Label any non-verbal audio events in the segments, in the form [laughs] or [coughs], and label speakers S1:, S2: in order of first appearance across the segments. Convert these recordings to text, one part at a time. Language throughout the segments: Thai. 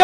S1: ก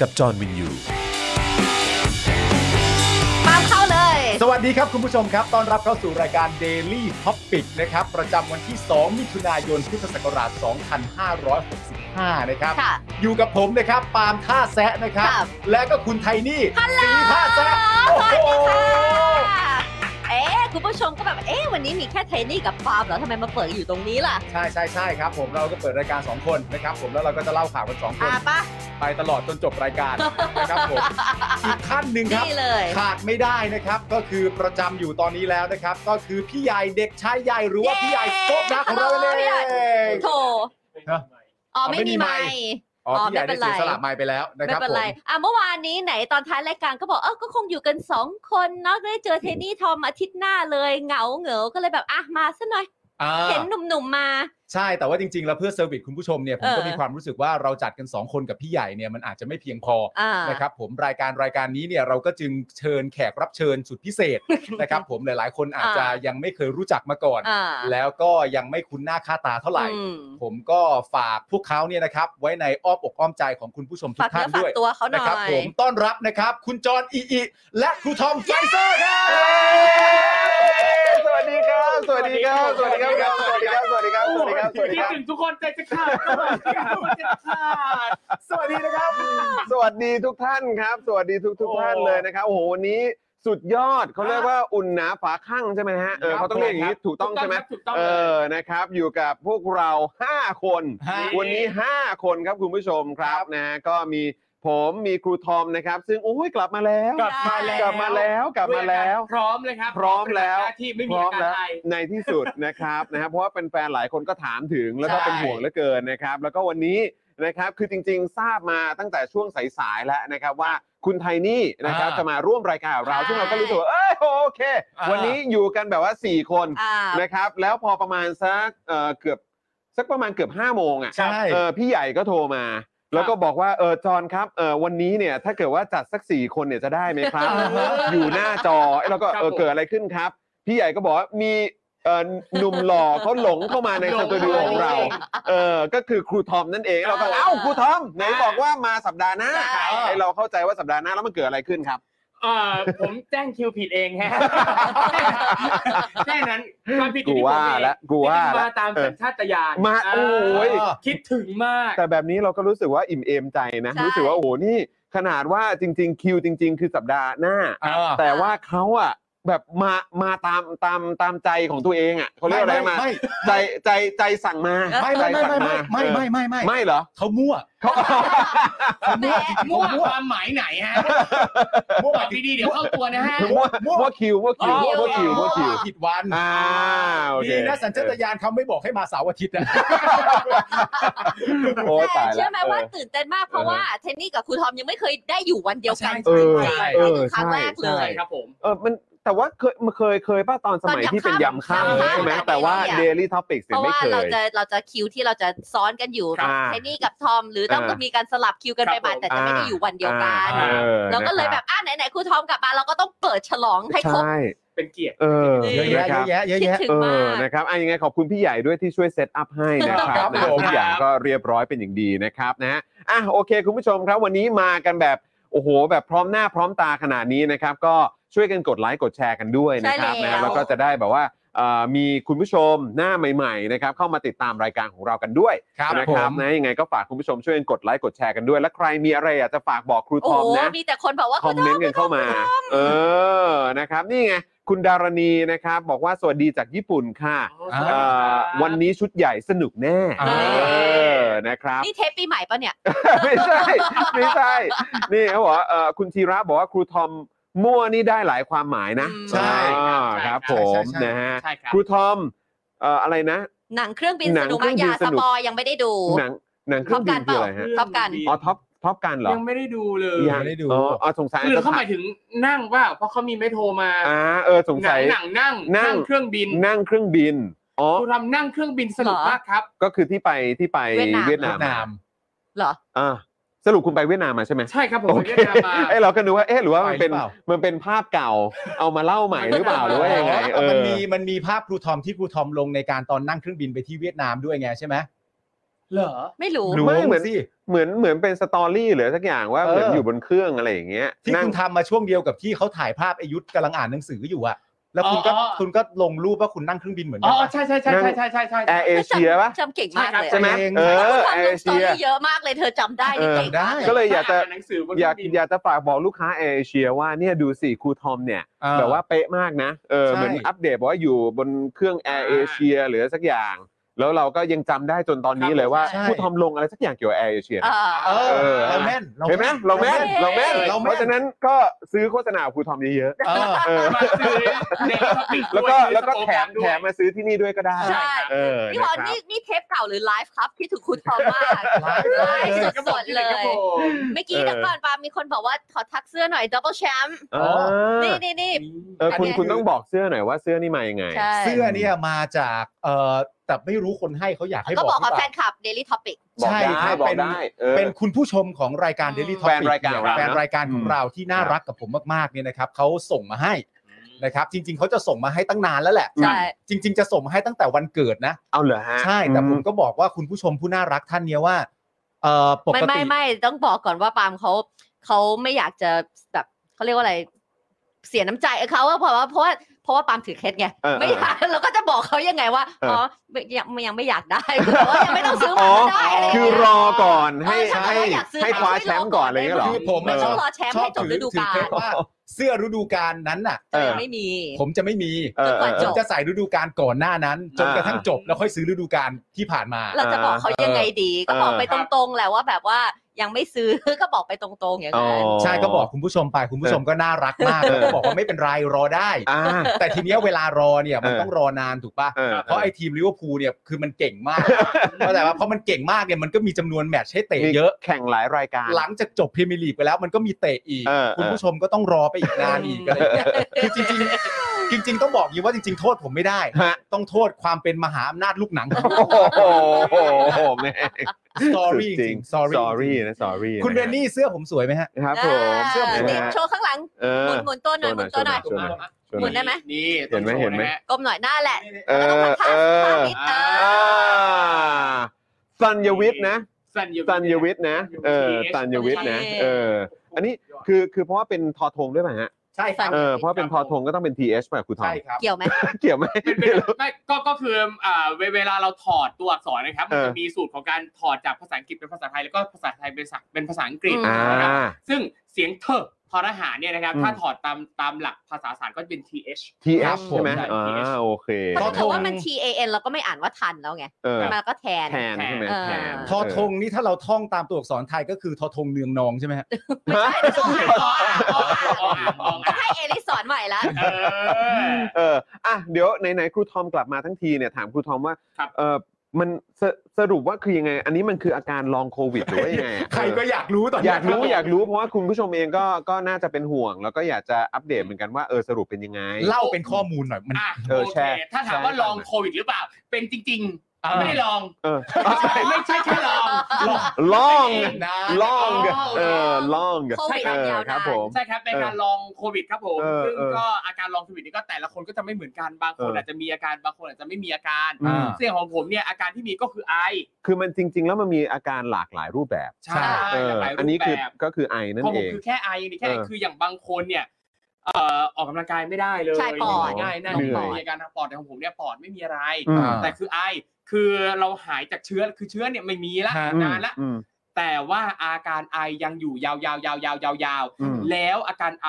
S2: กับจอห์นวินยู
S3: ตามเข้าเลย
S4: สวัสดีครับคุณผู้ชมครับ ต้อนรับเข้าสู่รายการ Daily Topic นะครับ ประจำวันที่ 2 มิถุนายน พุทธศักราช 2565 นะครับ
S3: ค่ะ
S4: อยู่กับผมนะครับ ปาล์มท่าแซะนะครับ
S3: ครับ
S4: และก็คุณไทนี่สีท่าแซะ
S3: ส
S4: โอ้
S3: วั
S4: โห
S3: สดีค่ะ เอ๊ะคุณผู้ชมก็แบบ เอ๊ะวันนี้มีแค่เทนนี่กับฟาร์มเหรอทำไมมาเปิดอยู่ตรงนี้ล่ะ
S4: ใช่ใช่ใช่ครับ ผมเราก็เปิดรายการ 2 คนนะครับผมแล้วเราก็จะเล่าข่าวกัน 2 คน
S3: อ่ะปะ
S4: ไปตลอดจนจบรายการนะครับผมอีกท่านหนึ่งครับ
S3: นี่เลย
S4: ขาดไม่ได้นะครับก็คือประจำอยู่ตอนนี้แล้วนะครับ ก็คือพี่ใหญ่เด็กชายใหญ่หรือว่า
S3: เย้
S4: พี่ใหญ่โคกรักของเรา
S3: ฮัลโหล
S4: เอ
S3: พี่ใหญ่
S4: ง
S3: โถ
S4: ฮะ
S3: อ๋อ
S4: อ๋อ
S3: ไม่
S4: ไม่มี
S3: มี
S4: ไม
S3: ไม
S4: ค์
S3: ค์
S4: อ๋อ
S3: อ๋อ
S4: พี่ใหญ่ได้
S3: ไม่
S4: เสีย
S3: เป็นไร
S4: สละไม้ไปแล้วนะค
S3: ไม่
S4: รับ
S3: เป็น
S4: ผม
S3: ไร อ่ะเมื่อวานนี้ไหนตอนท้ายรายการก็บอก เออก็คงอยู่กันสองคนเนาะได้เจอเทนนี่ทอมอาทิตย์หน้าเลย เหงาเหงอก็เลยแบบ อ่ะมาซะหน่อย
S4: อ่า
S3: เห็นหนุ่มๆมา
S4: ใช่แต่ว่าจริงๆ แล้วเพื่อเซอร์วิสคุณผู้ชมเนี่ยผมก็
S3: เออ
S4: มีความรู้สึกว่าเราจัดกัน 2 คนกับพี่ใหญ่เนี่ยมันอาจจะไม่เพียงพอ
S3: อ่า
S4: นะครับผมรายการรายการนี้เนี่ยเราก็จึงเชิญแขกรับเชิญสุดพิเศษ นะครับผมหลายๆ คนอาจจะยังไม่เคยรู้จักมาก่อน
S3: อ่า
S4: แล้วก็ยังไม่คุ้นหน้าค่าตาเท่าไหร่
S3: อืม
S4: ผมก็ฝากพวกเขาเนี่ยนะครับ ไว้ในอ้อมอกอ้อมใจของคุณผู้ชมทุ
S3: ฝาก
S4: ก
S3: เนื้อน ฝาก
S4: ท่าด้วย
S3: ตัวเขาห
S4: นะ
S3: น่อ
S4: ครับ
S3: ย
S4: ผมต้อนรับนะครับ คุณจอห์นอีอิและครูทอมไฟเซอร์ครับ
S5: สวัสดีครับ สวัสดีครับ สวัสดีครับ สวัสดีครับ สวัสดีครับ สวัสดีครับ สวัสดี
S6: คิด
S5: ครับ
S6: ถึงทุกคนใจจะขาดทุกคนใจจะขาด
S5: สวัสดีนะครับ สวัสดีทุกท่านครับ สวัสดีทุกทุกท่านเลยนะครับ โอ้โห วันนี้สุดยอดเขาเรียกว่าอุ่นหนาฝาข้างใช่ไหมฮะ เออเขาต้องเรียกอย่างนี้ถูกต้องใช่ไหม
S6: ถูกต้อง
S5: เอ
S6: เออ
S5: อ นะครับ อยู่กับพวกเรา 5 คน
S4: ฮะ
S5: วันนี้ 5 คนครับคุณผู้ชมครับนะ ก็มีผม มีครูทอมนะครับ ซึ่งโอ้ยกลับมาแล้ว
S6: กลับมาแล้ว
S5: กลับมาแล้ว กลับมาแล้ว
S6: พร้อมเลยครับ
S5: พร้อมแล้ว
S6: หน้าที่ไม่
S5: พ
S6: มี
S5: ร้อ
S6: อาม การ
S5: แล้ว
S6: ไอ
S5: ในที่สุดนะครับ [laughs] นะครับเพราะว่าเป็นแฟนๆหลายคนก็ถามถึงแล้วก็
S6: ใช่
S5: เป็นห่วงเหลือเกินนะครับ แล้วก็วันนี้นะครับคือจริงๆ ทราบมาตั้งแต่ช่วงสายๆแล้วนะครับว่าคุณไทนี่นะครับ
S4: อ่า
S5: จะมาร่วมรายการกับเรา
S3: ใช่
S5: ซึ่งเราก็รู้สึกว่าเอ้ยโอเค
S4: อ่า
S5: วันนี้อยู่กันแบบว่า 4 คน
S3: อ่า
S5: นะครับ แล้วพอประมาณสักเอ่อเกือบสักประมาณเกือบ5โมงอ่ะ
S4: ใช่
S5: เออพี่ใหญ่ก็โทรมา แล้วก็บอกว่าเออจอนครับเออวันนี้เนี่ยถ้าเกิดว่าจัดสักสี่คนเนี่ยจะได้ไหม
S6: [laughs]
S5: ครับ
S4: อ่าฮะ
S5: อยู่หน้าจอเอ้ยแล้วก็
S6: ครับ
S5: เออ
S6: ผม
S5: เกิดอะไรขึ้นครับ พี่ใหญ่ก็บอกว่ามีเออหนุ่มหล่อเขาหลงเข้ามาใน
S6: หล
S5: ส
S6: ง
S5: ตูดิโอของเรา
S6: เข้ามาใน
S5: เออก็คือครูทอมนั่นเองเราก็
S3: อ่า
S5: เอ้าครูทอมไหนบอกว่ามาสัปดาห์หน้า
S3: ใช่
S5: ไอเราเข้าใจว่าสัปดาห์หน้าแล้วมันเกิดอะไรขึ้นครับ
S6: ่าผมแจ้งคิวผิดเอง
S5: [laughs]
S6: ฮะแค่นั้นความผิดอยู่
S5: กู
S6: ที่ผม
S5: ว่า
S6: เอง
S5: ละกูว่า
S6: ที่
S5: ละ
S6: มาตาม
S5: เอ
S6: สั
S5: อ
S6: ญชาตญาณ
S5: มาโอ้ย
S6: คิดถึงมาก
S5: แต่แบบนี้เราก็รู้สึกว่าอิ่มเอมใจนะ
S3: ใช่
S5: รู้สึกว่าโอ้โหนี่ขนาดว่าจริง ๆ คิวจริง ๆ คือสัปดาห์หน้า
S4: เออ
S5: แต่ว่าเขาอ่ะแบบมามาตามตามตามใจของตัวเองอ่ะเขาเรียกอะไรมา
S4: ไม่
S5: ใจใจใจสั่งมา
S4: ไม่
S5: ใจ
S4: ไม่ไม่
S5: สั่ง
S4: ไม่ไม่ไม่ไม่ไม่ไม่
S5: เออไม่เหรอ
S4: เขามั่ว
S5: เขา
S4: เขามั่วจริง
S6: มั่ว
S4: เขามั่ว
S6: ความหมายไหนฮะตอบดีๆเดี๋ยวเข้าตัวนะฮะ
S5: มั่ว
S4: มั่ว
S5: มั่วคิวมั่วคิว
S6: อ๋อ
S5: มั่วคิวมั่วคิว
S4: ผิดวัน
S5: อ่าโอเค
S4: ดีนะสัญชาตญาณเขาไม่บอกให้มาเสาร์อาทิตย์นะ
S5: โอ้ยตาย
S3: แต่
S5: แล้ว
S3: เชื่อไหมว่าตื่นเต้นมากเพราะว่าเทนนี่กับครูทอมยังไม่เคยได้อยู่วันเดียวกัน
S5: เออ
S3: จริงๆ
S5: ใช่
S3: นี่คือ
S5: เออ
S3: ครั้งแรกเล
S5: ใช่
S3: ย
S6: ครับผม
S5: เออมันแต่ว่าเคยมันเคยเคยป่ะตอนสมัย
S3: ตอนยำ
S5: ที่เป็นยำข้าว
S3: ข้าม
S5: ใช่ไหม
S3: ยำข้าม
S5: แต่ว่า
S3: เนี่ย
S5: Daily Topics
S3: เพ
S5: เนี่ย
S3: ราะ
S5: ไม่
S3: ว่า
S5: เค
S3: เรา
S5: ย
S3: จะเราจะคิวที่เราจะซ้อนกันอยู่
S5: อ่า
S3: เทนนี่กับทอม หรือต้อง
S5: อ่า
S3: มีการสลับคิวกันไป
S6: ครับ
S3: มาแต่จะไม่ได้อยู่วันเดียวกัน
S5: อ่าออ
S3: เราก็เลย
S5: นะค
S3: แบบบอ่ะไหนๆครูทอมกลับมาเราก็ต้องเปิดฉลองให้ครบ
S5: ใช่
S6: เป็นเกียรติ
S5: เออ
S3: นี่
S4: เยอะแยะ
S5: นค
S3: คิด
S4: เยอะแยะเยอะ
S5: รับ
S4: แยะ
S3: ถึง
S5: เอ
S3: มา
S5: อก นะครับอ่ะยังไงขอบคุณพี่ใหญ่ด้วยที่ช่วยเซตอัพให้นะค
S4: ครั
S5: รับบนะ
S4: ผม
S5: ทุกอย่าง
S6: ครับ
S5: ก็เรียบร้อยเป็นอย่างดีนะครับนะฮะอ่ะโอเค คุณผู้ชมครับวันนี้มากันแบบโอ้โห แบบพร้อมหน้าพร้อมตาขนาดนี้นะครับ ก็ช่วยกันกดไลค์กดแชร์กันด้วยนะครับ
S3: ใช่แล้ว
S5: นะแล้วก็จะได้แบบว่า เอ่อมีคุณผู้ชมหน้าใหม่ๆนะครับเข้ามาติดตามรายการของเรากันด้วย
S4: ครับ
S5: นะ
S4: ผ
S5: ครับ
S4: ม
S5: นะยังไงก็ฝากคุณผู้ชมช่วยกดไลค์กดแชร์กันด้วย และใครมีอะไรอยากจะฝากบอกครู
S3: โอ้
S5: ทอม
S3: โห
S5: นะ
S3: มีแต่คนบอกว่า
S5: คอมเมนต์กันเข้ามา เออ นะครับ นี่ไง คุณดารณีนะครับ บอกว่าสวัสดีจากญี่ปุ่นค่ะ
S4: อ่า
S5: เอ่อวันนี้ชุดใหญ่สนุกแน่
S4: อ่า
S5: เออ นะครับ
S3: นี่เทปปีใหม่ปะเนี่ย
S5: ไม่ใช่ ไม่ใช่ นี่เขาบอกว่าเอ่อคุณธีระบอกว่าครูทอมมั่วนี่ได้หลายความหมายนะ
S4: ใช่
S5: อ่า
S6: ใช่
S5: ครับ
S6: ใช่
S5: ผม
S4: ใช่
S5: นะฮะ
S6: ใช่ครับ
S5: ครูทอมเอ่ออะไรนะ
S3: หนังเครื่องบิน
S5: หนั
S3: ส
S5: ง
S3: นุก
S5: เครื่
S3: มา
S5: อก
S3: อ
S5: งบิน
S3: ย่าส
S5: สนุก
S3: ปอยยังไม่ได้ดู
S5: หนัง หนังเค
S3: ท็
S5: รื่
S3: อ
S5: อ
S3: ปกั
S5: งบิ
S3: น
S5: น
S3: เป
S5: คือ
S3: ล่า
S5: อะไรฮะ
S3: ท็อปกัน
S5: อ๋อ ท็อป ท็อปกันเหรอ
S6: ยังไม่ได้ดูเลย
S4: ยังไม่ได้ดู
S5: อ๋ออ๋อสงสัย
S6: คือเขาห
S5: ถ่
S6: มายถึงนั่งว่าเพราะเขามีไมโทรมา
S5: อ่า เออ สง
S6: หนั
S5: สั
S6: ง
S5: ย
S6: หนังนั่ง
S5: นั่ง
S6: เครื่องบิน
S5: นั่งเครื่องบิน อ๋อ
S6: คุณทำนั่งเครื่องบินสนุก
S3: เหรอ
S6: มากครับ
S5: ก็คือที่ไปที่ไป
S3: เวียดนาม
S5: เวียด
S4: เวี
S5: นาย ม
S4: ดนาม
S3: เหรอ
S5: อ่าสรุปคุณไปเวียดนามมาใช่ไหม
S6: ใช่ครับผม
S5: โอ
S6: ไป
S5: เค
S6: เวียดนามมา
S5: ไอยเราก็นึกว่าเอ๊ะหรือว่ามัน
S4: ไปหรือเป
S5: เป็น
S4: ล่า
S5: มันเป็นภาพเก่า เอามาเล่าใหม่หรือเปล่าหรือว่ายังไงเอ
S4: อ๋อมัน
S5: อ
S4: มีมันมีภาพครูทอมที่ครูทอมลงในการตอนนั่งเครื่องบินไปที่เวียดนามด้วยไงใช่ไหม
S6: เหรอ
S3: ไม่รู้
S4: ดู
S5: ไม่เหมือน
S4: สิ
S5: เหมือนเหมือนเป็นสตอรี่หรือสักอย่างว่า
S4: เออ
S5: เหมือนอยู่บนเครื่องอะไรอย่างเงี้ย
S4: ที่
S5: นั่ง
S4: คุณทำมาช่วงเดียวกับที่เขาถ่ายภาพอายุทธกำลังอ่านหนังสืออยู่อะแล้วคุณก็
S6: อ๋ออ๋อ
S4: คุณก็ลงรูปว่าคุณนั่งเครื่องบินเหมือน
S6: อ๋
S4: กั
S6: อน
S4: ปะ
S6: ใช่ใช่ใช่ใช่ใช่ใช่ใช่
S5: แอร์เอเชียปะ
S3: จำเก่งมากเลย
S6: ใช่
S5: ใช่ไหม
S4: เอง
S5: เอ
S3: เอ
S5: อ
S3: อ
S5: แอ
S3: ทำ
S5: ร์
S3: ล
S5: เอง
S3: สตอ
S5: เชีย
S3: รี่เยอะมากเลยเธอจำได้นี่เก่งมาก
S4: เออจำได้
S5: ก็เลยอยากจะ
S6: นหนังสือบน
S5: อยาก
S6: เครื่งบิน
S5: อยากจะฝากบอกลูกค้าแอร์เอเชียว่าเนี่ยดูสิครูทอมเนี่ย
S4: เออ
S5: แบบว่าเป๊ะมากนะ เออ
S4: ใช่
S5: เหมือนอัปเดตบอกว่าอยู่บนเครื่องแอร์เอ
S6: อ่า
S5: เชียหรือสักอย่าง แล้วเราก็ยังจำได้จนตอนนี้
S6: ครับ
S5: เลยว่า
S4: ใช่
S5: ผู้ทอมลงอะไรสักอย่างเกี่ยวกับแอร์เอเชีย
S3: เออ
S4: เอ
S5: เอ
S4: อ
S5: อ
S4: เราแม่น
S5: เห็นไหมเราแม่นเราแม่น
S6: เรา
S5: เพ
S6: แม่น
S5: ราะฉะนั้นก็ซื้อโฆษณาครูทอมเยอะ
S4: เออ
S5: ๆเออ
S6: มาซื้อในท็อปิก
S5: แล้วก็
S6: ด้วย
S5: แล้วก็แถม
S6: ซื้อสโปรกรด้วย
S5: แถมมาซื้อที่นี่ด้วยก็ได้
S3: ใช่
S5: เออ
S3: นี่บ
S5: นะค
S3: อ
S5: รั
S3: ก
S5: บ
S3: นี่นี่เทปเก่าหรือไลฟ์ครับที่ถูกคุณทอมมาก
S4: ไลฟ์
S3: ไลฟ์
S6: ก็บ
S3: ส
S6: อก
S3: ดๆ
S6: ที่ห
S3: เล
S6: นึ่งครับ
S3: ย
S6: ผม
S3: เมื่อกี้เดี๋ยวก่อนปาล์มมีคนบอกว่าขอทักเสื้อหน่อยดับเบิลแชมป์
S5: เอ
S3: นี่
S5: อ
S3: นี่นี่
S5: เออคุณ
S3: อันเนี้ย
S5: คุณต้องบอกเสื้อหน่อยว่าเสื้อนี่มายังไง
S3: ใช่
S4: เสื้อเนี่ยมาจากเอ่อแต่ไม่รู้คนให้เขาอยากให้บ
S3: ก็
S4: อก
S3: บอก
S4: หรื
S3: กับ
S4: เป
S3: แฟ
S4: ล่า
S3: นคลับ Daily Topic
S5: บอกได้
S4: ใช่ครับ
S5: บอก
S4: เป็น
S5: ได้ออ
S4: เป็นคุณผู้ชมของรายการ Daily
S3: อืม
S4: Topic
S5: แฟนรายการของเรานะ
S4: แฟนรายการของเราที่น่า
S5: ครับ
S4: รักกับผมมากๆเนี่ยนะครับเขาส่งมาให้นะครับ จริง ๆเขาจะส่งมาให้ตั้งนานแล้วแหละ
S3: ใช่
S4: จริง ๆ จะส่งมาให้ตั้งแต่วันเกิดนะ
S5: เอาเหรอฮะ
S4: ใช่แต่
S5: อื
S4: ผมก็บอกว่าคุณผู้ชมผู้น่ารักท่านเนี้ยว่าเอ่อป
S3: ไม่
S4: ก
S3: ไม่
S4: ติ
S3: ไม่ต้องบอกก่อนว่าปาล์มเขาเขาไม่อยากจะแบบเขาเรียกว่าอะไร เสียน้ำใจเขาอะเพราะว่าเพราะว่าเพราะว่าปาล์มถือเคสไง
S5: เออ
S3: ไม่อยาก [laughs] เราก็จะบอกเขายังไงว่า
S5: เอออ๋
S3: อ๋อไม่ยังไม่ยังไม่อยากได้ [laughs] แต่ว่ายังไม่ต้องซื้อ
S5: อ๋
S3: มา
S5: อ
S3: ก็ได้ะไรย่าง
S5: คือ
S3: เงี้ย
S5: รอก่อนให้
S3: เออใช่
S5: ให้
S3: อยากซื้อ
S5: ให้คว้า
S3: ให้
S5: แช
S3: รอ
S5: มป์ก่อ
S3: ก่อน
S5: นอะไรย่างเงี้ยเหรอ
S3: ได้ไหม
S4: คือผมอะช
S3: ต้อ
S4: อ
S3: บ งรอแชมป์
S4: ชอ
S3: ให้
S4: บ
S3: จบ
S4: ถือ
S3: ฤดู
S4: ถือก
S3: า
S4: เค
S3: ล
S4: สว่าเสื้อฤดูกาลนั้นน่ะ
S5: เออ
S3: ยังไม่มี
S4: ผมจะไม่มี
S5: เอ
S3: จน
S5: อก
S3: ว่า
S5: เออ
S3: จ
S4: ผม
S3: บ
S4: จะใส่ฤดูกาลก่อนหน้านั้น จนกระทั่งจบแล้วค่อยซื้อฤดูกาลที่ผ่านมา
S3: เราจะบอกเขายังไงดี ก็บอกไป
S6: เอ
S3: ต
S6: อ
S3: รงๆแหละว่าแบบว่ายังไม่ซื้อ [laughs] ก็บอกไปตรงๆอย่างนั้น
S4: ใช่ก็บอกคุณผู้ชมไปคุณผู้ชมก็น่ารักมาก
S5: เออ
S4: แล้วก็บอกว่าไม่เป็นไรรอได้
S5: อ่า
S4: แต่ทีเนี้ยเวลารอเนี่ยมัน
S5: เออ
S4: ต้องรอนานถูกป่ะ
S5: เออ
S4: เพราะไอ้ทีมลิเวอร์พูลเนี่ยคือมันเก่งมากเข้าใจป่ะเพราะมันเก่งมากเนี่ยมันก็มีจำนวนแมตช์ให้เตะเยอะ
S5: มีแข่งหลายรายการ
S4: หลังจากจบพรีเมียร์ลีกไปแล้วมันก็มีเตะอีก
S5: เออ
S4: คุณผู้ชมก็ต้องรอไปอีกนานอีกอะไร
S5: [laughs]
S4: อย่างเงี้ยคือจริงๆ จริง ๆ ต้องบอกอย่างนี้ว่าจริง ๆ โทษผมไม่ได้
S5: ฮะ
S4: ต้องโทษความเป็นมหาอำนาจลูกหนัง
S5: โอ้โหโอ้โหแม่
S4: sorry
S5: สุด
S4: จริง
S5: สอ
S4: sorry
S5: รี่นะสอรี่
S4: คุณเบนนี่เสื้อผมสวยไหมฮะ
S5: ครับผม
S3: อ่า
S4: เสื้อผม
S3: นี่
S5: นะฮะ
S3: โชว์ข้างหลัง
S5: เอ
S3: หมุ
S5: อ
S3: นหมุนตัวหน่อยหมุนตัวหน่อย
S5: โชว์หน่อย
S3: หมุนได้ไหม
S6: นี่
S5: เห็นไหมเห็นไหม
S3: ก้มหน่อยหน้าแหละ
S5: เอ
S3: แล้วก็
S5: อ
S3: มา
S5: เอ
S3: ทาทา
S5: อ
S3: นิดเอ
S5: อ่า
S3: อ
S5: สัญญวิทย์นะ
S6: สัญญ
S5: สัญญวิทย์นะเออสัญญวิทย์นะเออ อันนี้คือคือเพราะว่าเป็นทอธงด้วยไหมฮะ
S4: ใช่ค
S3: สั
S4: รับ
S3: ญ
S5: เออเพราะว่าเป็นทอธงก็ต้องเป็น TH ป่ะครูทอ
S4: ใช่
S5: ม
S4: ครับ
S3: เกี่ยวไหม
S5: เกี่ยวไหม
S6: เป็นเป็นไม่ก็ก็คืออ่าเวเวลาเราถอดตัวอักษรนะครับมัน
S5: เออ
S6: จะมีสูตรของการถอดจากภาษาอังกฤษเป็นภาษาไทยแล้วก็ภาษาไทยเป็นภาษาเป็นภาษาอังกฤษ
S3: อืม
S5: อ่า
S6: นะครับ ซึ่งเสียงเถอะทอรหารเนี่ยนะครับ
S5: อืม
S6: ถ้าถอดตามตามหลักภาษาศาสตร์ก็จะเป็น th
S4: ครั
S5: TH
S4: บผม
S5: ใช่ไหม
S6: ใช่
S5: อ่า
S6: TH
S5: โอเค
S4: ทอ
S3: เพราะว่ามัน T A N เราก็ไม่อ่านว่าทันแล้วไง
S5: เออ
S3: มันก็แทน
S5: แทนใช่ไหมแทน
S4: ทอธงนี่ถ้าเราท่องตามตัวอักษรไทยก็คือทอธงเนืองนองใช่ไหมฮะ
S3: ไม่ใช่ไม่ต้องอ่าน
S6: อ๋อ
S3: ต้องอ่าน
S6: อ๋ออ๋ออ๋อ
S3: ให้เอลิสสอนใหม่ละ
S6: เออ
S5: เอออ่ะเดี๋ยวไหนๆครูทอมกลับมาทั้งทีเนี่ยถามครูทอมว่า
S6: ครับ
S5: เออมันสสรุปว่าคือยังไง อันนี้มันคืออาการลองโควิดหรือว่ายังไงอะ
S4: ใครก็อยากรู้ตอน
S5: อ
S4: นี้
S5: ยากรู้อยากรู้เพราะว่าคุณผู้ชมเองก็ก็น่าจะเป็นห่วง แล้วก็อยากจะอัปเดตเหมือนกันว่าเออสรุปเป็นยังไง
S4: เล่าเป็นข้อมูลหน่อยมัน
S6: อ่ะ
S5: เอ
S6: โอ
S5: อแช
S6: เค
S5: ร์
S6: ถ้าถามว่า
S5: แชร์
S6: ลองโควิดหรือเปล่า เป็นจริง
S4: อ่า
S6: ๆ ไม่ได้ลอง
S5: เออ
S6: ไม่ใช่แค่ลอง
S4: หลอก
S5: ล่อง
S4: นะ
S5: ล่องเออ
S3: ล
S5: ล่
S3: อ
S5: อง
S3: งโควิด
S5: เออ
S3: มันยาวนาน
S5: ครับผม
S6: ใช่ครับเป็นการลองโควิดครับผม
S5: เออ
S6: ซึ่ง
S5: เออ
S6: ก็อาการลองโควิดนี่ก็แต่ละคนก็จะไม่เหมือนกัน บางคน
S5: เอออ
S6: อาจจะมีอาการ บางคนอาจจะไม่มีอาการ
S4: อ่า
S6: ซึ่งของผมเนี่ยอาการที่มีก็คือไอ
S5: คือมันจริง ๆ แล้วมันมีอาการหลากหลายรูปแบบ
S4: ใช่
S5: เออ
S6: หลายรูปแบบ
S5: อันนี้คือก็คือไอนั่
S6: ขอน ง
S5: เอ
S6: ผม
S5: ง
S6: คือแค่ไออย่างนี้แค่
S5: เออ
S6: คืออย่างบางคนเนี่ย เอ่อออกกำลังกายไม่ได้เลย
S3: ใช่ปอด
S6: ง่ายๆน่า
S5: เหนื่
S6: จะ
S5: อย
S6: มีอาการทางปอดแต่ของผมเนี่ยปอดไม่มีอะไร
S5: อืม
S6: แต่คือไอคือเราหายจากเชื้อคือเชื้อเนี่ยไม่มีละ
S5: ฮะ
S6: นานละ
S5: อืม
S6: แต่ว่าอาการไอยังอยู่ยาวยาวยาวยาวยาวยาว
S5: อืม
S6: แล้วอาการไอ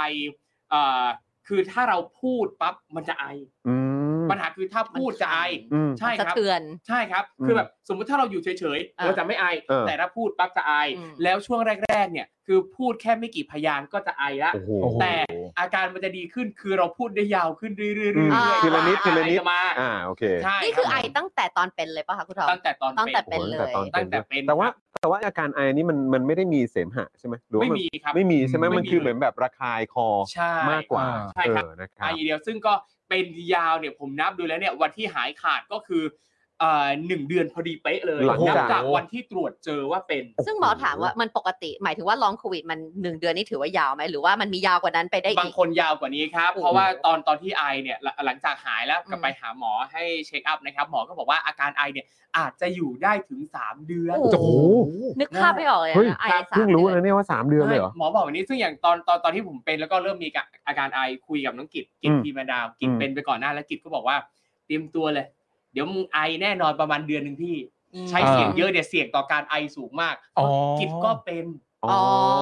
S6: เอ่อคือถ้าเราพูดปั๊บมันจะไอ
S5: อืม
S6: ปัญหาคือถ้าพูดจะไอ
S5: อืม
S6: ใช่
S3: สะ
S6: ครับ
S3: เทือน
S6: ใช่ครับ
S5: อืม
S6: คือแบบสมมุติถ้าเราอยู่เฉย
S3: อ่ะ
S6: ๆเราจะไม่ไอ
S5: เออ
S6: แต่ถ้าพูดปั๊บจะไอ
S3: อืม
S6: แล้วช่วงแรก ๆ เนี่ย คือพูดแค่ไม่กี่พยางค์ก็จะไอละ
S5: โอ้โห
S6: แต่ อาการมันจะดีขึ้น คือเราพูดได้ยาวขึ้นเรื่อยๆเรื่
S5: อื
S6: อย
S5: ม
S6: ๆ
S5: ทีละนิดทีละนิด
S6: ไอจมา
S5: อ่าโอเค
S6: ใช่
S3: นี่คือไอ
S6: รับ
S3: ตั้งแต่ตอนเป็นเลยป่ะคะคุณทอม
S6: ตั้งแต่ตอน
S3: ตั้งแต่
S6: เป็น
S3: เป็นเลย
S5: โอ้โหตอน
S6: ตั้งแต่เป็น
S5: แต่ว่าแต่ว่าอาการไอนี่มันมันไม่ได้มีเสมหะใช่ไหมหรือว่า
S6: ไม่
S5: น
S6: มีครับ
S5: ไม่มีใช่ไหม
S6: ไม่มี
S5: มันคือเหมือนแบบระคายคอ
S6: ใช่
S5: มากกว่า
S6: ใช่
S5: เอ
S6: ครับ
S5: อนะค
S6: ไอ
S5: รับ
S6: อย่างเดียวซึ่งก็เป็นยาวเนี่ยผมนับดูแล้วเนี่ยวันที่หายขาดก็คือเอ่อหนึ่งเดือนพอดีเป๊ะเลย
S5: หลังจาก
S6: นับจากวันที่ตรวจเจอว่าเป็น
S3: ซึ่งหมอถามว่ามันปกติ หมายถึงว่าลองโควิดมันหนึ่งเดือนนี่ถือว่ายาวไหมหรือว่ามันมียาวกว่านั้นไปได้
S6: บา
S3: อี
S6: ง
S3: ก
S6: คนยาวกว่านี้ครับ เพราะว่าตอนตอนที่ไอเนี่ยหลังหลังจากหายแล้วกลับ
S3: อืม
S6: ไปหาหมอให้เช็คอัพนะครับ หมอก็บอกว่าอาการไอเนี่ยอาจจะอยู่ได้ถึง 3 เดือน
S5: โอ้โห
S3: นึกภาพไม่ออกเลย
S5: เฮ้ย
S3: นะไอ
S6: ครับ
S3: สาม
S5: เพิ่งรู้
S3: ดื
S5: นะ
S3: อน
S5: เนี่ยว่าสามเดือนเลยเหรอ
S6: หมอบอกแบบนี้ซึ่งอย่างตอนตอนตอนที่ผมเป็นแล้วก็เริ่มมีกะอาการไอคุยกับน้องกิจกิจ
S5: อืม
S6: พีมาดาวกิจ
S5: อืม
S6: เป็นไปก่อนหน้าแล้วกิจก็บอกว่าเตรียมตัวเลย เดี๋ยวมึงไอแน่นอนประมาณเดือนหนึ่งพี่ ใช้เสียงเยอะเดี๋ยวเสี่ยงต่อการไอสูงมาก
S4: อ๋อ
S6: กิจก็เป็น
S5: อ๋อ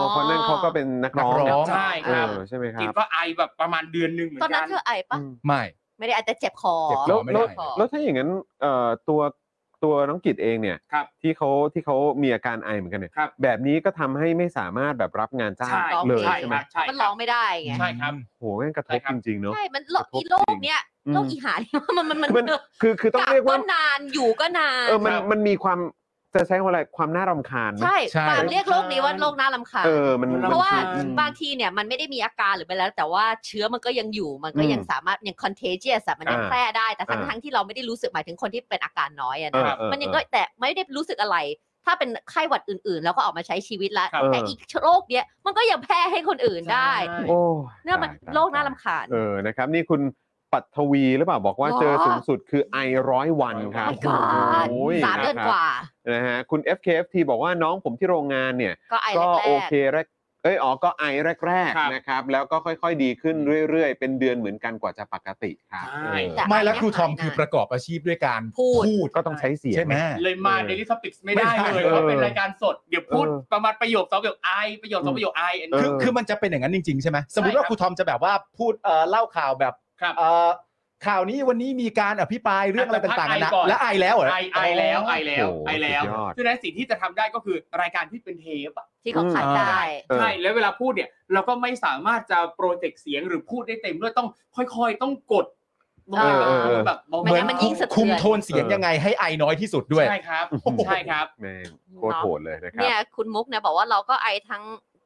S5: เพราะนั่นเขาก็เป็นนักร้อง
S4: นักร้อง
S6: ใช่ครับ
S5: เออใช่ไหมค
S6: กิจ
S5: รับ
S6: ก็ไอแบบประมาณเดือนหนึ่งเหมือน
S3: ตอน
S6: กั
S3: นั้น
S6: น
S3: เธอไอปะ
S5: อืม
S4: ไม่
S3: ไม่ได้อาจจะเจ็บคอ
S4: เจ็บ
S5: แล้ว
S4: ไม่
S5: แล้ว
S4: ได้
S5: แล้วถ้าอย่างนั้นเอ่อตัวตัวน้องกิจเองเนี่ย
S6: ครับ
S5: ที่เขาที่เขามีอาการไอเหมือนกันเนี่ย
S6: ครับ
S5: แบบนี้ก็ทำให้ไม่สามารถแบบรับงานจ้าง
S6: ใช่
S5: เลย
S6: ใช่
S5: ใช่
S6: ค
S5: ไหม
S6: รับใช่
S3: มัน
S6: ค
S3: ร้
S6: รั
S3: อง
S6: บ
S3: ไม่ได้ไง
S6: ใช่ครับ
S5: โหแม่งกระทบ
S6: ใช่ครับ
S5: จริงๆเนาะ
S3: ใช่ มันโรค
S5: กระทบ
S3: อีโรคเนี้ย
S5: จริง
S3: โรคอีหาเนี่ย [laughs] มันมันมัน
S5: มัน คือคือต้องเรียกว่า
S3: บนานอยู่ก็นาน
S5: เออมัน
S6: ครับ
S5: มันมีความจะใช้คำว่าอะไรความน่ารำคาญไหม
S3: ใช่
S4: ใช่
S3: ปาล์มเรียกโรคนี้ว่าโรคน่ารำคาญ
S5: เออมันมัน
S3: เพราะว่า
S5: คืออืม
S3: บางทีเนี่ยมันไม่ได้มีอาการหรือไปแล้ว แต่ว่าเชื้อมันก็ยังอยู่มันก็
S5: อืม
S3: ยังสามารถยัง contagious อะมันยัง
S5: อ่า
S3: แพร่ได้แต่ทั้ง
S5: อ่า
S3: ทั้งที่เราไม่ได้รู้สึกหมายถึงคนที่เป็นอาการน้อยอะ
S5: เอ
S3: นะ
S5: อเออ
S3: มันยังก็แต่ไม่ได้รู้สึกอะไร ถ้าเป็นไข้หวัดอื่นๆ แล้วก็ออกมาใช้ชีวิตแล้ว
S5: ครับ
S3: แต่อีกโรคเนี้ยมันก็ยังแพร่ให้คนอื่นได้
S5: โอ้
S3: เนี่ยมัน
S5: ตยตย
S3: โรคน่ารำคาญ
S5: เออนะครับ นี่คุณปัทวีหรือเปล่าบอกว่า
S3: หรอ
S5: เจอสูงสุดคือไอร้อยวันครับ
S3: My God
S5: โอ้ย
S3: สามเดือนะก
S5: ครับ
S3: ว่า
S5: นะฮะคุณ FKFT บอกว่าน้องผมที่โรงงานเนี่ย
S3: ก็ไอ
S5: ก็
S3: แร
S5: โอก เคแรกเอ้ยอ๋อก็ไอแรก
S6: ครับ
S5: ๆนะครับ แล้วก็ค่อยๆดีขึ้นเรื่อยๆ เป็นเดือนเหมือนกันกว่าจะปกติครับ
S6: ใช่
S3: ๆแต่
S4: ไม่แล้ว
S3: น
S4: ค
S3: เนี้ย
S4: รูทอม
S3: หาย
S4: คือป
S3: นาน
S4: ระกอบอาชีพด้วยการ
S3: พูด
S4: พูด
S5: ก็ต้องใช้เสียง
S4: ใช่ไหม
S6: เลยมา
S5: เออ
S6: Daily Topics ไม่ได้เลย
S4: ไม่ได้
S6: เพราะเป็นรายการสด เดี๋ยวพูด
S5: เออ
S6: ประมาณประโยคสองประโยคไอประโยคสองประโยคไอ
S5: เอ
S4: คือคือมันจะเป็นอย่างนั้นจริงๆใช่ไหมสมมติว่า
S6: ใช่ครับ
S4: ครูทอมจะแบบว่าพูดเอ่อเล่าข่าวแบบ
S6: ครับ
S4: เอ่อข่าวนี้วันนี้มีการอภิปรายเรื่องอะไร
S6: อ่ะแต่พั
S4: ต่ากงๆนา
S6: ไอ
S4: นะ
S6: ก่อน
S4: และไอแล้วเหรอ
S6: ไอไอแล้วไอแล้ว
S5: โอ้โห
S6: ไอแล้ว
S5: สุดยอด
S6: ดังนั้นสิ่งที่จะทำได้ก็คือรายการที่เป็นเทปอะ
S3: ที่เขาขายได้
S5: เออ
S6: ใช่แล้วเวลาพูดเนี่ย เราก็ไม่สามารถจะโปรเจกต์เสียงหรือพูดได้เต็มด้วยต้องค่อย ๆ ต้องกดลงไป
S5: เออเออ
S6: แบบเบาๆ
S3: ไม่งั้นมันยิ่งสะเทือน
S4: คุมโทนเสียงยังไงให้ไอน้อยที่สุดด้วย
S6: ใช่ครับใช่ครับ
S5: แม่งโคตรโหดเลยนะครับ
S3: เนี่ยคุณมุกเนี่ยบอกว่าเราก็ไอทั้ง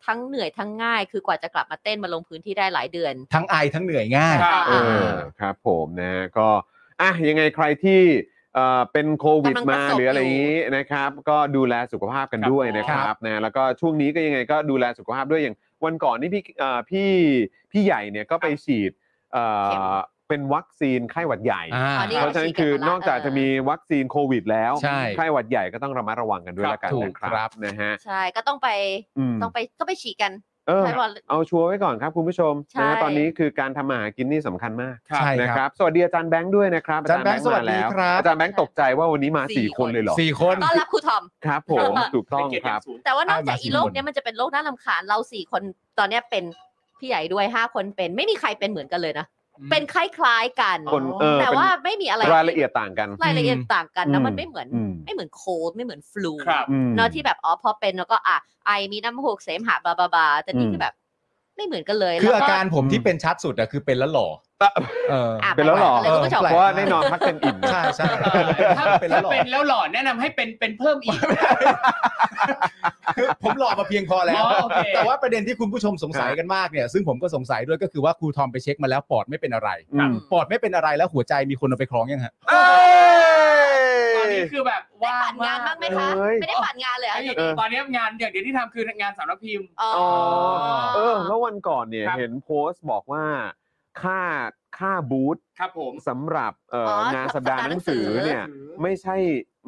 S3: ทั้งเหนื่อยทั้งง่าย คือกว่าจะกลับมาเต้นมาลงพื้นที่ได้หลายเดือน
S4: ทั้งไอทั้งเหนื่อยง่าย
S6: ครับ
S5: เออครับผมนะฮะก็อ่ะยังไงใครที่เอ่อเป็นโควิด
S3: กำลังประ
S5: มา
S3: สบ
S5: หรืออะไรอย่างนี้นะครับ ก็ดูแลสุขภาพกันด้วยนะครับนะแล้วก็ช่วงนี้ก็ยังไงก็ดูแลสุขภาพด้วยอย่างวันก่อนนี่พี่เอ่อพี่พี่ใหญ่เนี่ยก็ไปฉีดเอ่อ
S3: เข็ม
S5: เป็นวัคซีนไข้หวัดใหญ่
S4: อ่า
S3: ตอนนี้
S5: เพราะฉะนั้นคือนอกจากจะมีวัคซีนโควิดแล้ว
S4: ใช่
S5: ไข้หวัดใหญ่ก็ต้องระมัดระวังกันด้วย
S4: ครับ
S5: ละกัน
S4: ถูก
S5: นะค
S4: ครั
S5: รับบ นะฮะ
S3: ใช่ก็ต้องไป
S5: อืม
S3: ต้องไปก็ไปฉีดกัน
S5: เออ
S3: ใช่ป่ะ
S5: เอาชัวร์ไว้ก่อนครับคุณผู้ชม
S3: ใช่
S5: นะตอนนี้คือการทำมาหากินนี่สำคัญมาก
S4: ใช่
S5: นะค
S4: ค
S5: รั
S4: รับ
S5: บ สวัสดีอาจารย์แบงค์ด้วยนะครับ
S4: อาจารย์แบงค์
S5: มแล้ว
S4: สวัสดีครับ
S5: อาจารย์แบงค์ตกใจว่าวันนี้มา 4 คนเลยเหรอ
S4: สี่คน
S3: ต้อนรับครูทอม
S5: ครับผม
S3: ครับ
S5: ถูกต้อง
S6: เป็นเกียร
S5: ค
S6: ติอ
S5: รั
S6: ย่า
S5: บ
S6: งสูง
S3: แต่ว่านอกจาก
S4: เอามาสี่
S3: อีโรค
S4: คน
S3: เนี้ยมันจะเป็นโรคน่ารำคาญเราสี่คนตอนเนี้ยเป็นพี่ใหญ่ด้วยห้าคนเป็นไม่มีใครเป็นเหมือนกันเลยนะ เป็นคล้ายๆกัน
S5: คนเออ
S3: แต่
S5: เป็น
S3: ว่าไม่มีอะไร
S5: รายละเอียดต่างกัน
S3: รายละเอียดต่างกัน
S5: อื
S3: นะ
S5: ม
S3: มันไม่เหมือน
S5: อืม
S3: ไม่เหมือนโค้ดไม่เหมือนฟลู
S6: ครับ
S5: อืม
S3: เนาะที่แบบอ๋อพอเป็นแล้วก็อ่ะไอมีน้ำหกเสมหะบาบาบาแต่นี่
S5: อืม
S3: คือแบบ ไม่เหมือนกันเลย
S4: คือ
S3: แล้ว
S4: อา
S3: ก็
S4: การผมที่เป็นชัดสุดอะคือเป็นแล้วหล่อเออ
S3: อ่ะ
S5: เป็นแล้วเหรอ
S3: ไปก่นเลยคุณผู้ชม
S4: แปลก
S5: เพราะว่าแน่นอนพักเป็นอิ่ม
S4: ใช่ใช่
S6: เออถ้า
S4: เป็นแล้
S6: ถ้าว
S4: หล่อ
S6: เป็นแล้วหล่อแนะนำให้เป็นเป็นเพิ่มอีก
S4: คือผมหล่อมาเพียงพอแล้ว
S6: อ๋อโอเค
S4: แต่ว่าประเด็นที่คุณผู้ชมสงสัยกันมากเนี่ยซึ่งผมก็สงสัยด้วยก็คือว่าครูทอมไปเช็คมาแล้วปอดไม่เป็นอะไร
S5: อืม
S4: ปอดไม่เป็นอะไรแล้วหัวใจมีคนเอาไปคล้องยังฮะ
S5: เอ้
S6: ตอน
S5: ย
S6: นี้คือแบบ
S3: ได้
S6: ว่า
S3: ผ่านงานบ้างไหมคะ
S5: เอ้ย
S3: ไม่ได้ผ่านงานเลยเหรอ
S6: ไอ้
S3: อยู่
S5: เอ
S3: ดี
S5: อ
S6: ตอนนี้งานอย่างเดียวที่ทำคืองานสำนักพิมพ์
S3: อ๋อ
S5: เออแล้ววันก่อนเนี่ย
S6: ครับ
S5: เห็นโพสต์บอกว่าค่าค่าบูธ
S6: ครับผม
S5: สำหรับเอ่อ
S3: อ
S5: องานสัปดาห์หนังสือ
S3: สัปดาห์หนังสือ
S5: เนี่ยไม่ใช่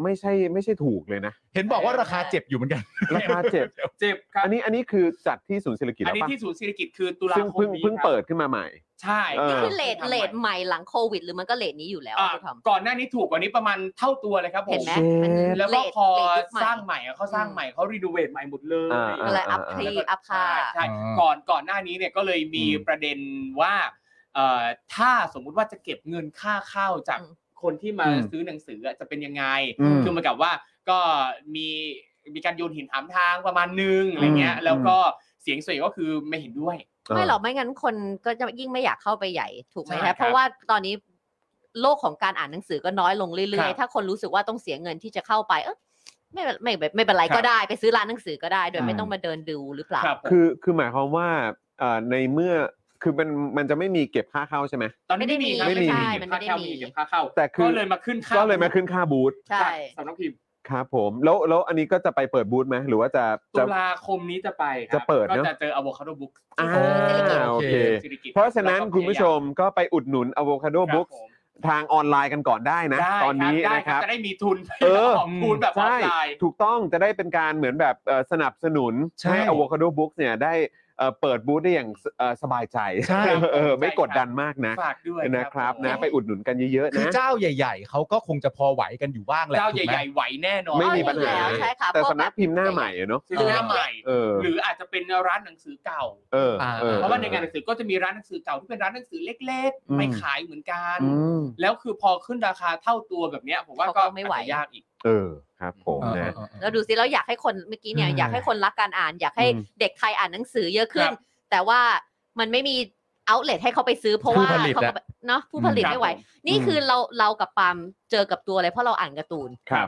S5: ไม่ใช่ไม่ใช่ถูกเลยนะ
S4: เห็นบอกว่าราคาเจ็บอยู่เหมือนกัน
S5: ราคาเจ็บ
S6: เจ็บครับ
S5: อันนี้อันนี้คือจัดที่ศูนย์เศรษฐกิจ
S6: อัน
S5: แล้ว
S6: นี้
S5: ปะ
S6: ที่ศูนย์เศรษฐกิจคือตุลา
S5: ซึ่ง
S6: คม
S5: เพิ่ง
S6: นี้
S5: เพิ่ง
S6: ครับ
S5: เปิดขึ้นมาใหม่
S6: ใช่
S5: เออ
S3: นี่คือ
S6: พิ่ง
S3: เลท
S6: ทำ
S3: เลท
S6: ใหม่
S3: ใหม่หลังโควิด หรือมันก็เลทนี้อยู่แล้ว
S6: อ่ะ
S3: คุณทอม
S6: ก่อนหน้านี้ถูกกว่านี้ประมาณเท่าตัวเลยครับผ
S3: เห็น
S6: ม
S3: ไหม
S5: เชฟ
S3: มัน
S6: แล้ว
S3: เล
S6: ก็
S3: ท
S6: พอ
S3: เลทยุคใหม่
S6: สร้างใหม่อ่ะเขาสร้างใหม่เขารีโนเวทใหม่หมดเลย
S5: อ่า
S3: ก็เลย
S5: า
S3: อัพคลี
S6: แล้วก็
S3: อัพค่า
S6: ใช่ใช่
S4: อ่า
S6: ก่อนก่อนหน้านี้เนี่ยก็เลยมี
S5: อืม
S6: ประเด็นว่าเอ่อถ้าสมมุติว่าจะเก็บเงินค่าเข้าจาก
S3: อืม
S6: คนที่มา
S5: อืม
S6: ซื้อหนังสืออ่ะจะเป็นยังไง
S5: อืม
S6: คือเหมือนกับว่าก็มีมีการโยนหินถามทางประมาณนึงอะไรเงี้ย
S5: อืม
S6: แล้วก็เสียงส่วนใหญ่ก็คือไม่เห็นด้วย
S3: ไม่หรอกไม่งั้นคนก็จะยิ่งไม่อยากเข้าไปใหญ่ถูกไหม
S6: ใช่ครั
S3: คะ
S6: บ
S3: เพราะว่าตอนนี้โลกของการอ่านหนังสือก็น้อยลง
S6: ค
S3: เรื่
S6: รั
S3: อย
S6: บ
S3: ๆ ถ้าคนรู้สึกว่าต้องเสียเงินที่จะเข้าไปเออไม่เป็นไม่ไม่ไม่เป็นไร
S6: ครับ
S3: ก็ได้ไปซื้อร้านหนังสือก็ได้ โดยไม่
S5: อืม
S3: ต้องมาเดินดูหรือเปล่า
S6: ครับผม
S5: คือคือหมายความว่าเอ่อในเมื่อคือมันมันจะไม่มีเก็บค่าเข้าใช่ไหม
S6: ตอนนี้ไม่มีครับ
S5: ไม่มี
S6: ไม่มี
S3: ใช่
S6: เก็บค่า
S3: มันไม่ได้
S6: เข้า
S3: มี
S6: มีเก็บค่าเข้า
S5: แต่คือ
S6: ก็เลยมาขึ้นค่า
S5: ก็เลยมาขึ้นค่าบูธ
S3: ใช่
S6: สำนักพิมพ์
S5: ครับผมแล้วแล้วอันนี้ก็จะไปเปิดบูธไหมหรือว่าจะ
S6: ตุ
S5: จะ
S6: ลาคมนี้จะไปครับ
S5: จะเปิดเน
S6: ก็
S5: อะ
S6: จะเจออะโวคาโดบุ๊ก
S5: อ่าโอเค เพ
S6: เพ
S5: ราะฉะนั้นคุณผู้ชมก็ไปอุดหนุน Avocado Books ทางออนไลน์กันก่อนได้นะ ตอนนี้
S6: ได้
S5: นะค
S6: ค
S5: รั
S6: รับบ จะได้มีทุน
S5: เออ
S6: ของทุนแบบออ
S5: ใช่
S6: นไลน์
S5: ถูกต้องจะได้เป็นการเหมือนแบบเอ่อสนับสนุน
S4: ใช่
S5: ให้ Avocado Books เนี่ยได้เอ่อเปิดบูธได้อย่างสเอ่อสบายใจ
S4: ใช่
S5: เออไม่
S6: ใช่ครับ
S5: กดดันมากนะ
S6: ฝากด้วย
S5: นะครับ
S6: ผม
S5: นะไปอุดหนุนกันเยอะๆ
S4: คือ
S5: นะ
S4: เจ้าใหญ่ ๆ เขาก็คงจะพอไหวกันอยู่บ้างแหละ
S6: เจ้า
S4: ถูก
S6: ให
S4: ไม
S6: ญ่ๆไหวแน่นอน
S5: ไม่มี
S3: อ๋อ
S5: ปัญหา
S3: อยู่แล้วใช่ค่ะ
S5: แต่
S3: พว
S5: สำนักพิมพ์หน้าใหม่อะเนาะ
S6: ซื้อหน้าใหม่
S5: เออ
S6: หรืออาจจะเป็นร้านหนังสือเก่า
S5: เออออ
S4: า
S6: เพราะว่าในงานหนังสือก็จะมีร้านหนังสือเก่าที่เป็นร้านหนังสือเล็ก
S5: อืม
S6: ๆไปขายเหมือนกัน
S5: อืม
S6: แล้วคือพอขึ้นราคาเท่าตัวแบบเนี้ยผมว่า
S3: เขาก็
S6: ก็
S3: ไม่ไหว
S6: อาจจะยากอีก
S5: เออครับผม
S4: เออ
S5: นะ
S4: เออเออ
S3: แล้วดูสิเราอยากให้คนเมื่อกี้เนี่ย
S4: อืม
S3: อยากให้คนรักการอ่าน อยากให้
S5: อืม
S3: เด็กไทยอ่านหนังสือเยอะขึ้
S6: คน รับ
S3: แต่ว่ามันไม่มีเอาเลทให้เขาไปซื้อเพราะว่า
S4: ผู้ผลิต
S3: เขา
S4: อะ
S3: ก็เนาะผู้ผลิต
S6: ครับ
S3: ไม่ไหว
S6: ผม
S3: นี่คือเราเรากับปาล์มเจอกับตัวเลยเพราะเราอ่านการ์ตูน
S5: ครับ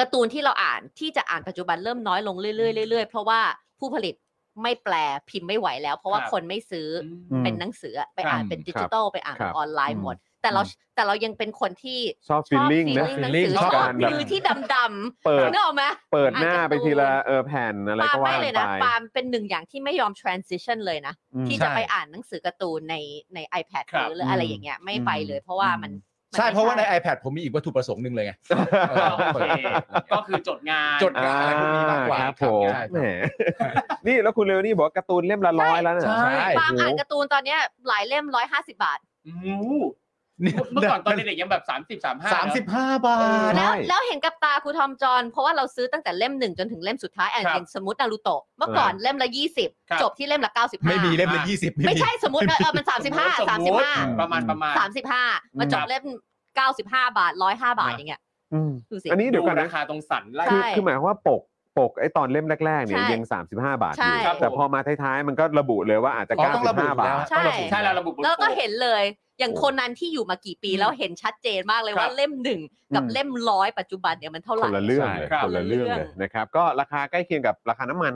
S3: การ์ตูนที่เราอ่านที่จะอ่านปัจจุบันเริ่มน้อยลงเรื่อยๆเรื่อยๆเพราะว่าผู้ผลิตไม่แปลพิมพ์ไม่ไหวแล้ว เพราะว่า
S6: ครับ
S3: คนไม่ซื้ออ
S5: อืม
S3: เป็นหนังสืออะไปอ่าน
S4: ครับ
S3: เป็นดิจิตอลไปอ่าน
S5: ครับ
S3: ออนไล
S5: อื
S3: น์
S5: ม
S3: หมด แต่เราแต่เรายังเป็นคนที่
S5: ชอบ
S3: ช
S5: ฟี
S3: อ
S5: ล
S3: บ
S5: ลิ่งนะ
S3: หนังสื
S4: feeling
S3: อ
S4: ช
S3: ช
S4: อ
S3: อ
S4: บบการแบบ
S3: มือที่ดำ
S5: เปิด
S3: ๆนึกออกไหม
S5: เปิดหน้า
S3: อ่าน
S5: ไป
S3: การ์ตูน
S5: ทีละเออแผ่นอะไร
S3: ปาล์
S5: ก็
S3: ม
S5: ว่า
S3: ไม่เล
S5: กั
S3: ย
S5: นไป
S3: นะปาล์มเป็นหนึ่งอย่างที่ไม่ยอม transition เลยนะ
S5: อืม
S3: ที่
S4: ใช่
S3: จะไปอ่านหนังสือการ์ตูนในใน iPad
S6: ครับ
S3: หรืออะไรอย่างเงี้ยไม่ไปเลย เพราะว่ามันมัน
S4: ใช่
S3: ไม่
S4: เพราะว่าใน iPad ผมมีอีกวัตถุประสงค์หนึ่งเลยไง
S6: โอเคก็คือจดงาน
S4: จด งานอะไรพวกนี้มากกว่า
S5: ครับผม
S4: ใช่ครับ
S5: แหม นี่แล้วคุณเรวนี่บอกว่าการ์ตูนเล่มละร้อยแล้วนะ
S6: ใช่
S3: ปาล์ม
S5: โอ้โห
S3: อ่านการ์ตูนตอนเนี้ยหลายเล่มร้อยห้าสิบาท
S6: อืมเมื่อก่อนตอนเด็กๆยังแบบสามสิบสามห้า
S4: สามสิบห้าบาท
S5: ใช่
S3: แล้วแล้วเห็นกับตาครูทอมจอนเพราะว่าเราซื้อตั้งแต่เล่มหนึ่งจนถึงเล่มสุดท้ายอ่ะอย่างสมมตินารูโตะเมื่อก่อนเล่มละยี่สิบจบที่เล่มละเก้าสิบห้า
S4: ไม่มีเล่มละยี่สิบ
S3: ไม่ใช่สมมติเออเออมันสามสิบห้าสามสิบห้า
S6: ประมาณประมาณ
S3: สามสิบห้ามาจบเล่มเก้าสิบห้าบาทร้อยห้าบาทอย่างเงี้ย
S5: อืม
S3: ดูสิ
S5: อันนี้เดี๋ยวก่อนนะ
S6: ราคาตรงสันไล่
S3: ใช่
S5: คือคือหมายความว่าปกปกไอ้ตอนเล่มแรกๆเนี่ย
S3: ใช่
S5: ยัง 35 บาทอ
S3: ใช่
S5: ยู่แต่พอมาท้ายๆ มันก็ระบุเลยว่าอาจจะ
S4: อ๋อต้องระบุ
S5: 95บาท
S4: แล้ว
S3: ใช่
S4: ต้องระบุ
S6: ใช่เราระบุบน
S3: แล้วก็เห็
S6: โต๊
S3: นเลยอย่าง
S5: โอ้
S3: คนนั้นที่อยู่มากี่ปีแล้วเห็นชัดเจนมากเลยว่า
S6: ครับ
S3: เล่มหนึ่งกับเล่มร้อยปัจจุบันเนี่ยมันเท่าไห
S5: ค
S3: ร่
S5: นละเรื่องเลย
S6: ครับ
S5: คนละเรื่องเลยนะครับ ก็ราคาใกล้เคียงกับราคาน้ำมัน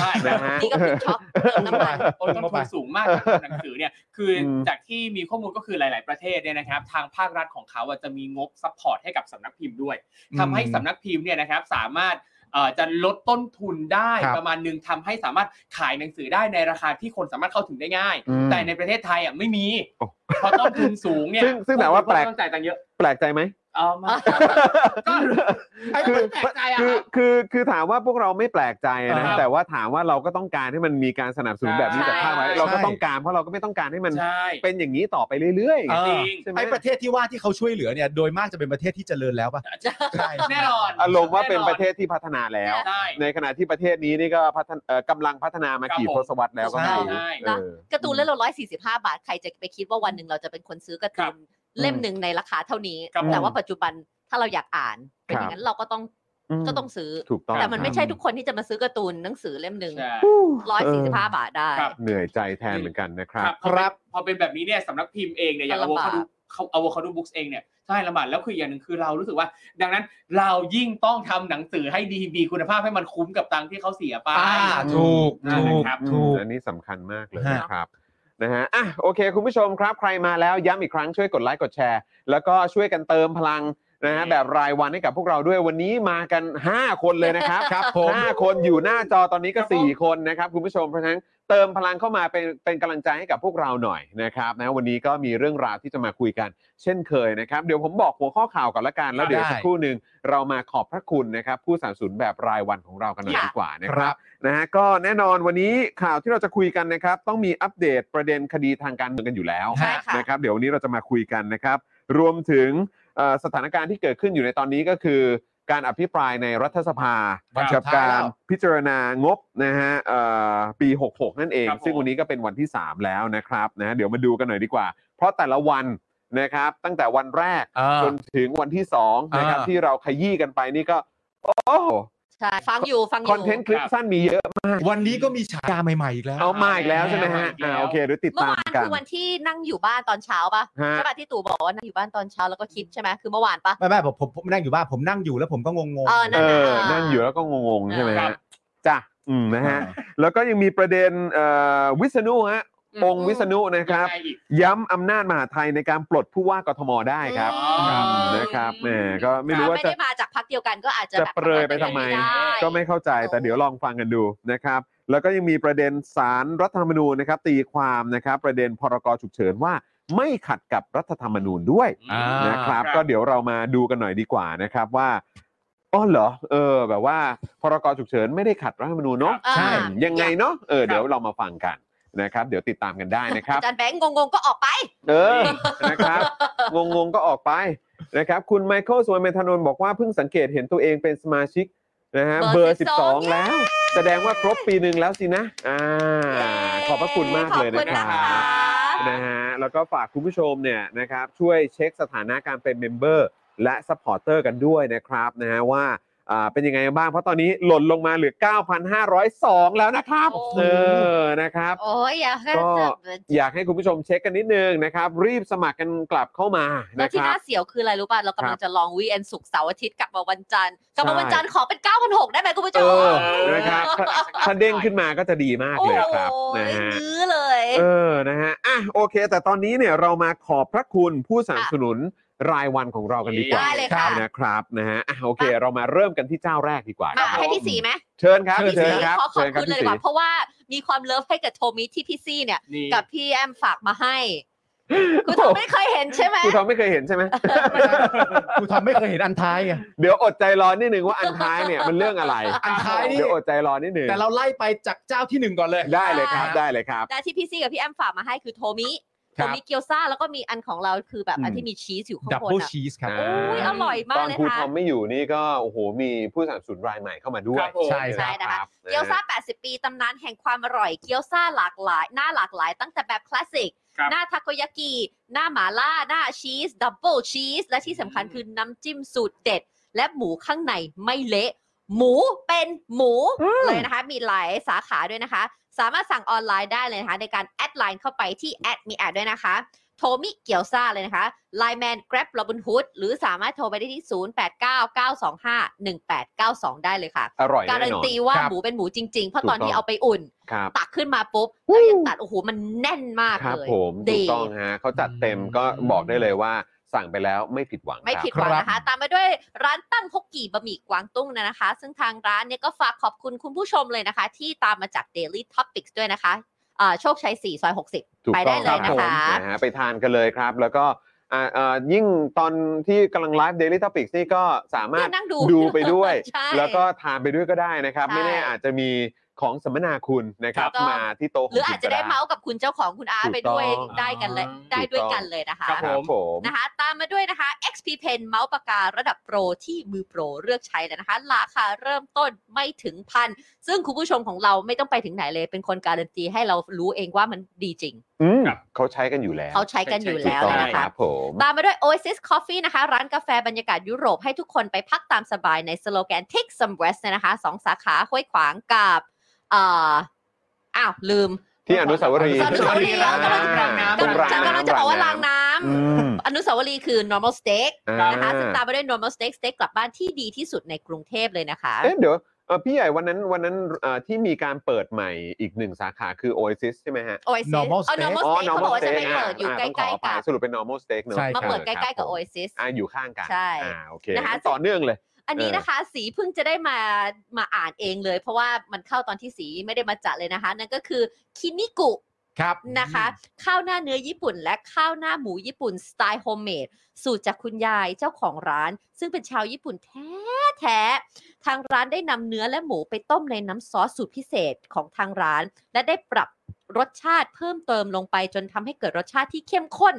S6: ใช่
S5: นะฮะ
S3: นี่ก็ปิดช็อปเติมน้ำมัน
S6: ต้นทุนสูงมากนะหนังสือเนี่ยคืออ
S5: ม
S6: จากที่มีข้อมูลก็คือหลาย ๆ ประเทศเนี่ยนะครับ ทางภาครัฐของเขาอ่ะจะมีงบซัพพอร์ตให้กับสำนักพิมพ์ด้วย ทำให้สำนักพิมพ์เนี่ยนะครับสามารถเอ่อจะลดต้นทุนได้
S4: ครับ
S6: ประมาณหนึ่งทำให้สามารถขายหนังสือได้ในราคาที่คนสามารถเข้าถึงได้ง่าย
S5: อืม
S6: แต่ในประเทศไทยอ่ะไม่มี
S5: โอ้
S6: เพราะต้นทุนสูงเนี่ย
S5: ซึ่งซึ่งแบบว่าแปลก
S6: ต้องจ่ายตังค์เยอะ
S5: แปลกใจไหม
S6: เอามาก็
S5: คือ
S6: แปลกใจอ่ะ
S5: คื
S6: ค
S5: อ
S6: รับ
S5: คือคือถามว่าพวกเราไม่แปลกใจนะ
S6: ครับ
S5: แต่ว่าถามว่าเราก็ต้องการให้มันมีการสนับสนุนแบบนี้จากภาครัฐ
S6: ใช่
S5: เราก็ต้องการเพราะเราก็ไม่ต้องการให้มัน
S6: ใช่
S5: เป็นอย่างนี้ต่อไปเรื่อย
S4: เอ
S5: ๆ
S4: อ
S6: จริง
S5: ใช่ไหม
S4: ไอ้ประเทศที่ว่าที่เขาช่วยเหลือเนี่ยโดยมากจะเป็นประเทศที่เจริญแล้วป่ะ ใช่
S6: แน่นอน
S5: อารมณ์ว่าเป็นประเทศที่พัฒนาแล้ว
S6: ใช่
S5: ในขณะที่ประเทศนี้นี่ก็พัฒนเอ่อกำลังพัฒนามากี่
S6: ค
S5: ท
S6: รับผม
S5: ศวรรษแล้วก็ไม่รู้
S6: ใช่
S5: เออ
S3: [laughs] การ์ตูนเล่มละร้อยสี่สิบห้าบาท ใครจะไปคิดว่าวันหนึ่งเราจะเป็นคนซื้อการ์ตูนเล่มหนึ่งในราคาเท่านี้
S6: ครับ
S3: แต่ว่าปัจจุบันถ้าเราอยากอ่านเป็นอย่างนั้นเราก็ต้อง
S5: ม
S3: ก็ต้องซื้อ
S5: ถูกต้อง
S3: แต่มันไม่ใช่
S5: ครับ
S3: ทุกคนที่จะมาซื้อการ์ตูนหนังสือเล่มหนึ่ง
S6: ใช่
S3: ร้อยสี่สิบห้าบาทได้
S6: ครับ
S5: เหนื่อยใจแทนเหมือนกันนะครับ
S6: พอเป็นพอเป็นแบบนี้เนี่ยสำนักพิมพ์เองเนี่ยอย่าง
S3: ก็
S6: อ
S3: ลำ
S6: โว
S3: บา
S6: คาก โดเขาอโวคาโดบุ๊กเองเนี่ยใช่ลำบากแล้วคืออย่างหนึ่งคือเรารู้สึกว่า ดังนั้นเรายิ่งต้องทำหนังสือให้ดีมีคุณภาพให้มันคุ้มกับตังค์ที่เขาเสียไป
S4: อ่าถูก
S6: นั่นแห
S4: ถู
S6: ละ
S4: ก
S6: ครับ
S4: ถูก
S5: อันนี้สำคัญมากเลย
S4: ฮะ
S5: นะครับนะฮะอ่ะโอเค คุณผู้ชมครับ ใครมาแล้วย้ำอีกครั้งช่วยกดไลค์กดแชร์ แล้วก็ช่วยกันเติมพลัง นะฮะแบบรายวันให้กับพวกเราด้วยวันนี้มากัน 5 คนเลยนะครับ
S4: ครับผม
S5: ห้าคนอยู่หน้าจอตอนนี้ก็
S6: ครับผม
S5: สี่คนนะครับคุณผู้ชมเพราะฉะนั้นเติมพลังเข้ามาเป็นเป็นกำลังใจให้กับพวกเราหน่อยนะครับนะวันนี้ก็มีเรื่องราวที่จะมาคุยกัน เช่นเคยนะครับเดี๋ยวผมบอกหัวข้อข่าวก่อนละกันแล้วเดี๋ยว
S4: ได้
S5: สักครู่หนึ่งเรามาขอบพระคุณนะครับผู้สนับสนุนแบบรายวันของเรากันหน่อย
S3: ค่ะ
S5: ดีกว่านะครับนะฮะก็แน่นอนวันนี้ข่าวที่เราจะคุยกันนะครับต้องมีอัปเดตประเด็นคดีทางการเมืองกันอยู่แล้ว
S3: ใช่ค่ะ
S5: นะครับเดี๋ยววันนี้เราจะมาคุยกันนะครับ รวมถึงเอ่อสถานการณ์ที่เกิดขึ้นอยู่ในตอนนี้ก็คือ การอภิปรายในรัฐสภา
S4: วันสุ
S5: กั
S4: ด
S5: บ
S4: ท้าย
S5: กา
S4: แล้
S5: ร
S4: ว
S5: พิจารณางบนะฮะเอ่อปี 66 นั่นเอง
S6: ครับผม
S5: ซึ่งวันนี้ก็เป็นวันที่ 3 แล้วนะครับนะเดี๋ยวมาดูกันหน่อยดีกว่า เพราะแต่ละวันนะครับตั้งแต่วันแรก
S4: อ่า
S5: จนถึงวันที่2นะครับ
S4: อ่า
S5: ที่เราขยี้กันไปนี่ก็
S3: ใช่ฟังอยู่ฟังอ
S5: ค
S3: ยู่
S5: อนเทนต์คลิปสั้นมีเยอะ
S4: วันนี้ก็มีฉายาใหม่ๆอีกแล้ว
S5: เอามาอีกแล้วใช่ไหมฮะอ่าโอเคเดี๋ยวติด
S3: เมื่อ
S5: ตาม
S3: วาน
S5: กัน
S3: คือวันที่นั่งอยู่บ้านตอนเช้าปะ
S5: ฮะ
S3: ใช่ปะที่ตู่บอกว่านั่งอยู่บ้านตอนเช้าแล้วก็คิดใช่ไหมคือเมื่อวานปะ
S4: ไม่ไม่ผมผมผมนั่งอยู่บ้านผมนั่งอยู่แล้วผมก็งงๆ
S3: เออนั่
S5: เอน อนั่งอยู่แล้วก็งงๆใช่ไหม
S6: ครั
S5: ฮะ
S6: บ
S5: จ้ะอืมนะฮะ แล้วก็ยังมีประเด็นเอ่อวิษณุฮะ
S6: อืม
S5: องค์วิษณุนะครับ
S6: ยังไงอีก
S5: ย้ำอำนาจมหาไทยในการปลดผู้ว่ากทมได้ครับ
S6: อืม
S5: นะครับแหมก็ไม่รู้ว่า
S3: ไม่
S5: จะ
S3: ได้มาจากพักเดียวกันก็อาจจะ
S5: จะ
S3: แบบ
S5: เปรยไปทำไม
S3: ด้
S5: ก็ไม่เข้าใจแต่เดี๋ยวลองฟังกันดูนะครับ แล้วก็ยังมีประเด็นสารรัฐธรรมนูญนะครับ ตีความนะครับ ประเด็นพรกฉุกเฉินว่าไม่ขัดกับรัฐธรรมนูญด้วย
S4: อ่า
S5: นะครับก็เดี๋ยวเรามาดูกันหน่อยดีกว่านะครับว่าอ๋อเหรอเออ แบบว่าพรกฉุกเฉินไม่ได้ขัดรัฐธรรมนูญเนาะ
S3: ใช่
S5: ยังไงเนาะเออเดี๋ยวเรามาฟังกันนะครับ เดี๋ยวติดตามกันได้นะครับ
S3: อาจารย์แบงค์งงๆก็ออกไป
S5: เออนะครับ งงงๆก็ออกไปนะครับ คุณไมเคิลสวนเมธานนท์บอกว่าเพิ่งสังเกตเห็นตัวเองเป็นสมาชิกนะฮะเบ
S3: เบ
S5: อ
S3: อร์
S5: ร์ 12
S3: 12
S5: แล้ว แสดงว่าครบปีหนึ่งแล้วสินะอ่า
S3: เย้
S5: ขอบพระคุณมากเลย
S3: ขอบ
S5: นะครั
S3: คุณนะคะ
S5: บ นะฮะแล้วก็ฝากคุณผู้ชมเนี่ยนะครับช่วยเช็คสถานะการเป็นเมมเบอร์และสปอร์เตอร์กันด้วยนะครับนะฮะว่าอ่าเป็นยังไงบ้าง เพราะตอนนี้หล่นลงมาเหลือ 9,502 แล้วนะครับ
S3: โอ้โห
S5: เออนะครับ
S3: โอ้ยอย่าให้
S5: ก็
S3: จะ
S5: อยากให้คุณผู้ชมเช็คกันนิดนึงนะครับ รีบสมัครกันกลับเข้ามา
S3: แล้ว
S5: นะค
S3: ที่
S5: รับ
S3: น่าเสียวคืออะไรรู้ป่ะ เรากำลังจะลองวีแอนสุกร์เสาร์อาทิตย์กลับมาวันจันทร์กลับมาวันจันทร์ขอเป็น 9,600 ได้ไหมคุณผู้ชม
S5: เออนะครับ ถ้าเด้งขึ้นมาก็จะดีมาก
S3: โอ้
S5: เลย
S3: โห
S5: ครับนะฮะ
S3: ยื้อเลย
S5: เออ นะฮะ อ่ะ โอเค แต่ตอนนี้เนี่ยเรามาขอบพระคุณผู้สนับสนุนรายวันของเรากันดีกว่า
S3: ได้เลยค่ะ
S5: นะครับ นะฮะ อ่ะ โอเค เรามาเริ่มกันที่เจ้าแรกดีกว่าค
S3: มา
S5: รับ
S3: ให้พี่สีไหม
S5: เชิญครับ
S3: พี่
S5: เชิ
S3: สี
S5: ญครับ
S3: ขอขอบ
S5: เชิญครั
S3: คุณเลยดีกว่า เพราะว่ามีความเลิฟให้กับโทมิที่พี่ซี่เนี่ย
S6: นี่
S3: กับพี่แอมฝากมาให้คุณ
S5: พี่
S3: โท
S5: สี
S3: มไม่เคยเห็นใช่ไหม
S5: ครูทอมไม่เคยเห็นใช่ไหม
S4: กูทำไม่เคยเห็นอันท้ายไง
S5: เดี๋ยวอดใจรอนิดนึงว่าอันท้ายเนี่ยมันเรื่องอะไร
S4: อันท้ายนี่
S5: เดี๋ยวอดใจรอนิดนึง
S4: แต่เราไล่ไปจากเจ้าที่หนึ่งก่อนเลย
S5: ได้เลยครับ ได้เลยครับ
S3: แต่ที่พี่ซี่กับพี่แอมฝากมาให้คือโทมิ
S4: ค
S3: โท
S4: รับ
S3: มิเกียวซ่าแล้วก็มีอันของเราคือแบบอัน
S5: อืม
S3: ที่มีชีสอยู่ข้าง
S4: ดับบ
S3: น
S4: เบิล
S3: อ่ะ
S4: ชีสครับ
S5: อ่า
S3: อุ้ยอร่อยมา
S5: ต
S3: ก
S5: อน
S3: เลย
S5: ครู
S3: ค่ะ
S5: ทอมไม่อยู่นี่ก็ โอ้โห มีผู้สนับสนุนรายใหม่เข้ามาด้วย
S6: ครับผม
S4: ใช่ค
S3: ใช่
S4: รับ
S3: นะคะ
S5: รับ
S3: เกี๊ยวซ่า 80 ปี ตำนานแห่งความอร่อย เกี๊ยวซ่าหลากหลาย หน้าหลากหลาย ตั้งแต่แบบคลาสสิก
S6: ครับ
S3: หน้าทาโกยากิ หน้าหมาล่า หน้าชีส ดับเบิลชีส และที่สำคัญคือน้ำจิ้มสูตรเด็ด และหมูข้างในไม่เละ หมูเป็นหมูเลยนะคะ มีหลายสาขาด้วยนะคะ สามารถสั่งออนไลน์ได้เลยนะคะ ในการแอดไลน์เข้าไปที่แอดมีแอดด้วยนะคะ โทมิเกียวซาเลยนะคะ Lineman Grab Robin Hood หรือสามารถโทรไปได้ที่ 0899251892 ได้เลยค่ะ
S5: อร่อย
S3: การั
S5: แน่
S3: น
S5: นอน
S3: ตีว่า
S4: ครับ
S3: หมูเป็นหมูจริง ๆ เพราะ
S5: ถูก
S3: ตอนที่
S5: ต้อง
S3: เอาไปอุ่น
S5: ครับ
S3: ตักขึ้นมาปุ๊บ แล้วยังตัด โอ้โห มันแน่นมาก
S5: ครับ
S3: เลย
S5: ผม
S3: ดี
S5: ถูกต้องฮะเขาจัดเต็มก็บอกได้เลยว่าสั่งไปแล้วไม่ผิดหวัง
S3: ไม่
S5: ครับ
S3: ผิดหวัง
S4: ครับ
S3: นะคะ ตามมาด้วยร้านตั้งฮกกี่บะหมี่กวางตุ้งนะคะ ซึ่งทางร้านเนี่ยก็ฝากขอบคุณคุณผู้ชมเลยนะคะ ที่ตามมาจาก Daily Topics ด้วยนะคะอ่าโชคชัย 4 ซอย 60
S5: ถูก
S3: ไป
S5: ต้
S3: ได้
S5: อง
S3: เล
S5: ครั
S3: ย
S5: บ
S3: นะ
S5: ผม
S3: คะ
S5: นะฮะไปทานกันเลยครับ แล้วก็อ่าเอ่อยิ่งตอนที่กำลังไลฟ์ Daily Topics นี่ก็สามารถ
S3: เนี่ยนั่งดู
S5: ไปด้วย
S3: ใช่
S5: แล้วก็ทานไปด้วยก็ได้นะครับ
S3: ใช่
S5: ไม่แน่อาจจะมีของสัมมนาคุณนะครับ
S3: ถูกต้อง
S5: มาที่โต๊ะขง
S3: หรืออาจ
S5: คุณ
S3: จะ
S5: ก็
S3: ได้เมาส์กับคุณเจ้าของคุณอาร์ตไปด้วย
S5: ถูกต้อง
S3: ได้กันเลยได้ด้วยกันเลยนะคะ
S6: ครับ
S5: ครับผม
S3: นะคะตามมาด้วยนะคะ XP Pen เมาส์ปากการะดับโปรที่มือโปรเลือกใช้แล้วนะคะ ราคาเริ่มต้นไม่ถึงพัน ซึ่งคุณผู้ชมของเราไม่ต้องไปถึงไหนเลย เป็นคนการันตีให้เรารู้เองว่ามันดีจริง
S5: อืม
S6: ครับ
S5: เขาใช้กันอยู่แล้ว
S3: เขาใช้กันอยู่
S5: ถูก
S3: แล้ว
S5: ต้อง
S3: นะ
S5: ค
S3: คะ
S5: รับผม
S3: ตามมาด้วย Oasis Coffee นะคะ ร้านกาแฟบรรยากาศยุโรปให้ทุกคนไปพักตามสบายในสโลแกน Take some rest นะคะสองสาขาห้วยขวางกับเอ่ออ้าวลืม
S5: [laughs] ที่อนุสาวรีย์
S3: อนุสาวรีย์
S5: อ่
S3: กำลังจะ
S5: ตรง
S6: ร
S5: ราง
S3: จะ
S5: น้ำ
S3: กำลังจะบอกว่ารางน้ำ
S5: อืม
S3: อนุสาวรีย์คือ normal steak
S5: อ่า
S3: นะคะซึ่งตามไปด้วย normal steak steak กลับบ้านที่ดีที่สุดในกรุงเทพเลยนะคะ
S5: เอ๊ะเดี๋ยว เออพี่ใหญ่วันนั้นวันนั้นเอ่อที่มีการเปิดใหม่อีกหนึ่งสาขาคือ Oasis ใช่ไหมฮะ
S3: โอ s ิ
S4: Normal
S3: เอา normal
S4: Steak
S3: steak เขาบอกว่าจะไป
S5: Steak
S3: เปิดอยู่
S5: ะ
S3: ใก
S5: ต้งข
S3: ล้
S5: อ
S3: ๆกับ
S5: ไปสรุปเป็น normal steak เนอะ
S4: ใช่ครั
S3: มาเปิดใก
S5: ค
S3: ล้
S5: รับ
S3: ๆกับ
S5: ผม
S3: โอ s ิ
S5: อ่ะอยู่ข้างกัน
S3: ใช่
S5: อ่าโอเค
S3: นะคะ
S5: งั้นต่อเนื่องเลย
S3: อันนี้
S5: เออ
S3: นะคะสีเพิ่งจะได้มามาอ่านเองเลย เพราะว่ามันเข้าตอนที่สีไม่ได้มาจัดเลยนะคะ นั่นก็คือคินิกุ
S4: ครับ
S3: นะคะ ข้าวหน้าเนื้อญี่ปุ่น และข้าวหน้าหมูญี่ปุ่นสไตล์โฮมเมดสูตรจากคุณยายเจ้าของร้าน ซึ่งเป็นชาวญี่ปุ่นแท้แท้ๆทางร้านได้นำเนื้อและหมูไปต้มในน้ำซอสสูตรพิเศษของทางร้าน และได้ปรับรสชาติเพิ่มเติมลงไป จนทำให้เกิดรสชาติที่เข้มข้น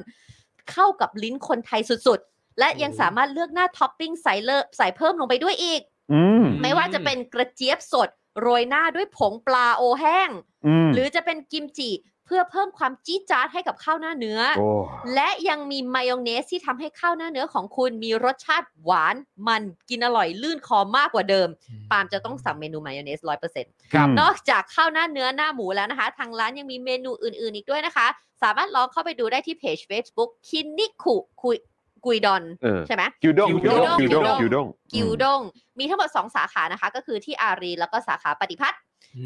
S3: เข้ากับลิ้นคนไทยสุดๆ และยังสามารถเลือกหน้าท็อปปิ้งใส่เลอะใส่เพิ่มลงไปด้วยอีก
S5: อืม
S3: ไม่ว่าจะเป็นกระเจี๊ยบสด โรยหน้าด้วยผงปลาโอแห้ง
S5: อืม
S3: หรือจะเป็นกิมจิเพื่อเพิ่มความจี๊ดจ๊าดให้กับข้าวหน้าเนื้อ
S5: โอ้
S3: และยังมีมายองเนสที่ทำให้ข้าวหน้าเนื้อของคุณมีรสชาติหวานมันกินอร่อยลื่นคอมากกว่าเดิม ปาล์มจะต้องสั่งเมนูมายองเนสร้อยเปอร์เซ็น
S5: ครับ
S3: นอกจากข้าวหน้าเนื้อหน้าหมูแล้วนะคะ ทางร้านยังมีเมนูอื่นๆอีกด้วยนะคะ สามารถลองเข้าไปดูได้ที่เพจ Facebook คินนิคุคุยกุยดอน
S5: เออ
S3: ใช่ไหม
S5: กิวด้งกิวด้ง
S3: กิ
S5: กิว
S3: วด้
S5: ด้ง
S3: ง
S5: กิวด้ง
S3: กิวด้งมีทั้งหมด 2 สาขานะคะ ก็คือที่อารีแล้วก็สาขาปฏิพัฒน์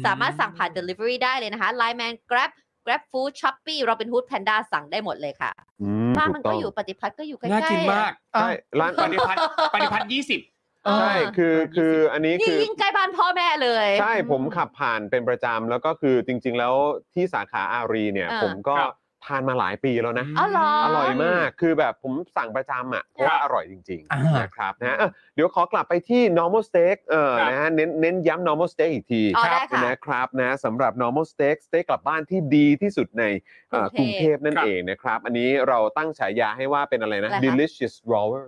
S3: สามารถสั่งผ่าน Delivery ได้เลยนะคะ Line Man Grab Grab Food Shopee Robin Hood Panda สั่งได้หมดเลยค่ะ
S5: อืม
S3: บ้าน
S5: ถู
S3: มัน
S5: ต้
S3: ก็
S5: อง
S3: อยู่ปฏิพัฒน์ก็อยู่ใกล้ๆ
S6: น่ากินมาก
S5: ใช่ร้าน
S6: ปฏิพัฒน์ปฏิพัฒน์ยี่สิบ
S3: อ่ะ
S5: ใช่คือคืออันนี้
S3: เออนี่
S5: คือ
S3: ยิ่งใกล้บ้านพ่อแม่เลย
S5: ใช่ผมขับผ่านเป็นประจำแล้วก็คือจริง ๆ แล้วที่สาขาอารีเนี่ย
S3: อ่า
S5: ผมก็
S6: ครับ
S5: ทานมาหลายปีแล้วนะ
S3: อ๋อเหรอ
S5: อ
S3: อ
S5: ร่อยมากคือแบบผมสั่งประจำอ่ะเพราะว่าอร่อยจริง
S4: อ่า
S5: ๆนะครับนะฮะเอ้อเดี๋ยวขอกลับไปที่ normal steak เออ
S6: ครับ
S5: นะฮะเน้นเน้นย้ำ normal steak อีกที
S3: อ๋อได้ค่ะ
S5: นะครับนะสำหรับ normal steak สเต็กกลับบ้านที่ดีที่สุดในเอ่อก ก
S3: รุ
S5: รุ
S3: ง
S5: ง
S3: เท
S5: เท
S3: พ
S5: พนั่น
S6: ครับ
S5: เองนะครับ อันนี้เราตั้งฉายาให้ว่าเป็นอะไรนะ
S3: อะไรคะ
S5: delicious drawer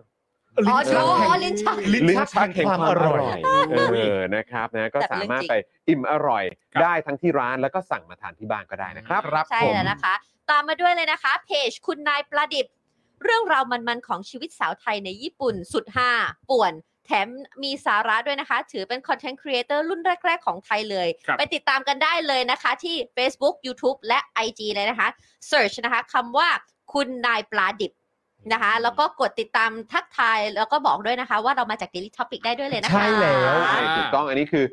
S3: อ๋อ
S4: ลิ้น
S3: โช
S4: ชัก
S3: ว์อ๋อ
S4: แห่
S3: ง ลิ้นชัก
S4: ลิ้นชักแห่งความอร่อย
S5: เออนะครับนะก็
S3: แต่
S5: สา
S3: เรื่อง
S5: มาร
S3: จริง
S5: ถไปอิ่มอร่อย
S6: ครับ
S5: ได้ทั้งที่ร้านแล้วก็สั่งมาทานที่บ้านก็ได้นะครับ
S4: ครับ
S3: ใช่
S4: ผม
S3: แล้วนะคะ ตามมาด้วยเลยนะคะ เพจคุณนายประดิษฐ์ เรื่องราวมันๆของชีวิตสาวไทยในญี่ปุ่นสุดห้าป่วน แถมมีสาระด้วยนะคะ ถือเป็นคอนเทนต์ครีเอเตอร์รุ่นแรก ๆ ของไทยเลย
S6: ครับ
S3: ไปติดตามกันได้เลยนะคะที่ Facebook YouTube และ IG เลยนะคะ Search นะคะคำว่าคุณนายปลาดิบนะคะ แล้วก็กดติดตามทักทาย แล้วก็บอกด้วยนะคะ ว่าเรามาจาก Daily Topic ได้ด้วยเลยนะคะ
S4: ใช่แล้ว
S5: ใช่ถูกต้องอันนี้คือ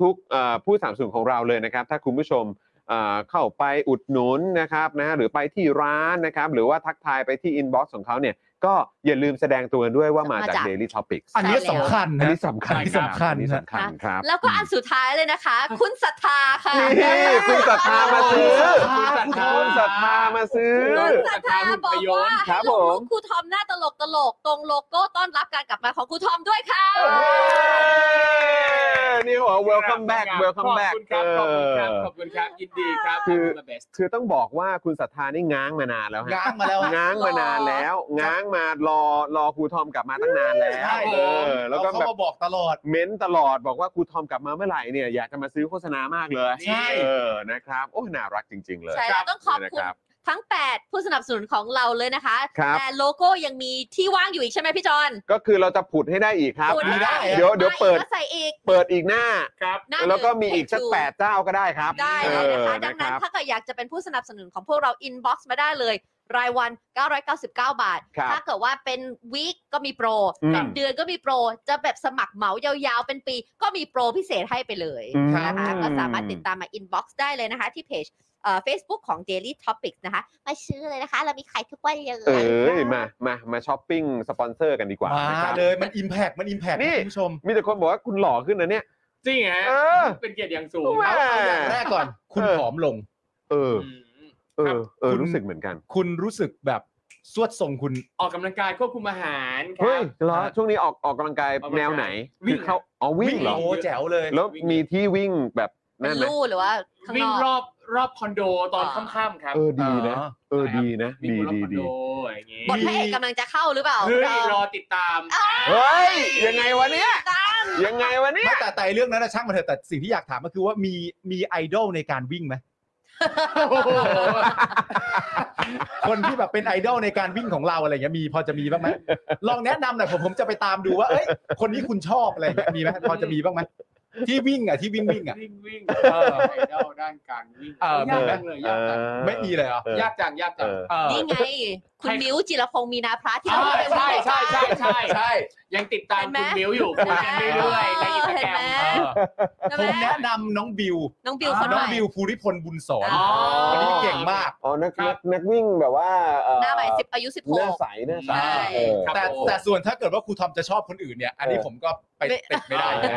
S5: ทุกๆเอ่อผู้สามสูนของเราเลยนะครับ ถ้าคุณผู้ชมเอ่อเข้าไปอุดหนุนนะครับนะหรือไปที่ร้านนะครับ หรือว่าทักทายไปที่อินบ็อกซ์ของเขาเนี่ยก็อย่าลืมแสดงตัวกันด้วยว่ามาจาก
S3: มาจาก
S5: Daily Topics
S4: อันนี้สำคัญ
S5: อัน
S4: นะ
S5: นี้สำคัญ
S4: อันนี้สำคัญ
S5: อันนี้
S4: นะ
S5: สำคัญครับ
S3: แล้วก็อันสุดท้ายเลยนะคะ คุณศรัทธาค่ะ
S5: นี่คุณศรัทธามาซื้อคุณศรัทธามาซื้อ
S3: คุณศรัทธาบอกว่า
S5: ครั
S3: ให้
S5: บ
S3: ล
S5: ผ
S3: ง
S5: ม
S3: รูปครูทอมหน้าตลกตลกๆตรงโลโก้ต้อนรับการกลับมาของครูทอมด้วยค่ะ
S5: เย้นี่หัว welcome back welcome back
S6: ขอบคุณครับขอบคุณครับขอบคุณครับยินดีครับ
S5: คือ
S6: ขบณ The best
S5: คือต้องบอกว่าคุณศรัทธานี่ง้างมานานแล้วฮะ
S4: ง้างมาแล้วฮะ
S5: ง้างมานานแล้ว ง้างมารอรอครูทอมกลับมาตั้งนานแล้ว
S4: ใช่
S5: เออแล้วก็
S4: เขา
S5: แบ
S4: มา
S5: บ
S4: บอกตลอด
S5: เม้นตลอดบอกว่าครูทอมกลับมาเมื่อไหร่เนี่ยอยากจะมาซื้อโฆษณามากเลย
S4: ใช่
S5: เออนะครับโอ้ยน่ารักจริง ๆ เลย
S3: ใช่แล้วต้องขอบ
S5: นะ
S3: คุณ
S5: รับ
S3: ทั้ง 8 ผู้สนับสนุนของเราเลยนะคะ
S5: ครับ
S3: แต่โลโก้ยังมีที่ว่างอยู่อีกใช่ไหมพี่จอน
S5: ก็คือเราจะผุดให้ได้อีกครับ
S3: ตูน
S4: มีได้
S3: อ่ะ
S5: เดี๋ยวเดี๋ยวเปิด
S3: มาใส่อีก
S5: เปิดอีกหน้า
S6: ครับ
S3: หน้า
S5: แล้วก็มี
S3: หนึ่ง
S5: อีกสัก
S3: take two
S5: แปดเจ้าก็ได้ครับ
S3: ได้เลย
S5: เอ
S3: นะ
S5: อ
S3: คะ ดังนั้
S5: คน รับ
S3: ถ้าเกิดอยากจะเป็นผู้สนับสนุนของพวกเรา inbox มาได้เลย รายวัน 999 บาท
S5: ครับ
S3: ถ้าเกิดว่าเป็นวีคก็มีโปร
S5: อืม
S3: เป็นเดือนก็มีโปร จะแบบสมัครเหมายาวๆ เป็นปี ก็มีโปรพิเศษให้ไปเลยนะคะก็สามารถติดตามมา inbox ได้เลยนะคะ ที่เพจเอ่อ Facebook ของ Daily Topics นะคะ มาซื้อเลยนะคะ เรามีขายทุกวันเลย
S5: เอ้ยมามามาช้อปปิ้งสปอนเซอร์กันดีกว่านะ
S4: มา
S5: ครับ
S4: เลยมันอิมแพกมันอิมแพก
S5: นี่
S4: คุณผู้ชม
S5: มีแต่คนบอกว่าคุณหล่อขึ้นนะเนี่ย
S6: จริงฮะ
S5: เออ
S6: เป็นเกียรติอย่างสูง
S5: แหม่
S6: ครับ
S4: เอาอย่างแรกก่อน คุณ
S5: เออ
S4: ผอมลง
S5: เออ
S6: อืม
S5: เออ เออ
S4: คุณ
S5: รู้สึกเหมือนกัน
S4: คุณรู้สึกแบบสวดทรงคุณ
S6: ออกกำลังกายควบคุมอาหารค
S5: เฮ้
S6: รั
S5: ย
S6: บ
S5: เหรอ
S4: ครับ
S5: ช่วงนี้ออกออกกำลังกาย
S6: ออกกำลังกาย
S5: แนวไหน
S6: วิ่ง
S5: คือเขาอ๋อวิ่งเหรอ
S4: โอ้แจ๋วเลย
S5: แล้วมีที่วิ่งแบบ
S3: เป็
S5: นั่
S3: น
S5: นไหม
S3: ลู่หรือว่าข้าง
S6: วิ่
S3: นอก
S6: งรอบรอบคอนโดตอนค่ำๆครับ
S5: เออดีนะ
S4: อ๋อ
S5: เออดีนะ
S6: วิ่ง
S5: ดี
S6: รอบ
S5: ดีดี
S6: คอนโดอย่างงี้
S3: บทพระเอกกำลังจะเข้าหรือเปล่า
S6: เฮ้ยรอติดตาม
S5: เฮ้ย ยังไงวะเนี่ย
S3: ตั้ง
S5: ยังไงวะเนี่ย
S4: ไม่แต่แต่เรื่องนั้นนะช่างมันเถอะแต่สิ่งที่อยากถามก็คือว่ามีมีไอดอลในการวิ่งไหมคนที่แบบเป็นไอดอลในการวิ่งของเราอะไรเงี้ยมีพอจะมีบ้างไหมลองแนะนำหน่อยผมผมจะไปตามดูว่าเอ้ยคนนี้คุณชอบอะไรเงี้ยมีไหมพอจะมีบ้างไหมที่วิ่งอ่ะที่วิ่งวิ่งอ่ะ
S6: วิ่งวิ่งเออไอดอลด้านการวิ่ง
S4: เออ
S6: ยากจังเลยยากจัง
S4: ไม่มีเลยเหรอ
S5: เออ
S6: ยากจังยากจัง
S5: เออ
S4: เออ
S3: นี่ไง คุณ
S6: ให้
S3: มิ้วจิรพงศ์มีนาพระที่เรา
S6: ใช่
S3: เคยว่า
S6: ใช่
S3: ไป
S6: ใช่ใช่ใช่
S4: ใช่
S6: ยังติดตาม
S3: เห็นไหม
S6: คุณมิวอยู่คุยกันเรื่อยๆในอินสตาแกรม
S3: เห็นไหม ใช่ไห
S4: ผ
S3: ม
S4: มแนะนำน้องบิว
S3: น้องบิวคน
S4: น้
S3: ให
S4: อง
S3: ม่
S4: บิวภูริพลบุญสอน
S6: อ๋อ
S4: คนนี้เก่งมาก
S5: อ๋อนัก
S6: ครั
S5: นั
S6: บ
S5: กนักวิ่งแบบว่าเอ่อ
S3: หน้าใหม่สิบอายุสิบห
S5: หน้าก ใสหน้าใส
S3: ใช่
S5: เออ
S6: ครับ
S4: แต่
S6: ผม
S4: แต่ส่วนถ้าเกิดว่าครูทอมจะชอบคนอื่นเนี่ย อันนี้
S5: เออ
S4: ผมก็ไป
S3: ไม่
S4: ติดไม่ได้นะ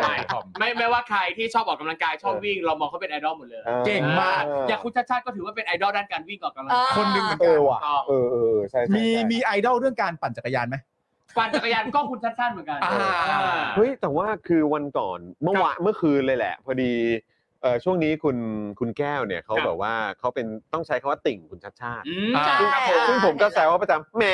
S6: ใช่
S4: ครูทอม
S6: ไม่ไม่ว่าใครที่ชอบออกกำลังกายชอบ
S5: เออ
S6: วิ่งเรามองเขาเป็นไอดอลหมดเลย
S5: ออ
S4: เก่งมาก
S5: เ
S6: อย่างคุณชาติชาติก็ถือว่าเป็นไอดอลด้านการวิ่งออกกำลั
S3: เอก
S6: งาย
S3: อ
S4: คนหนึ่งเหมือน
S5: เอ
S4: กัน
S5: อว่ะ
S6: ถูกต้อง
S5: เออเออใช่ใช่
S4: มี
S5: ใช่
S4: มีไอดอลเรื่องการปั่นจักรยานไหม
S6: ปั่นจักรยานก็คุณชาติชาติเหมือนกัน
S4: อ่า
S6: อ่า
S5: เฮ้ยแต่ว่าคือวันก่อนเมื่อวานเมื่อคืนเลยแหละ พอดีเอ่อช่วงนี้คุณคุณแก้วเนี่ยเขา
S6: ครับ
S5: แบบว่าเขาเป็นต้องใช้คำว่าติ่งคุณชัดชาติ
S6: อืม
S4: อ่า
S3: ใช่
S6: ครับผ
S3: อ่ะ
S6: ม
S5: ซึ่งผมก็แซวว่าประจำแหม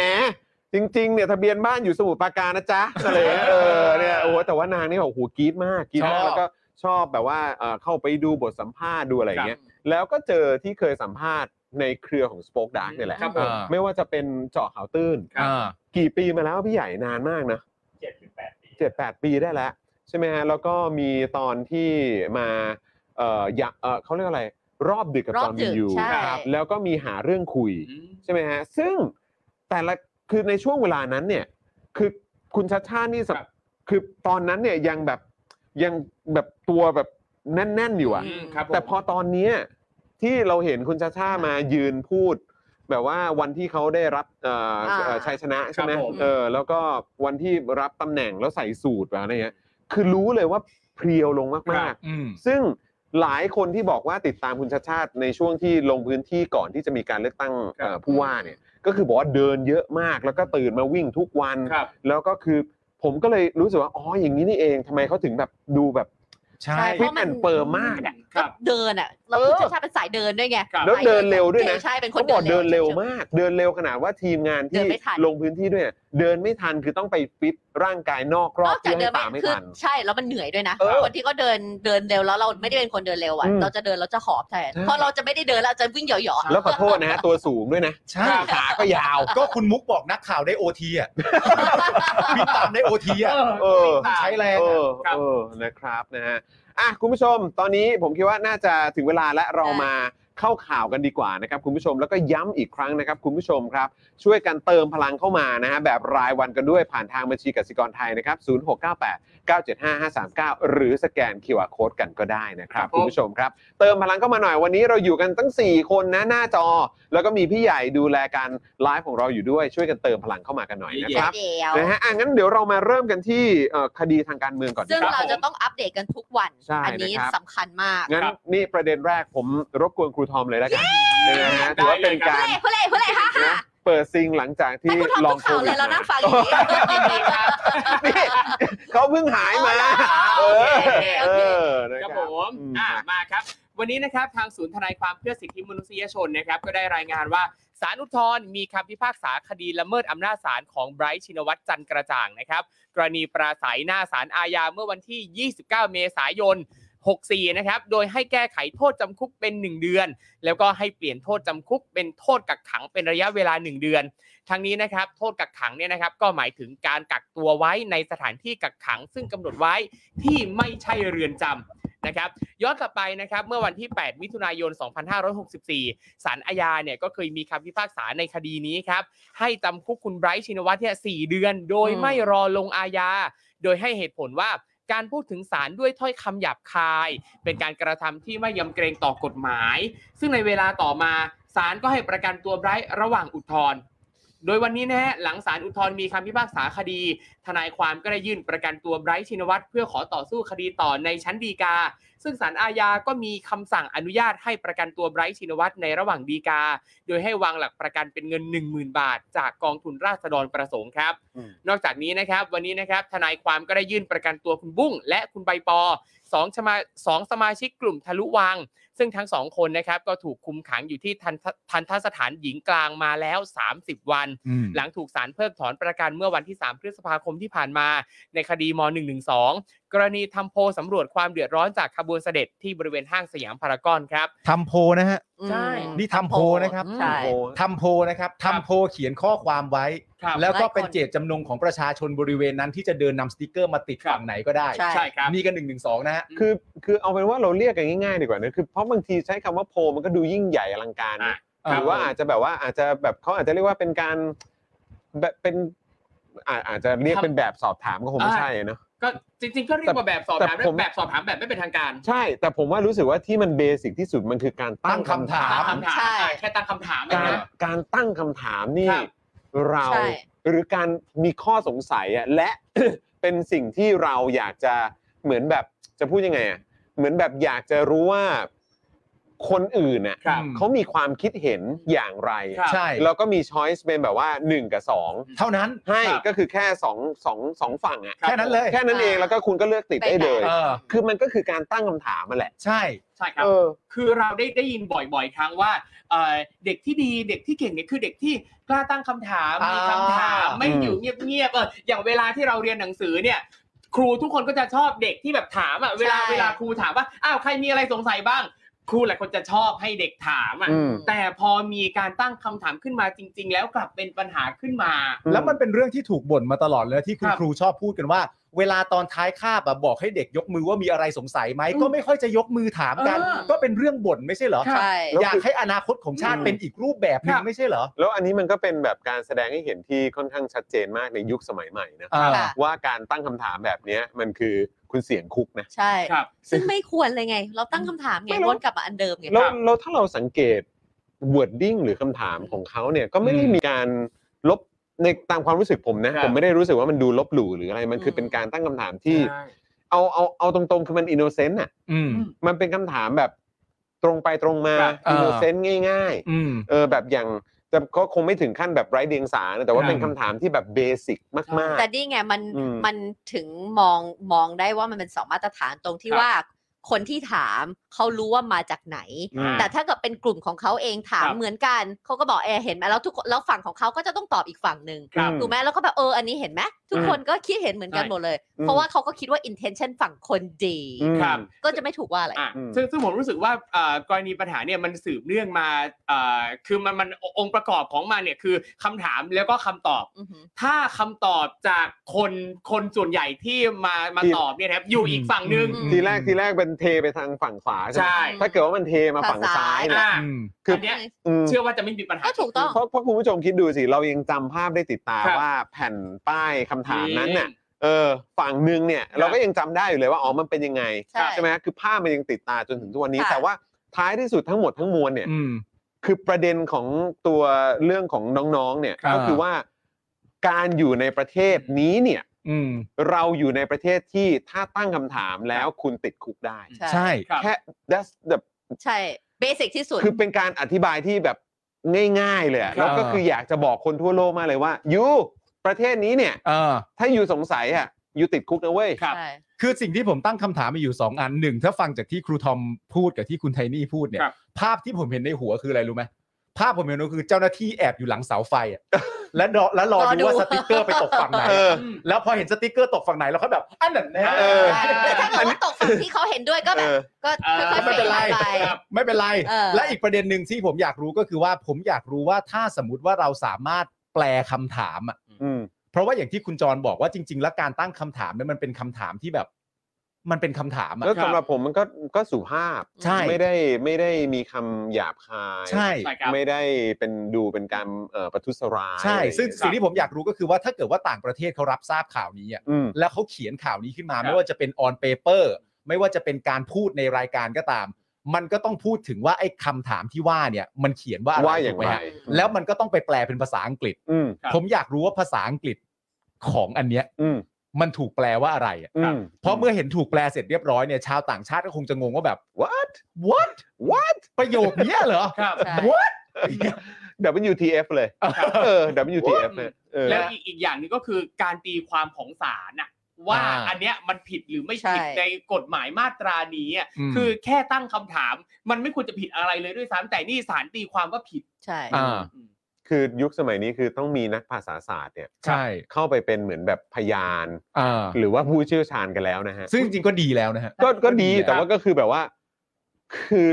S5: จริง ๆ เนี่ยทะเบียนบ้านอยู่สมุทรปราการนะ
S6: [laughs]
S5: จ๊ะอะไรอย่างเงี้ยเออเนี่ยโอ้โหแต่ว่านางนี่แบบโอ้โหกรี๊ดมากกรี๊ดมา
S4: ช
S5: ก
S4: อบ
S5: แล้วก็ชอบแบบว่าเอ่อเข้าไปดูบทสัมภาษณ์ดูอะไรอย่างเงี้ยแล้วก็เจอที่เคยสัมภาษณ์ในเครือของ Spoke Dark เนี่ยแหละ
S6: ครับผม
S5: ไม่ว่าจะเป็นเจาะข่าวตื้น
S4: อ่า
S5: กี่ปีมาแล้วพี่ใหญ่นานมากนะ
S6: เจ็ดถึงแปดปี
S5: เจ็ดแปดปีได้แล้ว ใช่ไหมฮะแล้วก็มีตอนที่มาเอ่ออยากเอ่อเขาเรียกอะไร รอบดึกกับ
S3: รอบ
S5: จอห์น
S3: ดึ
S5: วิ
S3: ก
S5: นยู
S3: ใช่
S6: ครับ
S5: แล้วก็มีหาเรื่องคุย
S6: อืม
S5: ใช่ไหมฮะ ซึ่งแต่ละคือในช่วงเวลานั้นเนี่ย คือคุณชัดชาตินี่สับ
S6: ครับ
S5: คือตอนนั้นเนี่ยยังแบบยังแบบตัวแบบแน่นๆอยู่อะ
S6: อืมครับผม
S5: แต่พอตอนเนี้ยที่เราเห็นคุณชัดชาติมายืนพูด แบบว่าวันที่เขาได้รับเอ่อ
S3: อ่า
S5: เอ่อชัยชนะใช่ไหม
S6: ครับผม
S5: เออแล้วก็วันที่รับตำแหน่งแล้วใส่สูตรแบบนี้นเงี้ยคือรู้เลยว่าเพรียวลงมากๆ
S4: อืม
S5: ซึ่งหลายคนที่บอกว่าติดตามคุณชาติชาติในช่วงที่ลงพื้นที่ก่อนที่จะมีการเลือกตั้งเอ่อผู้ว่าเนี่ยก็คือบอกว่าเดินเยอะมาก แล้วก็ตื่นมาวิ่งทุกวัน
S6: ครับ
S5: แล้วก็คือผมก็เลยรู้สึกว่าอ๋ออย่างนี้นี่เองทำไมเขาถึงแบบดูแบบ
S4: ใช่
S3: เพ
S5: ฟิต
S3: ราะมั
S5: แอน นเฟิร์มมากอะ
S6: ครั
S3: ก็
S6: บ
S3: เดินอ่ะเรา
S5: เออ
S3: ชาติชาติเป็นสายเดินด้วยไง
S6: ครับ
S5: แล้วเดินเร็วด้วยนะ
S3: ใช่เป็นคน
S5: เขาบอกเดินเร็ว
S3: ใช่
S5: มาก เดินเร็วขนาดว่าทีมงาน
S3: เดิ
S5: ที่
S3: นไม่ทัน
S5: ลงพื้นที่ด้วยเนี่ยเดินไม่ทันคือต้องไปฟิตร่างกายนอกร
S3: น
S5: อ
S3: อบ กจา
S5: เพื่
S3: ก
S5: อ
S3: เดิน
S5: ให้
S3: ไม่
S5: ตามไม่
S3: คือ
S5: ทัน
S3: ใช่แล้วมันเหนื่อยด้วยนะ
S5: เออ
S3: คนที่ก็เดินเดินเร็วแล้วเราไม่ได้เป็นคนเดินเร็วอ่ะ
S5: อืม
S3: เราจะเดินเราจะหอบแทน
S5: ใช่
S3: เพราะเราจะไม่ได้เดินแล้วเราจะวิ่งเหยาะๆ
S5: แล้วขอโทษนะฮะตัวสูงด้วยนะ
S4: ใช่
S5: ขาก็ยาว
S4: ก็คุณมุกบอกนักข่าวได้โอที [laughs] อ่ะ พี่ตามได้โอทีอ่ะ
S5: เออ
S4: ใช้แรง
S5: เออ
S6: ครับ
S5: เออนะครับนะฮะอ่ะคุณผู้ชมตอนนี้ผมคิดว่าน่าจะถึงเวลาและเรา
S3: ใช่
S5: มาเข้าข่าวกันดีกว่านะครับคุณผู้ชมแล้วก็ย้ำอีกครั้งนะครับคุณผู้ชมครับ ช่วยกันเติมพลังเข้ามานะฮะแบบรายวันกันด้วยผ่านทางบัญชีกสิกรไทยนะครับ0698 975 539 หรือสแกน QR Code กันก็ได้นะครับ
S6: ครับผม
S5: คุณผู้ชมครับ เติมพลังเข้ามาหน่อยวันนี้เราอยู่กันตั้ง 4 คนนะหน้าจอ แล้วก็มีพี่ใหญ่ดูแลการไลฟ์ของเราอยู่ด้วยช่วยกันเติมพลังเข้ามากันหน่อยนะ
S3: เด
S5: ครับ
S3: ี๋ยว
S5: นะฮะอ่ะงั้นเดี๋ยวเรามาเริ่มกันที่เอ่อคดีทางการเมืองก่อน
S3: ซึ่ง
S5: ดีกว่า
S3: เราจะต้องอัปเดตกันทุกวัน
S5: ใช่
S3: อันี้
S5: นะครับ
S3: สำคัญมาก
S5: งั้น
S6: ครับ
S5: นี่ประเด็นแรกผมรบกวนครูทอมเลยแล้วกันนะฮะถือว่าเป็น
S3: เฮ้
S5: การ
S3: ยเฮ้ยเฮ้ยฮ่าฮ่า
S5: นะเปิดซิงหลังจาก
S3: ให้
S5: ที่
S3: คุณทอม
S5: ลอ
S3: ทุ
S5: ง
S3: ก
S5: โค
S3: ข่าว
S5: วิ
S3: เล
S5: ด
S3: ยเรานั่งฟังอย่างนี้
S6: ดีครับ
S5: นี่เขาเพิ่งหายมา
S6: อ๋
S5: เอ
S6: อ
S5: อ
S6: โอเคโอเค
S5: เออนะค
S6: ครั
S5: รั
S6: บบ ผม
S5: อืม
S6: อ่า
S5: ครับ
S6: มาครับ วันนี้นะครับทางศูนย์ทนายความเพื่อสิทธิมนุษยชนนะครับก็ได้รายงานว่าศาลอุทธรณ์มีคำพิพากษาคดีละเมิดอำนาจศาลของไบรท์ชินวัตรจันทร์กระจ่างนะครับ กรณีปราศัยหน้าศาลอาญาเมื่อวันที่ 29 เมษายน 64 นะครับ โดยให้แก้ไขโทษจำคุกเป็น 1 เดือน แล้วก็ให้เปลี่ยนโทษจำคุกเป็นโทษกักขังเป็นระยะเวลา 1 เดือน ทั้งนี้นะครับโทษกักขังเนี่ยนะครับก็หมายถึงการกักตัวไว้ในสถานที่กักขัง ซึ่งกำหนดไว้ที่ไม่ใช่เรือนจำนะครับย้อนกลับไปนะครับเมื่อวันที่ 8 มิถุนายน 2564ศาลอาญาเนี่ยก็เคยมีคำพิพากษาในคดีนี้ครับให้จำคุกคุณไบรท์ชินวัตรเนี่ยสเดือน โดยไม่รอลงอาญา โดยให้เหตุผลว่าการพูดถึงสารด้วยถ้อยคำหยาบคาย เป็นการกระทำที่ไม่ยำเกรงต่อกฎหมาย ซึ่งในเวลาต่อมาศาลก็ให้ประกันตัวไบรท์ระหว่างอุทธรณ์โดยวันนี้นะฮะหลังศาลอุทธรณ์มีคำพิพากษาคดี ทนายความก็ได้ยื่นประกันตัวไบรท์ชินวัตรเพื่อขอต่อสู้คดีต่อในชั้นฎีกา ซึ่งศาลอาญาก็มีคำสั่งอนุญาตให้ประกันตัวไบรท์ชินวัตรในระหว่างฎีกา โดยให้วางหลักประกันเป็นเงิน 10,000 บาท จากกองทุนราษฎรประสงค์ครับ
S5: อืม
S6: นอกจากนี้นะครับ วันนี้นะครับทนายความก็ได้ยื่นประกันตัวคุณบุ้งและคุณใบปอสองสมาสองสมาชิกกลุ่มทะลุวัง ซึ่งทั้งสองคนนะครับก็ถูกคุมขังอยู่ที่ทันททันทสถานหญิงกลางมาแล้ว 30 วัน หลังถูกศาลเพิกถอนประกันเมื่อวันที่ 3 พฤษภาคมที่ผ่านมา ในคดีม .112 กรณีทำโพลสำรวจความเดือดร้อนจากขบวนเสด็จที่บริเวณห้างสยามพารากอนครับ
S4: ทำโพลนะฮะ
S3: อืม
S6: ใช่
S4: นี่ทำโพลนะครับ
S3: ใช่
S5: โอ้โห
S4: ทำโพลนะครับ ทำโพลเขียนข้อความไว้
S6: ครับ
S4: แล้วก็
S3: หลายคน
S4: เป็นเจตจำนงของประชาชนบริเวณนั้นที่จะเดินนำสติกเกอร์มาติดฝั่งไหนก็ได้
S3: ใช่
S6: ใช่ครับ
S4: มีกันหนึ่งหนึ่งสองนะฮะ
S5: คือคือเอาเป็นว่าเราเรียกกันง่ายๆดีกว่านะคือเพราะบางทีใช้คำว่าโพลมันก็ดูยิ่งใหญ่อลังการนะ หรือว่าอาจจะแบบว่าอาจจะแบบเขาอาจจะเรียกว่าเป็นการแบบเป็นอาอาจจะเรียกเป็นแบบสอบถามก็คงไม่ใช่เนอะ
S6: ก็จริง ๆ ก็เรียกว่าแบบสอบถาม
S5: แต่ผม
S6: แบบสอบถามแบบไม่เป็นทางการ
S5: ใช่ แต่ผมว่ารู้สึกว่าที่มันเบสิกที่สุดมันคือการตั้งคำถาม
S6: ตั้งคำถาม
S3: ใช่
S6: อ่ะแค่ตั้งคำถาม
S5: การ
S6: นะ
S5: การตั้งคำถามนี่
S6: ครับ
S5: เรา
S3: ใช่
S5: หรือการมีข้อสงสัยอะและ [coughs] เป็นสิ่งที่เราอยากจะเหมือนแบบจะพูดยังไงอะเหมือนแบบอยากจะรู้ว่าคนอื่นน่ะ
S6: ครับ
S5: เขามีความคิดเห็นอย่างไร
S6: ครับ
S4: ใช่
S5: แล้วก็มีช้อยส์เป็นแบบว่า 1 กับ
S4: เท่านั้น
S5: 2 ให้
S6: ครับ
S5: ก็คือแค่2องสองสองฝั่งอะ
S4: แค่นั้นเลย
S5: แค่นั้นเองแล้วก็คุณก็เลือกติดได้เลย
S4: เออ
S5: คือมันก็คือการตั้งคำถามมาแหละ
S4: ใช่
S6: ใช่ครับ
S5: เออ
S6: คือเราได้ได้ยินบ่อย ๆ ครั้งว่าเอ่อเด็กที่ดีเด็กที่เก่งเนี่ยคือเด็กที่กล้าตั้งคำถาม
S4: อ่ามี
S6: มีคำถามไม่
S5: อืม
S6: อยู่เงียบๆเอออย่างเวลาที่เราเรียนหนังสือเนี่ย ครูทุกคนก็จะชอบเด็กที่แบบถามอ่ะเวลา
S3: ใช่
S6: เวลาครูถามว่าอ้าวใครมีอะไรสงสัยบ้าง ครูหลายคนจะชอบให้เด็กถามอ่ะ
S5: อืม
S6: แต่พอมีการตั้งคำถามขึ้นมาจริง ๆ แล้วกลับเป็นปัญหาขึ้นมา
S4: แล้วมันเป็นเรื่องที่ถูกบ่นมาตลอดเลยที่คุณ
S6: ครับ
S4: ครูชอบพูดกันว่า เวลาตอนท้ายคาบอะบอกให้เด็กยกมือว่ามีอะไรสงสัยไหม
S6: อืม
S4: ก็ไม่ค่อยจะยกมือถามกัน
S6: เออ
S4: ก็เป็นเรื่องบ่นไม่ใช่เหรอ
S3: ใช่
S5: แล้ว
S4: อยากให้อนาคตของชาติ
S5: อืม
S4: เป็นอีกรูปแบบหนึงไม่ใช่เหรอ
S5: แล้วอันนี้มันก็เป็นแบบการแสดงให้เห็นที่ค่อนข้างชัดเจนมากในยุคสมัยใหม่นะ
S4: อ่า
S3: ค่ะ
S5: ว่าการตั้งคำถามแบบเนี้ยมันคือคุณเสียงคุกนะ
S3: ใช่
S6: ครับ
S3: ซึ่งไม่ควรเลยไง เราตั้งคำถามไง
S5: ไม่รู้
S3: วนกลับมาอันเดิมไง
S5: แล้วแล้วถ้าเราสังเกต wording หรือคำถามของเขาเนี่ยก็ไม่ได้มีการลบในตามความรู้สึกผมนะ
S6: ครับ
S5: ผมไม่ได้รู้สึกว่ามันดูลบหลู่หรืออะไรมันคือ
S3: ม
S5: เป็นการตั้งคำถามที่ เอาเอาเอาตรงๆ คือมันอินโนเซนต์อ่ะ
S4: อืม
S5: มันเป็นคำถามแบบตรงไปตรงมา
S6: ครับ
S5: อินโนเซนต์ง่าย ๆ
S4: อืม
S5: เออแบบอย่างแต่ก็คงไม่ถึงขั้นแบบไร้เดียงสานะแต่ว่า
S4: ครับ
S5: เป็นคำถามที่แบบเบสิกมาก
S3: แต่นี่ไงมัน
S5: อืม
S3: มันถึงมองมองได้ว่ามันเป็นสองมาตรฐานตรงที่
S6: ครับ
S3: ว่า คนที่ถามเขารู้ว่ามาจากไหน
S5: อืม
S3: แต่ถ้าเกิดเป็นกลุ่มของเขาเองถาม
S6: ครับ
S3: เหมือนกันเขาก็บอกเออเห็นไหมแล้วทุกคนแล้วฝั่งของเขาก็จะต้องตอบอีกฝั่งหนึ่ง
S5: ๆ
S3: ถูกไหมแล้วก็แบบเอออันนี้เห็นไหมทุก
S5: อืม
S3: คนก็คิดเห็นเหมือนกัน
S6: ใช่
S3: หมดเลย
S5: อืม
S3: เพราะว่าเขาก็คิดว่า intention ฝั่งคนดี
S5: อืม
S6: ครับ
S3: ก็จะไม่ถูกว่าอะไร
S6: อ่ะ
S5: อืม
S6: ซึ่งซึ่งผมรู้สึกว่าเอ่อกรณีปัญหาเนี่ยมันสืบเนื่องมาเอ่อคือมันมันองค์ประกอบของมันเนี่ยคือคำถามแล้วก็คำตอบ
S3: อือหือ
S6: ถ้าคำตอบจากคนคนส่วนใหญ่ที่มามา
S5: ที่
S6: ตอบเนี่ยนะครับอยู่อีกฝั่งหนึง
S3: อืม
S5: ทีแรกทีแรกเป็นเทไปทางฝั่งขวาใช่ไหม
S6: ใช่
S5: ถ้าเกิดว่ามันเทมาฝั่ง
S3: ฝั่งซ้า
S5: ซ้าย ยเนี่ย
S6: อ่ะ
S4: อืม
S5: คือ
S6: อันเนี้ย
S5: อืม
S6: เชื่อว่าจะไม่มีปัญหา
S3: ก็ถูกต้อง
S5: เพราะเพราะคุณผู้ชมคิดดูสิ เรายังจำภาพได้ติดตา
S6: ครับ
S5: ว่าแผ่นป้ายคำถามนั้นเนี่ยเออฝั่งหนึ่งเนี่ยเราก็ยังจำได้อยู่เลยว่าอ๋อมันเป็นยังไง
S3: ใช่
S5: ไหมคือภาพมันยังติดตาจนถึงทุกวันนี้
S3: ค่ะ
S5: แต่ว่าท้ายที่สุดทั้งหมดทั้งมวลเนี่ย
S4: อืม
S5: คือประเด็นของตัวเรื่องของน้องๆ เนี่ย
S4: ครับ
S5: ก็คือว่าการอยู่ในประเทศนี้เนี่ย
S4: อืม
S5: เราอยู่ในประเทศที่ถ้าตั้งคำถามแล้วคุณติดคุกได้
S3: ใช่
S4: ใช่
S6: ครับ
S5: แค่ that's the
S3: ใช่เบสิกที่สุด
S5: คือเป็นการอธิบายที่แบบง่าย ๆ เลยอะ
S4: ครับ
S5: แล้วก็คืออยากจะบอกคนทั่วโลกมากเลยว่ายูประเทศนี้เนี่ย
S4: เออ
S5: ถ้าอยู่สงสัยอ่ะอยู่ติดคุกนะเว้ย
S6: ครับ
S3: ใช่
S4: คือสิ่งที่ผมตั้งคำถามมีอยู่ 2 อันหนึ่งถ้าฟังจากที่ครูทอมพูดกับที่คุณไทนี่พูดเนี่ย
S6: ครับ
S4: ภาพที่ผมเห็นในหัวคืออะไรรู้ไหมภาพผมเห็นก็คือเจ้าหน้าที่แอบอยู่หลังเสาไฟอะและรอและรอ
S3: รอดู
S4: ดูว่าสติกเกอร์ไปตกฝั่งไหน
S5: เออ
S4: แล้วพอเห็นสติกเกอร์ตกฝั่งไหนเราก็แบบอันนั้นแน่
S5: เออ
S3: แต่ถ้าเกิดว่าตกฝั่งที่เขาเห็นด้วยก็
S5: เอ
S3: แบบ
S5: อ
S3: ก็
S6: เออ
S3: ค่อยๆ
S4: ไม่เป็นไร
S3: ฟดไป
S6: ครับ
S4: ไม่เป็นไร
S3: เออ
S4: และอีกประเด็นหนึ่งที่ผมอยากรู้ก็คือว่าผมอยากรู้ว่าถ้าสมมติว่าเราสามารถแปลคำถามอะ
S5: อืม
S4: เพราะว่าอย่างที่คุณจรบอกว่าจริง ๆ แล้วการตั้งคำถามเนี่ยมันเป็นคำถามที่แบบ มันเป็นคำถาม
S5: แล้ว
S4: อะ
S5: สำหรับผมมันก็ก็สุภาพ
S4: ใช่
S5: ไม่ได้ไม่ได้มีคำหยาบคาย
S4: ใช่
S6: ใช่ครับ
S5: ไม่ได้เป็นดูเป็นการเอ่อประทุษร้าย
S4: ใช่
S5: อะไรอย่าง
S4: ซึ่ง
S5: เงี้ย
S4: สิ่งที่ผมอยากรู้ก็คือว่าถ้าเกิดว่าต่างประเทศเขารับทราบข่าวนี้อะ
S5: อืม
S4: แล้วเขาเขียนข่าวนี้ขึ้นมา
S6: ครับ
S4: ไม่ว่าจะเป็นออนเปเปอร์ไม่ว่าจะเป็นการพูดในรายการก็ตาม มันก็ต้องพูดถึงว่าไอ้คำถามที่ว่าเนี่ย มันเขียนว่าอะไร
S5: ว่าอย่าง
S4: ถูก
S5: ไร
S4: ไหมฮะแล้วมันก็ต้องไปแปลเป็นภาษาอังกฤษ
S5: อืม
S6: ครับ
S4: ผมอยากรู้ว่าภาษาอังกฤษของอันเนี้ย
S5: อืม
S4: มันถูกแปลว่าอะไรอะ
S5: อืม
S4: เพราะเมื่อเห็นถูกแปลเสร็จเรียบร้อยเนี่ยชาวต่างชาติก็คงจะงงว่าแบบ
S5: what
S4: what
S5: what
S4: ประโยคเนี้ยเห
S5: [laughs]
S4: รอ
S6: ครับ
S3: ใช่
S4: What?
S5: WTF เลยเออ WTF เนี่ยเออ
S6: แล้วอีกอีกอย่างหนึงก็คือการตีความของศาลน่ะว่า
S4: อ่า
S6: อันเนี้ยมันผิดหรือไม่ผิด
S3: ใช่
S6: ในกฎหมายมาตรานี้อ่ะ
S4: อืม
S6: คือแค่ตั้งคำถาม มันไม่ควรจะผิดอะไรเลยด้วยซ้ำแต่นี่ศาลตีความว่าผิด
S3: ใช่
S4: อ่า
S5: คือยุคสมัยนี้คือต้องมีนักภาษาศาสตร์เนี่ย
S4: ใช่
S5: เข้าไปเป็นเหมือนแบบพยาน
S4: อ่า
S5: หรือว่าผู้เชี่ยวชาญกันแล้วนะฮะ
S4: ซึ่งจริงๆก็ดีแล้วนะฮะ
S5: ก็ก็ดี
S4: ครับ
S5: แต่ว่าก็คือแบบว่า คือ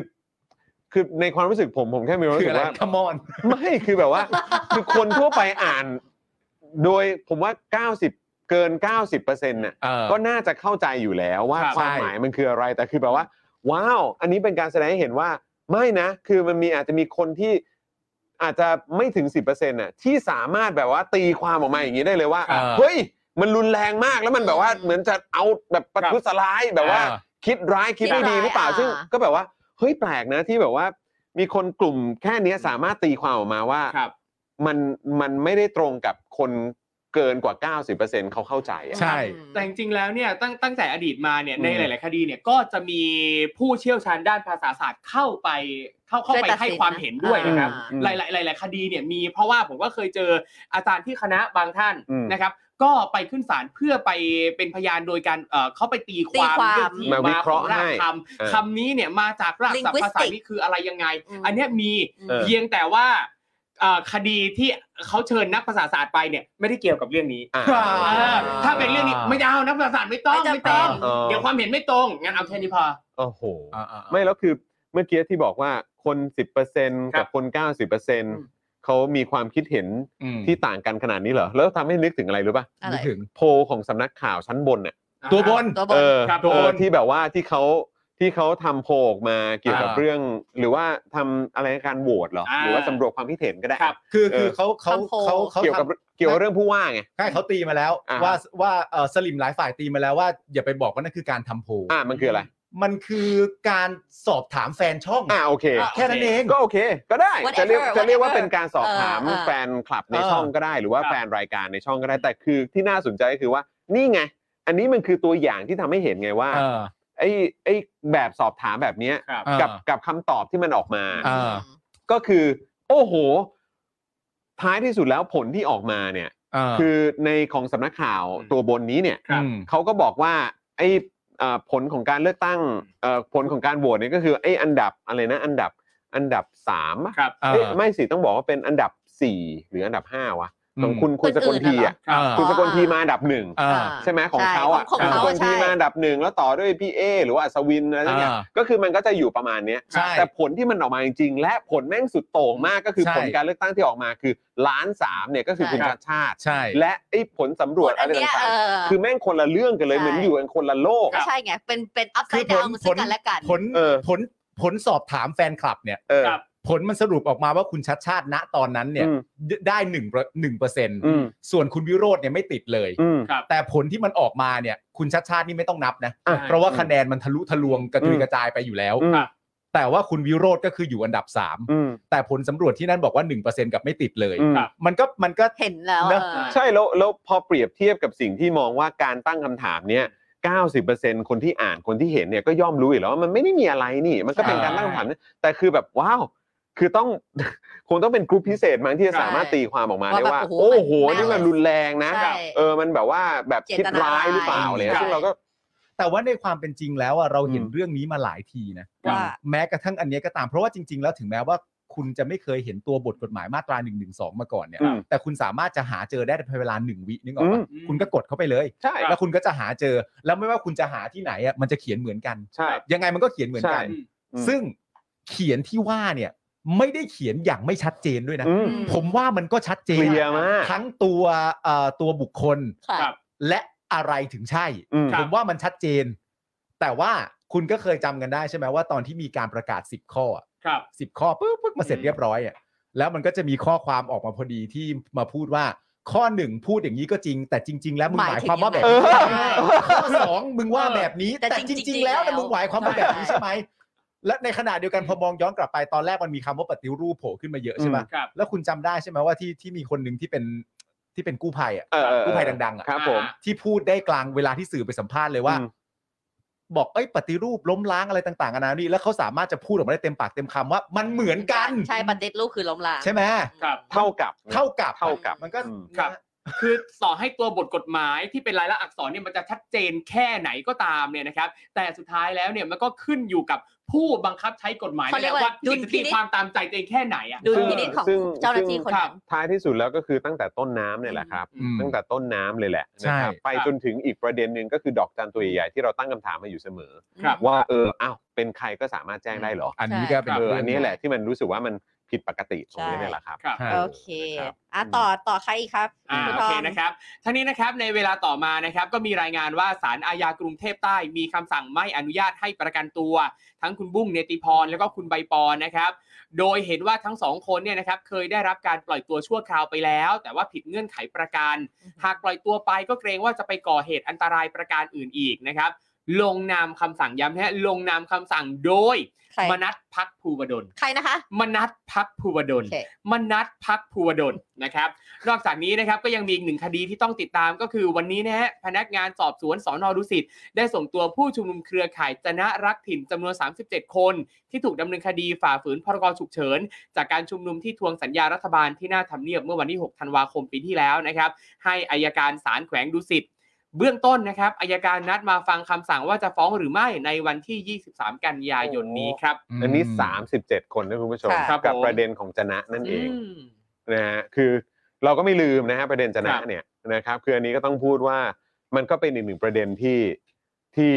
S5: คือในความรู้สึกผมผมแค่มีความ
S4: คื
S5: รู้
S4: อ
S5: สึ
S4: อะ [laughs]
S5: ก
S4: ไร
S5: ว่า
S4: คมอน
S5: ไม่คือแบบว่า คือคนทั่วไปอ่าน โดยผมว่า 90 เกิน 90%น่ะก็น่าจะเข้าใจอยู่แล้วว่า
S6: ครับ
S5: ความ
S4: ใช่
S5: หมายมันคืออะไรแต่คือแบบว่า ว้าว อันนี้เป็นการแสดงให้เห็นว่า ไม่นะ คือมันมีอาจจะมีคนที่ อาจจะไม่ถึง 10%น่ะที่สามารถแบบว่าตีความออกมาอย่างนี้ได้เลยว่า
S6: เออ
S5: เฮ้ยมันรุนแรงมากแล้วมันแบบว่าเหมือนจะเอาแบบประทุษร้ายแบบว่า
S6: เออ
S5: คิดร้ายคิดไม่ดีหรือเปล่า
S3: คิดร้าย
S5: ซึ่ง
S3: อ่า
S5: ก็แบบว่าเฮ้ยแปลกนะที่แบบว่า มีคนกลุ่มแค่เนี้ยสามารถตีความออกมาว่า
S6: ครับ
S5: มันมันไม่ได้ตรงกับคนเกินกว่า 90%เขาเข้าใจอะ
S4: ใช่
S6: แต่จริงๆแล้วเนี่ยตั้งตั้งแต่อดีตมาเนี่ย
S5: อืม
S6: ในหลาย ๆ คดีเนี่ยก็จะมีผู้เชี่ยวชาญด้านภาษาศาสตร์เข้าไปเข้าเข้าไป
S3: ช่วยตัดสิน
S6: ให้ความเห็นด้วย
S3: นะ
S6: นะครับ
S3: อ่า
S6: หลายๆหลาย ๆ คดีเนี่ยมีเพราะว่าผมก็เคยเจออาจารย์ที่คณะบางท่าน
S5: อืม
S6: นะครับ ก็ไปขึ้นศาลเพื่อไปเป็นพยานโดยการเอ่อเขาไปตีความ
S3: ตีความ
S6: เรื่องที่
S5: มาวิ
S6: มา
S5: เค
S6: ขอ
S5: ราะห์
S6: งราก
S5: ให้
S6: ค
S5: เออ
S6: ำคำนี้เนี่ยมาจากรากศัพท์ภาษา
S3: Linguistic
S6: นี่คืออะไรยังไง
S3: อืม
S6: อันเนี้ยมี
S3: อืม
S5: เออ
S6: เพียงแต่ว่าเอ่อคดีที่เขาเชิญนักภาษาศาสตร์ไปเนี่ยไม่ได้เกี่ยวกับเรื่องนี้
S5: อ่า
S4: ครับ
S6: อ่าถ้าเป็นเรื่องนี้ไม่เอานักประสาสตร์ไม่ต้อง
S3: ไม่จำ
S6: ไม่ต้อง
S3: เป็น
S5: เออ
S6: เดี๋ยวความเห็นไม่ตรงงั้นเอาแค่นี้พอ
S5: โอ้โห
S4: อ่าๆๆ
S5: ไม่แล้วคือเมื่อกี้ที่บอกว่าคน 10%
S6: ครั
S5: กับบ คน 90%เขามีความคิดเห็น
S4: อืม
S5: ที่ต่างกันขนาดนี้เหรอ แล้วทำให้นึกถึงอะไรรู้ป่ะ
S3: อะไร
S4: นึกถึง
S5: โพลของสำนักข่าวชั้นบนเนี่ย
S4: ตัวบน
S3: ตัวบ
S5: เอน อ
S6: ครับ
S5: เออ
S6: ผม
S5: ที่แบบว่าที่เขาที่เขาทำโพลออกมาเกี่ยวกับ
S4: อ่า
S5: เรื่อง หรือว่าทำอะไรการโหวตเหรอ
S6: อ่า
S5: หรือว่าสำรวจความคิดเห็นก็ได้
S6: ครับ
S4: คือ
S5: เออ
S4: คือเขาเขา
S3: ทำโพล
S4: เขาเขา
S5: เกี่ยวกับ
S4: ทำ
S5: เกี่ยวกับเรื่องผู้ว่าไง
S4: ใช่เขาตีมาแล้ว
S5: อ่า
S4: ว่าว่าเอ่อสลิมหลายฝ่ายตีมาแล้วว่าอย่าไปบอกว่านั่นคือการทำโพล
S5: อ่ามันคืออะไร
S4: มันคือการสอบถามแฟนช่อง
S5: อ่าโอเค
S6: อ่ะ
S4: แค่นั้นเอง
S5: ก็โอเค ก็ได้
S3: Whatever
S5: จะเรียกจะเรียกว่า
S3: whatever
S5: เป็นการสอบถาม
S3: เออเออ
S5: แฟนคลับใน
S4: เออ
S5: ช่องก็ได้ หรือว่า
S6: ครับ
S5: แฟนรายการในช่องก็ได้ แต่คือที่น่าสนใจก็คือว่า นี่ไง อันนี้มันคือตัวอย่างที่ทำให้เห็นไงว่า
S4: เออ
S5: ไอ้ไอ้แบบสอบถามแบบเนี้ย
S6: ครับ
S5: กับกับคำตอบที่มันออกมา
S4: อ่า
S5: ก็คือ โอ้โห ท้ายที่สุดแล้วผลที่ออกมาเนี่ย
S4: อ่า
S5: คือในของสำนักข่าว
S6: อืม
S5: ตัวบนนี้เนี่ย
S6: ครับ
S4: ม
S5: เขาก็บอกว่าไอ้เอ่อผลของการเลือกตั้งเอ่อผลของการโหวตเนี่ยก็คือไอ้อันดับอะไรนะ อันดับอันดับสามปะ
S6: ครับ
S4: อ่า
S5: เอ้ยไม่สิต้องบอกว่าเป็นอันดับสี่หรืออันดับห้าวะของคุณคุณสกลทีอ่ะ
S6: ครับ
S5: คุณสกลทีมาอันดับหนึ่ง
S4: อ่า
S5: ใช่ไหมของเขาอ่ะ
S3: ของ
S5: คุณส
S3: เขาอะ
S5: กลที
S3: ใช่
S5: มาอันดับหนึ่งแล้วต่อด้วยพี่เอหรือว่าอัศวินอะไรทั้งอย่าง
S4: อ่า
S5: ก็คือมันก็จะอยู่ประมาณเนี้ย
S4: ใช่
S5: แต่ผลที่มันออกมาจริงๆและผลแม่งสุดโต่งมากก็คือ
S4: ใช่
S5: ผลการเลือกตั้งที่ออกมาคือล้านสามเนี่ยก็คือคุณ
S6: ใช่
S5: ชาติชาติ
S4: ใช่
S5: และไอ้ผลสำรวจ
S3: อั
S5: อะไร
S3: เนี้ย
S5: ต่าง
S3: เออ
S5: ๆคือแม่งคนละเรื่องกันเลย
S3: ใช่
S5: เหมือนอยู่กันคนละโลก
S3: ก็
S5: อะ
S3: ใช่ไง เป็นเป็นอัพไซ
S4: คือ
S3: ด์
S4: ผ
S3: ดา
S4: ล
S3: ว
S4: ผ
S3: ซึ่ง
S4: ล
S3: กันและกัน
S4: ผล
S5: เออ
S4: ผลผลสอบถามแฟนคลับเนี่ย
S5: เออ
S6: ครับ
S4: ผลมันสรุปออกมาว่าคุณชัดชาติณตอนนั้นเนี่ย
S5: อืม
S4: ได้หนึ่งหนึ่งเปอร์เซ็นต์
S5: อืม
S4: ส่วนคุณวิโรจน์เนี่ยไม่ติดเลย
S5: อืม
S4: แต่ผลที่มันออกมาเนี่ย คุณชัดชาตินี่ไม่ต้องนับนะ
S5: อ่ะ
S4: เพราะว่าคะแนนมันทะลุทะลวงกระจุย
S5: อืม
S4: กระจายไปอยู่แล้ว
S5: อืม
S6: ครับ
S4: แต่ว่าคุณวิโรธก็คืออยู่อันดับ
S5: อืม
S4: 3 แต่ผลสำรวจที่นั่นบอกว่า 1%กับไม่ติดเลย
S5: อืม
S6: ครับ
S4: มันก็มันก็
S3: เห็นแล้ว
S4: นะ
S3: เออ
S5: ใช่แล้วแล้วพอเปรียบเทียบกับสิ่งที่มองว่าการตั้งคำถามเนี้ย90%คนที่อ่านคนที่เห็นเนี่ยก็ย่อมรู้อยู่แล้วว่ามันไม่ได้มีอะไรนี่ มันก็เป็น
S6: ใช่
S5: การตั้งคำถามนะแต่คือแบบว้าว คือต้อง [laughs] คงต้องเป็นกลุ่มพิเศษมั้งที่จะ
S3: ใช่
S5: สามารถตีความออกมาได้ว่า
S3: ว่าแบบโอ้
S5: โอ้
S3: โห
S5: โห
S3: มัน
S5: นี่มันรุนแรงนะ
S3: ใช่
S5: เออมันแบบว่าแบบ
S3: เจ
S5: คิด
S3: ตนา
S5: ร้ายหรือเปล่า
S3: ร้าย
S5: อะไรอย่างเลยซึ่งเราก็
S4: แต่ว่าในความเป็นจริงแล้วอะเราเห็น
S5: อืม
S4: เรื่องนี้มาหลายทีนะ
S6: ครับ
S3: ว่า
S4: แม้กระทั่งอันเนี้ยก็ตามเพราะว่าจริง ๆ แล้วถึงแม้ว่าคุณจะไม่เคยเห็นตัวบทกฎหมายมาตรา1นึมาก่อนเนี่ย
S5: อืม
S4: แต่คุณสามารถจะหาเจอได้ภายในเวลาหนึ่งวินึกออกปะ
S6: อืม
S4: คุณก็กดเข้าไปเลย
S5: ใช่
S4: แล้วคุณก็จะหาเจอ แล้วไม่ว่าคุณจะหาที่ไหนอะมันจะเขียนเหมือนกัน
S5: ใช่
S4: ยังไงมันก็เขียนเหมือนกัน
S5: ใช่ อืม
S4: ซึ่งเขียนที่ว่าเนี่ยไม่ได้เขียนอย่างไม่ชัดเจนด้วยนะ
S5: อืม
S3: ม
S4: ผมว่ามันก็ชัดเจ
S5: เคลี
S4: น
S5: ยร์มาก
S4: ทั้งตัวเอ่อตัวบุคคล
S3: ค่ะ
S6: ครับ
S4: และอะไรถึงใช่
S5: อืม
S6: ครั
S4: ผ
S6: บ
S4: มว่ามันชัดเจน แต่ว่าคุณก็เคยจำกันได้ใช่ไหมว่าตอนที่มีการประกาศ 10 ข้อ
S6: ครับ
S4: 10 ข้อปุ๊บปุ๊บมาเสร็จเรียบร้อยอ่ะแล้วมันก็จะมีข้อความออกมาพอดีที่มาพูดว่าข้อหนึ่งพูดอย่างนี้ก็จริง แต่จริง ๆ แล้วมึงหมายความว่าแบบนี้
S5: หมายถึงยังไง
S4: ใช่ไหม
S3: เออ
S4: ข้อสองมึงว่าแบบนี้
S3: แต่
S4: [laughs] แต่
S3: จ
S4: จ
S3: ริงๆ
S4: ริง ๆ แล้วนะ
S3: แล้ว
S4: มึงหมายความว่าแบบนี้ใช่ไหมและในขณะเดียวกันพอมองย้อนกลับไปตอนแรกมันมีคำว่าปฏิรูปโผล่ขึ้นมาเยอะใช่ไหม
S5: อืม
S6: ครับ
S4: แล้วคุณจำได้ใช่ไหมว่าที่ที่มีคนหนึ่งที่เป็นที่เป็นกู้ภัยอ่ะ
S5: เออเออเออ
S4: กู้ภัยดังๆอ่ะ
S5: ครับผม
S4: ที่พูดได้กลางเวลาที่สื่อไปสัมภาษณ์เลยว่า
S5: อืม
S4: บอกเอ้ยปฏิรูปล้มล้างอะไรต่างๆนานานี่แล้วเขาสามารถจะพูดออกมาได้เต็มปากเต็มคำว่า มันเหมือนกัน
S3: ใช่บันเด็ดลูกคือล้มล้าง
S4: ใช่ไหม
S6: ครับ
S5: เท่ากับนะ
S4: เท่ากับ
S5: เท่ากับ
S4: มันก็
S5: อืม
S6: ครับ คือต่อให้ตัวบทกฎหมายที่เป็นรายลักษณ์อักษรเนี่ยมันจะชัดเจนแค่ไหนก็ตามเนี่ยนะครับ แต่สุดท้ายแล้วเนี่ยมันก็ขึ้นอยู่กับผู้บังคับใช้กฎหมายนั่นแหละว่าจะตีความตามใจตัวเองแค่ไหนอ่ะ
S3: ดูพินิจของ
S5: ซึ่ง
S3: เจ้าหน้าที่คนนั้น
S5: ท้ายที่สุดแล้วก็คือตั้งแต่ต้นน้ำเนี่ยแหละครับ
S4: อืม
S5: ตั้งแต่ต้นน้ำเลยแหละ
S4: ใช่
S5: นะครับไป
S6: ครับ
S5: จนถึงอีกประเด็นหนึ่งก็คือดอกจันตัวใหญ่ๆที่เราตั้งคำถามมาอยู่เสมอ
S6: ครับ
S5: ว่าเอออ้าวเป็นใครก็สามารถแจ้งได้เหรอ
S4: อันนี้ก็เป็น
S5: เออ
S4: รื่ง
S5: อันนี้แหละที่มันรู้สึกว่ามันผิดปกติตรงนี้เนี่ยแหละครับ
S6: ครับ
S4: ใช่
S3: โอเคอ่ะต่อต่อใครอีกครับ
S6: อ่า
S3: ณ
S6: โอ
S3: ท
S6: เค
S3: ม
S6: นะครับทั้งนี้นะครับในเวลาต่อมานะครับก็มีรายงานว่าศาลอาญากรุงเทพใต้มีคำสั่งไม่อนุญาตให้ประกันตัว ทั้งคุณบุ้งเนติพรแล้วก็คุณใบปอนะครับ โดยเห็นว่าทั้งสองคนเนี่ยนะครับเคยได้รับการปล่อยตัวชั่วคราวไปแล้ว แต่ว่าผิดเงื่อนไขประกัน หากปล่อยตัวไปก็เกรงว่าจะไปก่อเหตุอันตรายประการอื่นอีกนะครับ ลงนามคำสั่งย้ำฮะลงนามคำสั่งโดย
S3: ใคร
S6: มนัทพักภูวดล
S3: ใครนะคะ
S6: มนัทพักภูวด
S3: โอ
S6: ล
S3: เค
S6: มนัดพักภูวดลนะครับ นอกจากนี้นะครับก็ยังมีอีกหนึ่งคดีที่ต้องติดตามก็คือวันนี้นะฮะพนักงานสอบสวนสอนอดุสิตได้ส่งตัวผู้ชุมนุมเครือข่ายจนะรักถิ่นจำนวน 37 คน ที่ถูกดำเนินคดีฝ่าฝืนพรกฉุกเฉิน จากการชุมนุมที่ทวงสัญญารัฐบาลที่หน้าทำเนียบเมื่อวันที่ 6 ธันวาคมปีที่แล้วนะครับ ให้อายการศาลแขวงดุสิตเบื้องต้นนะครับอายการนัดมาฟังคำสั่งว่าจะฟ้องหรือไม่ในวันที่ 23 กันยายนนี้ครับ
S5: อันนี้ 37 คนนะคุณผู้ชม
S6: ค่ะ
S5: กับประเด็นของจนะนั่นเอง
S6: อืม
S5: นะฮะคือเราก็ไม่ลืมนะฮะประเด็นจนะครับ เนี่ยนะครับคืออันนี้ก็ต้องพูดว่ามันก็เป็นอีกหนึ่งประเด็นที่ที่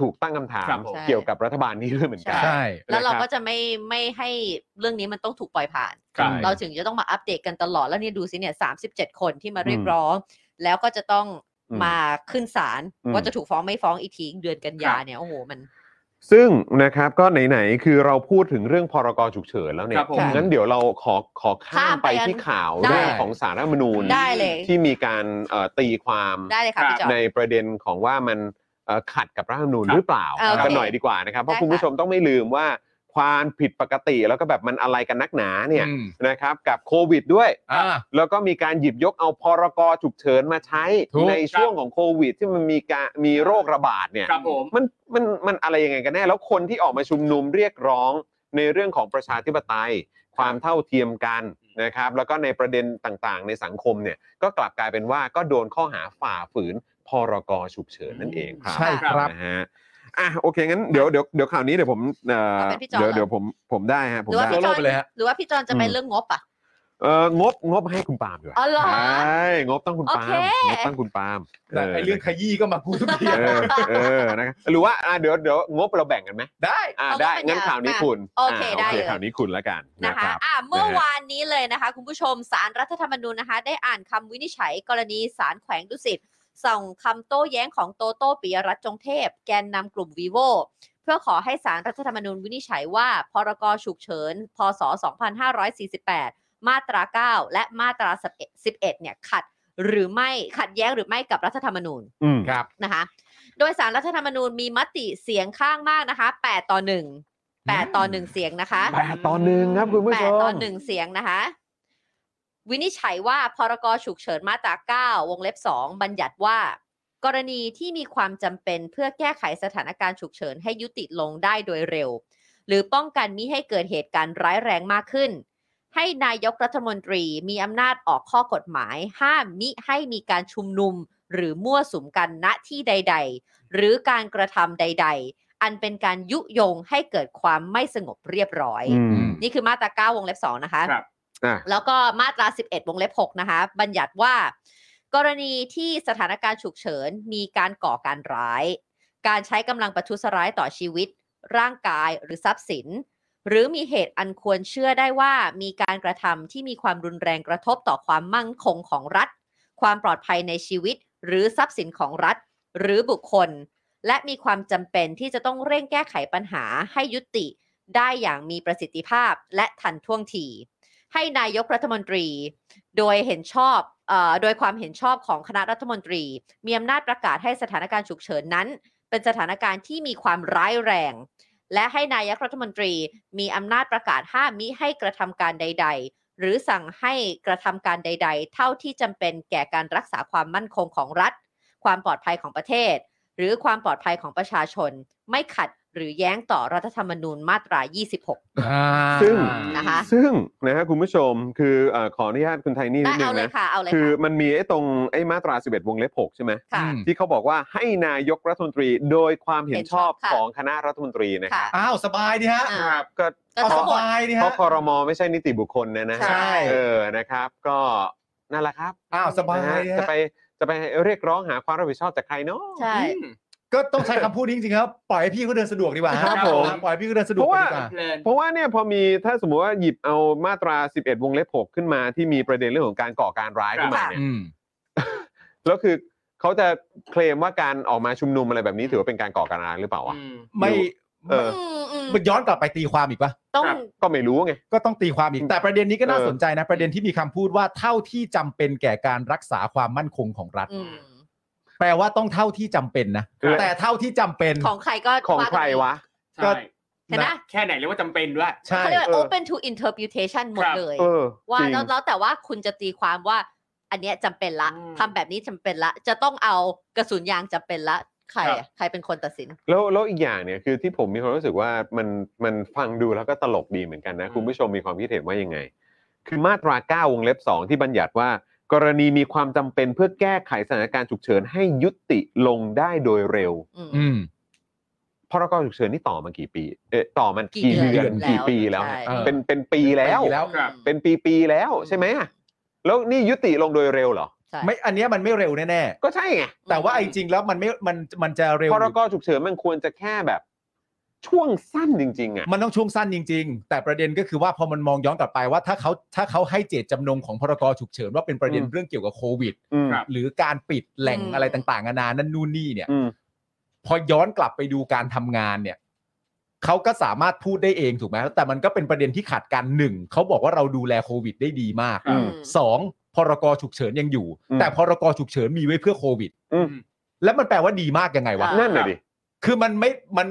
S5: ถูกตั้งคำถาม
S6: ครับผม
S5: เกี่ยวกับรัฐบาลนี้ด้วยเหมือนกัน
S4: ใช่
S3: แล้วเรา
S5: นะครับ
S3: ก็จะไม่ไม่ให้เรื่องนี้มันต้องถูกปล่อยผ่าน
S6: ครับ
S3: เราถึงจะต้องมาอัปเดตกันตลอดแล้วเนี่ยดูสิเนี่ยสาคนที่มาเรียกร้อง แล้วก็จะต้อง
S5: อืม
S3: มาขึ้นศาล
S5: อืม
S3: ว่าจะถูกฟ้องไม่ฟ้องอีกทีเดือนกันยา
S6: ครับ
S3: เนี่ยโอ้โหมัน
S5: ซึ่งนะครับก็ไหนๆคือเราพูดถึงเรื่องพรกฉุกเฉินแล้วเนี่
S6: ครั
S5: ย
S6: บผม
S5: งั้นเดี๋ยวเราขอขอข้า
S3: ข้าม
S5: ม
S3: ไป
S5: ไป
S3: อัน
S5: ที่ข่าว
S3: ได้
S5: เรื่องของสารรัฐธรรมนูญ
S3: ได้เลย
S5: ที่มีการเอ่อตีความ
S3: ได้เลยค่ะ
S6: ครับ
S3: พี่จอห์น
S5: ในประเด็นของว่ามันเอ่อขัดกับรัฐธรรมนูญหรือเปล่า
S3: โอเค
S5: กันหน่อยดีกว่านะครับเพราะ
S3: ได้
S5: คุณผู้
S3: ค่ะ
S5: ชมต้องไม่ลืมว่าความผิดปกติแล้วก็แบบมันอะไรกันนักหนาเนี่ย
S4: อืม
S5: นะครับกับโควิดด้วย
S4: อ่า
S5: แล้วก็มีการหยิบยกเอาพรกฉุกเฉินมาใช้
S4: ถูก
S5: ในช่วงของโควิด ที่มันมีการมีโรคระบาดเนี่ย
S6: ครับผม
S5: มันมันมันอะไรยังไงกันแน่แล้วคนที่ออกมาชุมนุมเรียกร้องในเรื่องของประชาธิปไตย ความเท่าเทียมกันนะครับแล้วก็ในประเด็นต่างๆ ในสังคมเนี่ยก็กลับกลายเป็นว่าก็โดนข้อหาฝ่าฝืนพรกฉุกเฉินนั่นเองครับ
S4: ใช่ครับ
S5: นะฮะอ่ะโอเคงั้นเดี๋ยวเดี๋ยวเดี๋ยวข่าวนี้เดี๋ยวผมเอ่อ
S3: เอาเป็นพี่จอ
S5: เดี๋ย
S3: เหรอ
S5: วเดี๋ยวผมผมได้ฮะ
S3: ห
S5: ผม
S3: รือว่า
S5: ได้
S3: พี่จอห์
S4: โลโลไปเลย
S3: น
S4: ฮะ
S3: หรือว่าพี่จอห์นจะไป
S5: อืม
S3: เรื่องงบอ่ะ
S5: เอองบงบให้คุณปาล์มดีกว่า
S3: อ๋อเหรอ
S5: ใช่งบต้องคุณปาล์ม
S3: โอเค
S5: งบต้องคุณปาล์ม
S4: แต่ไอเรื่องขยี้ก็มาพูดทุกที
S5: เออเออนะครับหรือว่าอ่ะเดี๋ยวเดี๋ยวงบเราแบ่งกันไหม
S4: ได้
S5: อ่ะ
S3: เอา
S5: ได้
S3: เป็น
S5: งั้น
S3: แบบ
S5: ข่าวนี้คุณ
S3: โอเค
S5: ะ
S3: ได้เลย
S5: ข่าวนี้คุณแล้วกันนะ
S3: นะ
S5: ค
S3: คะ
S5: รับ
S3: อ่าเมื่อวานนี้เลยนะคะ คุณผู้ชมสารรัฐธรรมนูญนะคะ ได้อ่านคำวินิจฉัยกรณีสารแขวงดุสิตส่งคำโต้แย้งของโตโต้ปิยรัตน์จงเทพ แกนนำกลุ่มวีโวเพื่อขอให้สารรัฐธรรมนูญวินิจฉัยว่า พรกฉุกเฉิน พศ 2548 มาตรา 9 และมาตรา 11 เนี่ยขัดหรือไม่ขัดแย้งหรือไม่กับรัฐธรรมนูญ
S5: อืม
S3: นะคะ โดยสารรัฐธรรมนูญมีมติเสียงข้างมากนะคะ 8 ต่อ 1 8 ต่อ 1 เสียงนะคะ
S5: แปดต่อหนึ่งครับคุณผู้ชม
S3: 8 ต่อ 1 เสียงนะคะ วินิจฉัยว่าพรกฉุกเฉินมาตรา 9 วงเล็บ 2 บัญญัติว่า กรณีที่มีความจำเป็นเพื่อแก้ไขสถานการณ์ฉุกเฉินให้ยุติลงได้โดยเร็ว หรือป้องกันมิให้เกิดเหตุการณ์ร้ายแรงมากขึ้น ให้นายกรัฐมนตรีมีอำนาจออกข้อกฎหมาย ห้ามมิให้มีการชุมนุม หรือมั่วสุมกันณที่ใด ๆ หรือการกระทำใด ๆ อันเป็นการยุยงให้เกิดความไม่สงบเรียบร้อย
S5: อืม
S3: นี่คือมาตรา 9 วงเล็บ 2 นะคะ
S6: ครับ
S5: อ่ะ
S3: แล้วก็มาตรา 11 วงเล็บ 6 นะคะ บัญญัติว่า กรณีที่สถานการณ์ฉุกเฉินมีการก่อการร้าย การใช้กำลังประทุษร้ายต่อชีวิต ร่างกายหรือทรัพย์สิน หรือมีเหตุอันควรเชื่อได้ว่ามีการกระทำที่มีความรุนแรงกระทบต่อความมั่นคงของรัฐ ความปลอดภัยในชีวิต หรือทรัพย์สินของรัฐ หรือบุคคล และมีความจำเป็นที่จะต้องเร่งแก้ไขปัญหาให้ยุติ ได้อย่างมีประสิทธิภาพและทันท่วงที ให้นายกรัฐมนตรี โดยเห็นชอบเออโดยความเห็นชอบของคณะรัฐมนตรี มีอำนาจประกาศให้สถานการณ์ฉุกเฉินนั้น เป็นสถานการณ์ที่มีความร้ายแรง และให้นายกรัฐมนตรีมีอำนาจประกาศห้ามมิให้กระทำการใด ๆ หรือสั่งให้กระทำการใด ๆ เท่าที่จำเป็นแก่การรักษาความมั่นคงของรัฐ ความปลอดภัยของประเทศ หรือความปลอดภัยของประชาชน ไม่ขัดหรือแย้งต่อรัฐธรรมนูญมาตรา 26
S5: ซึ่ง
S3: นะคะ
S5: ซึ่งนะฮะคุณผู้ชมคือเอ่อขออนุญาตคุณไทนี่นิ
S3: ได้
S5: ดนึ
S3: เอา
S5: ง
S3: เลย
S5: นะ
S3: ค่ะ เอาเลย
S5: คือ
S3: ค่ะ
S5: มันมีไอ้ตรงไอ้มาตรา 11 วงเล็บ 6 ใช่ไหม
S3: ค่ะ
S5: ที่เขาบอกว่าให้นายกรัฐมนตรีโดยความเห็นชอบ
S3: เห็นชอบค่ะ
S5: ของคณะรัฐมนตรีนะค
S3: ค่ะ
S5: รับ
S4: อ้าว สบายดีฮะ
S3: อ่า
S5: ก็
S3: ก็
S4: ส
S3: ทั้งหมด
S4: บายดี
S5: เพ
S4: ฮะ
S5: ราะคอรมอไม่ใช่นิติบุคคลนะนะฮะ
S3: ใช่
S5: เออนะครับ ก็นั่นแหละครับ
S4: อ้าว สบาย
S5: นะฮะ
S4: ดี
S5: จะ
S4: ฮะ
S5: ไปจะไปเรียกร้องหาความรับผิดชอบจากใครเนาะ
S3: ใช่
S4: ก็ต้องใช้คำพูดนี้จริงๆครับ ปล่อยให้พี่เขาเดินสะดวกดีกว่าฮะ
S5: ครับผม
S4: ปล่อยให้พี่เขาเดินสะดวก
S5: เพราะว่า
S4: ดีกว่า
S6: เพลิน
S5: เพราะว่าเนี่ยพอมีถ้าสมมติว่าหยิบเอามาตรา 11 วงเล็บ 6 ขึ้นมาที่มีประเด็นเรื่องของการก่อการร้ายขึ้นมาเนี่ย
S4: อืม
S5: แล้วคือเขาจะเคลมว่าการออกมาชุมนุมอะไรแบบนี้ถือว่าเป็นการก่อการร้ายหรือเปล่าวะ
S4: ไม่
S5: เออ
S4: มันย้อนกลับไปตีความอีกปะ
S3: ต้อง
S5: ครับก็ไม่รู้ไง
S4: ก็ต้องตีความอีกแต่ประเด็นนี้ก็น่า
S5: เออ
S4: สนใจนะ ประเด็นที่มีคำพูดว่าเท่าที่จำเป็นแก่การรักษาความมั่นคงของรัฐ
S3: อืม
S4: แปลว่าต้องเท่าที่จำเป็นนะ
S5: ครับ
S4: แต่เท่าที่จำเป็น
S3: ของใครก็
S5: ของใครวะ
S4: ก็
S6: ใช่
S3: เห็นไหม
S6: แค่ไหนเรียกว่าจำเป็นด้วย
S4: ใช่
S3: เขาเรียกว่า
S5: เออ
S3: open to interpretation หมดเลย
S5: เออ
S3: ว่า
S5: จริง
S3: แล้วแล้วแต่ว่าคุณจะตีความว่า อันเนี้ยจำเป็นละ
S6: อืม
S3: ทำแบบนี้จำเป็นละ จะต้องเอากระสุนยางจำเป็นละ ใคร
S5: ครั
S3: อะ
S5: บ
S3: ใครเป็นคนตัดสิน
S5: แล้วแล้วอีกอย่างเนี่ยคือที่ผมมีความรู้สึกว่ามันมันฟังดูแล้วก็ตลกดีเหมือนกันนะ คุณผู้ชมมีความคิดเห็นว่ายังไง คือมาตรา 9 วงเล็บ 2 ที่บัญญัติว่า กรณีมีความจำเป็นเพื่อแก้ไขสถานการณ์ฉุกเฉินให้ยุติลงได้โดยเร็ว
S3: อืม
S4: อืม
S5: พรกฉุกเฉินนี่ต่อมากี่ปี เออต่อมัน
S3: กี่
S5: กี่
S3: เดื
S5: เดือ
S3: อน น
S5: กี่
S3: แล้ว
S5: ปีแล้ว
S3: ใช่
S5: ฮะเป็นเป็นปีแล้ว
S4: เป็นปีแล้ว
S6: ครับ
S5: เป็นปีปีๆแล้วใช่ไหมอะแล้วนี่ยุติลงโดยเร็วเหรอ
S3: ใช่
S4: ไม่อันเนี้ยมันไม่เร็วแน่
S5: ก็ใช่ไง
S4: ๆแต่ว่าไอ้จริงแล้วมันไม่มันมันจะเร็ว
S5: พรกฉุกเฉินมันควรจะแค่แบบช่วงสั้นจริง ๆอ่ะ
S4: มันต้องช่วงสั้นจริง ๆ แต่ประเด็นก็คือว่าพอมันมองย้อนกลับไปว่าถ้าเขาถ้าเขาให้เจตจำนงของพรกฉุกเฉินว่าเป็นประเด็น
S5: อืม
S4: เรื่องเกี่ยวกับโควิด
S5: อืม
S6: ครับ
S4: หรือการปิดแหล่ง
S3: อืม
S4: อะไรต่างๆนานานั่นนู่นนี่เนี่ย
S5: อืม
S4: พอย้อนกลับไปดูการทำงานเนี่ยเขาก็สามารถพูดได้เองถูกไหมแต่มันก็เป็นประเด็นที่ขาดการหนึ่งเขาบอกว่าเราดูแลโควิดได้ดีมาก
S5: อืม
S4: สองพรกฉุกเฉินยังอยู่
S5: อืม
S4: แต่พรกฉุกเฉินมีไว้เพื่อโควิด
S5: อืม
S4: แล้วมันแปลว่าดีมากยังไงวะ
S3: อ่า
S5: นั่นน่ะดิ
S4: คือมันไม่มัน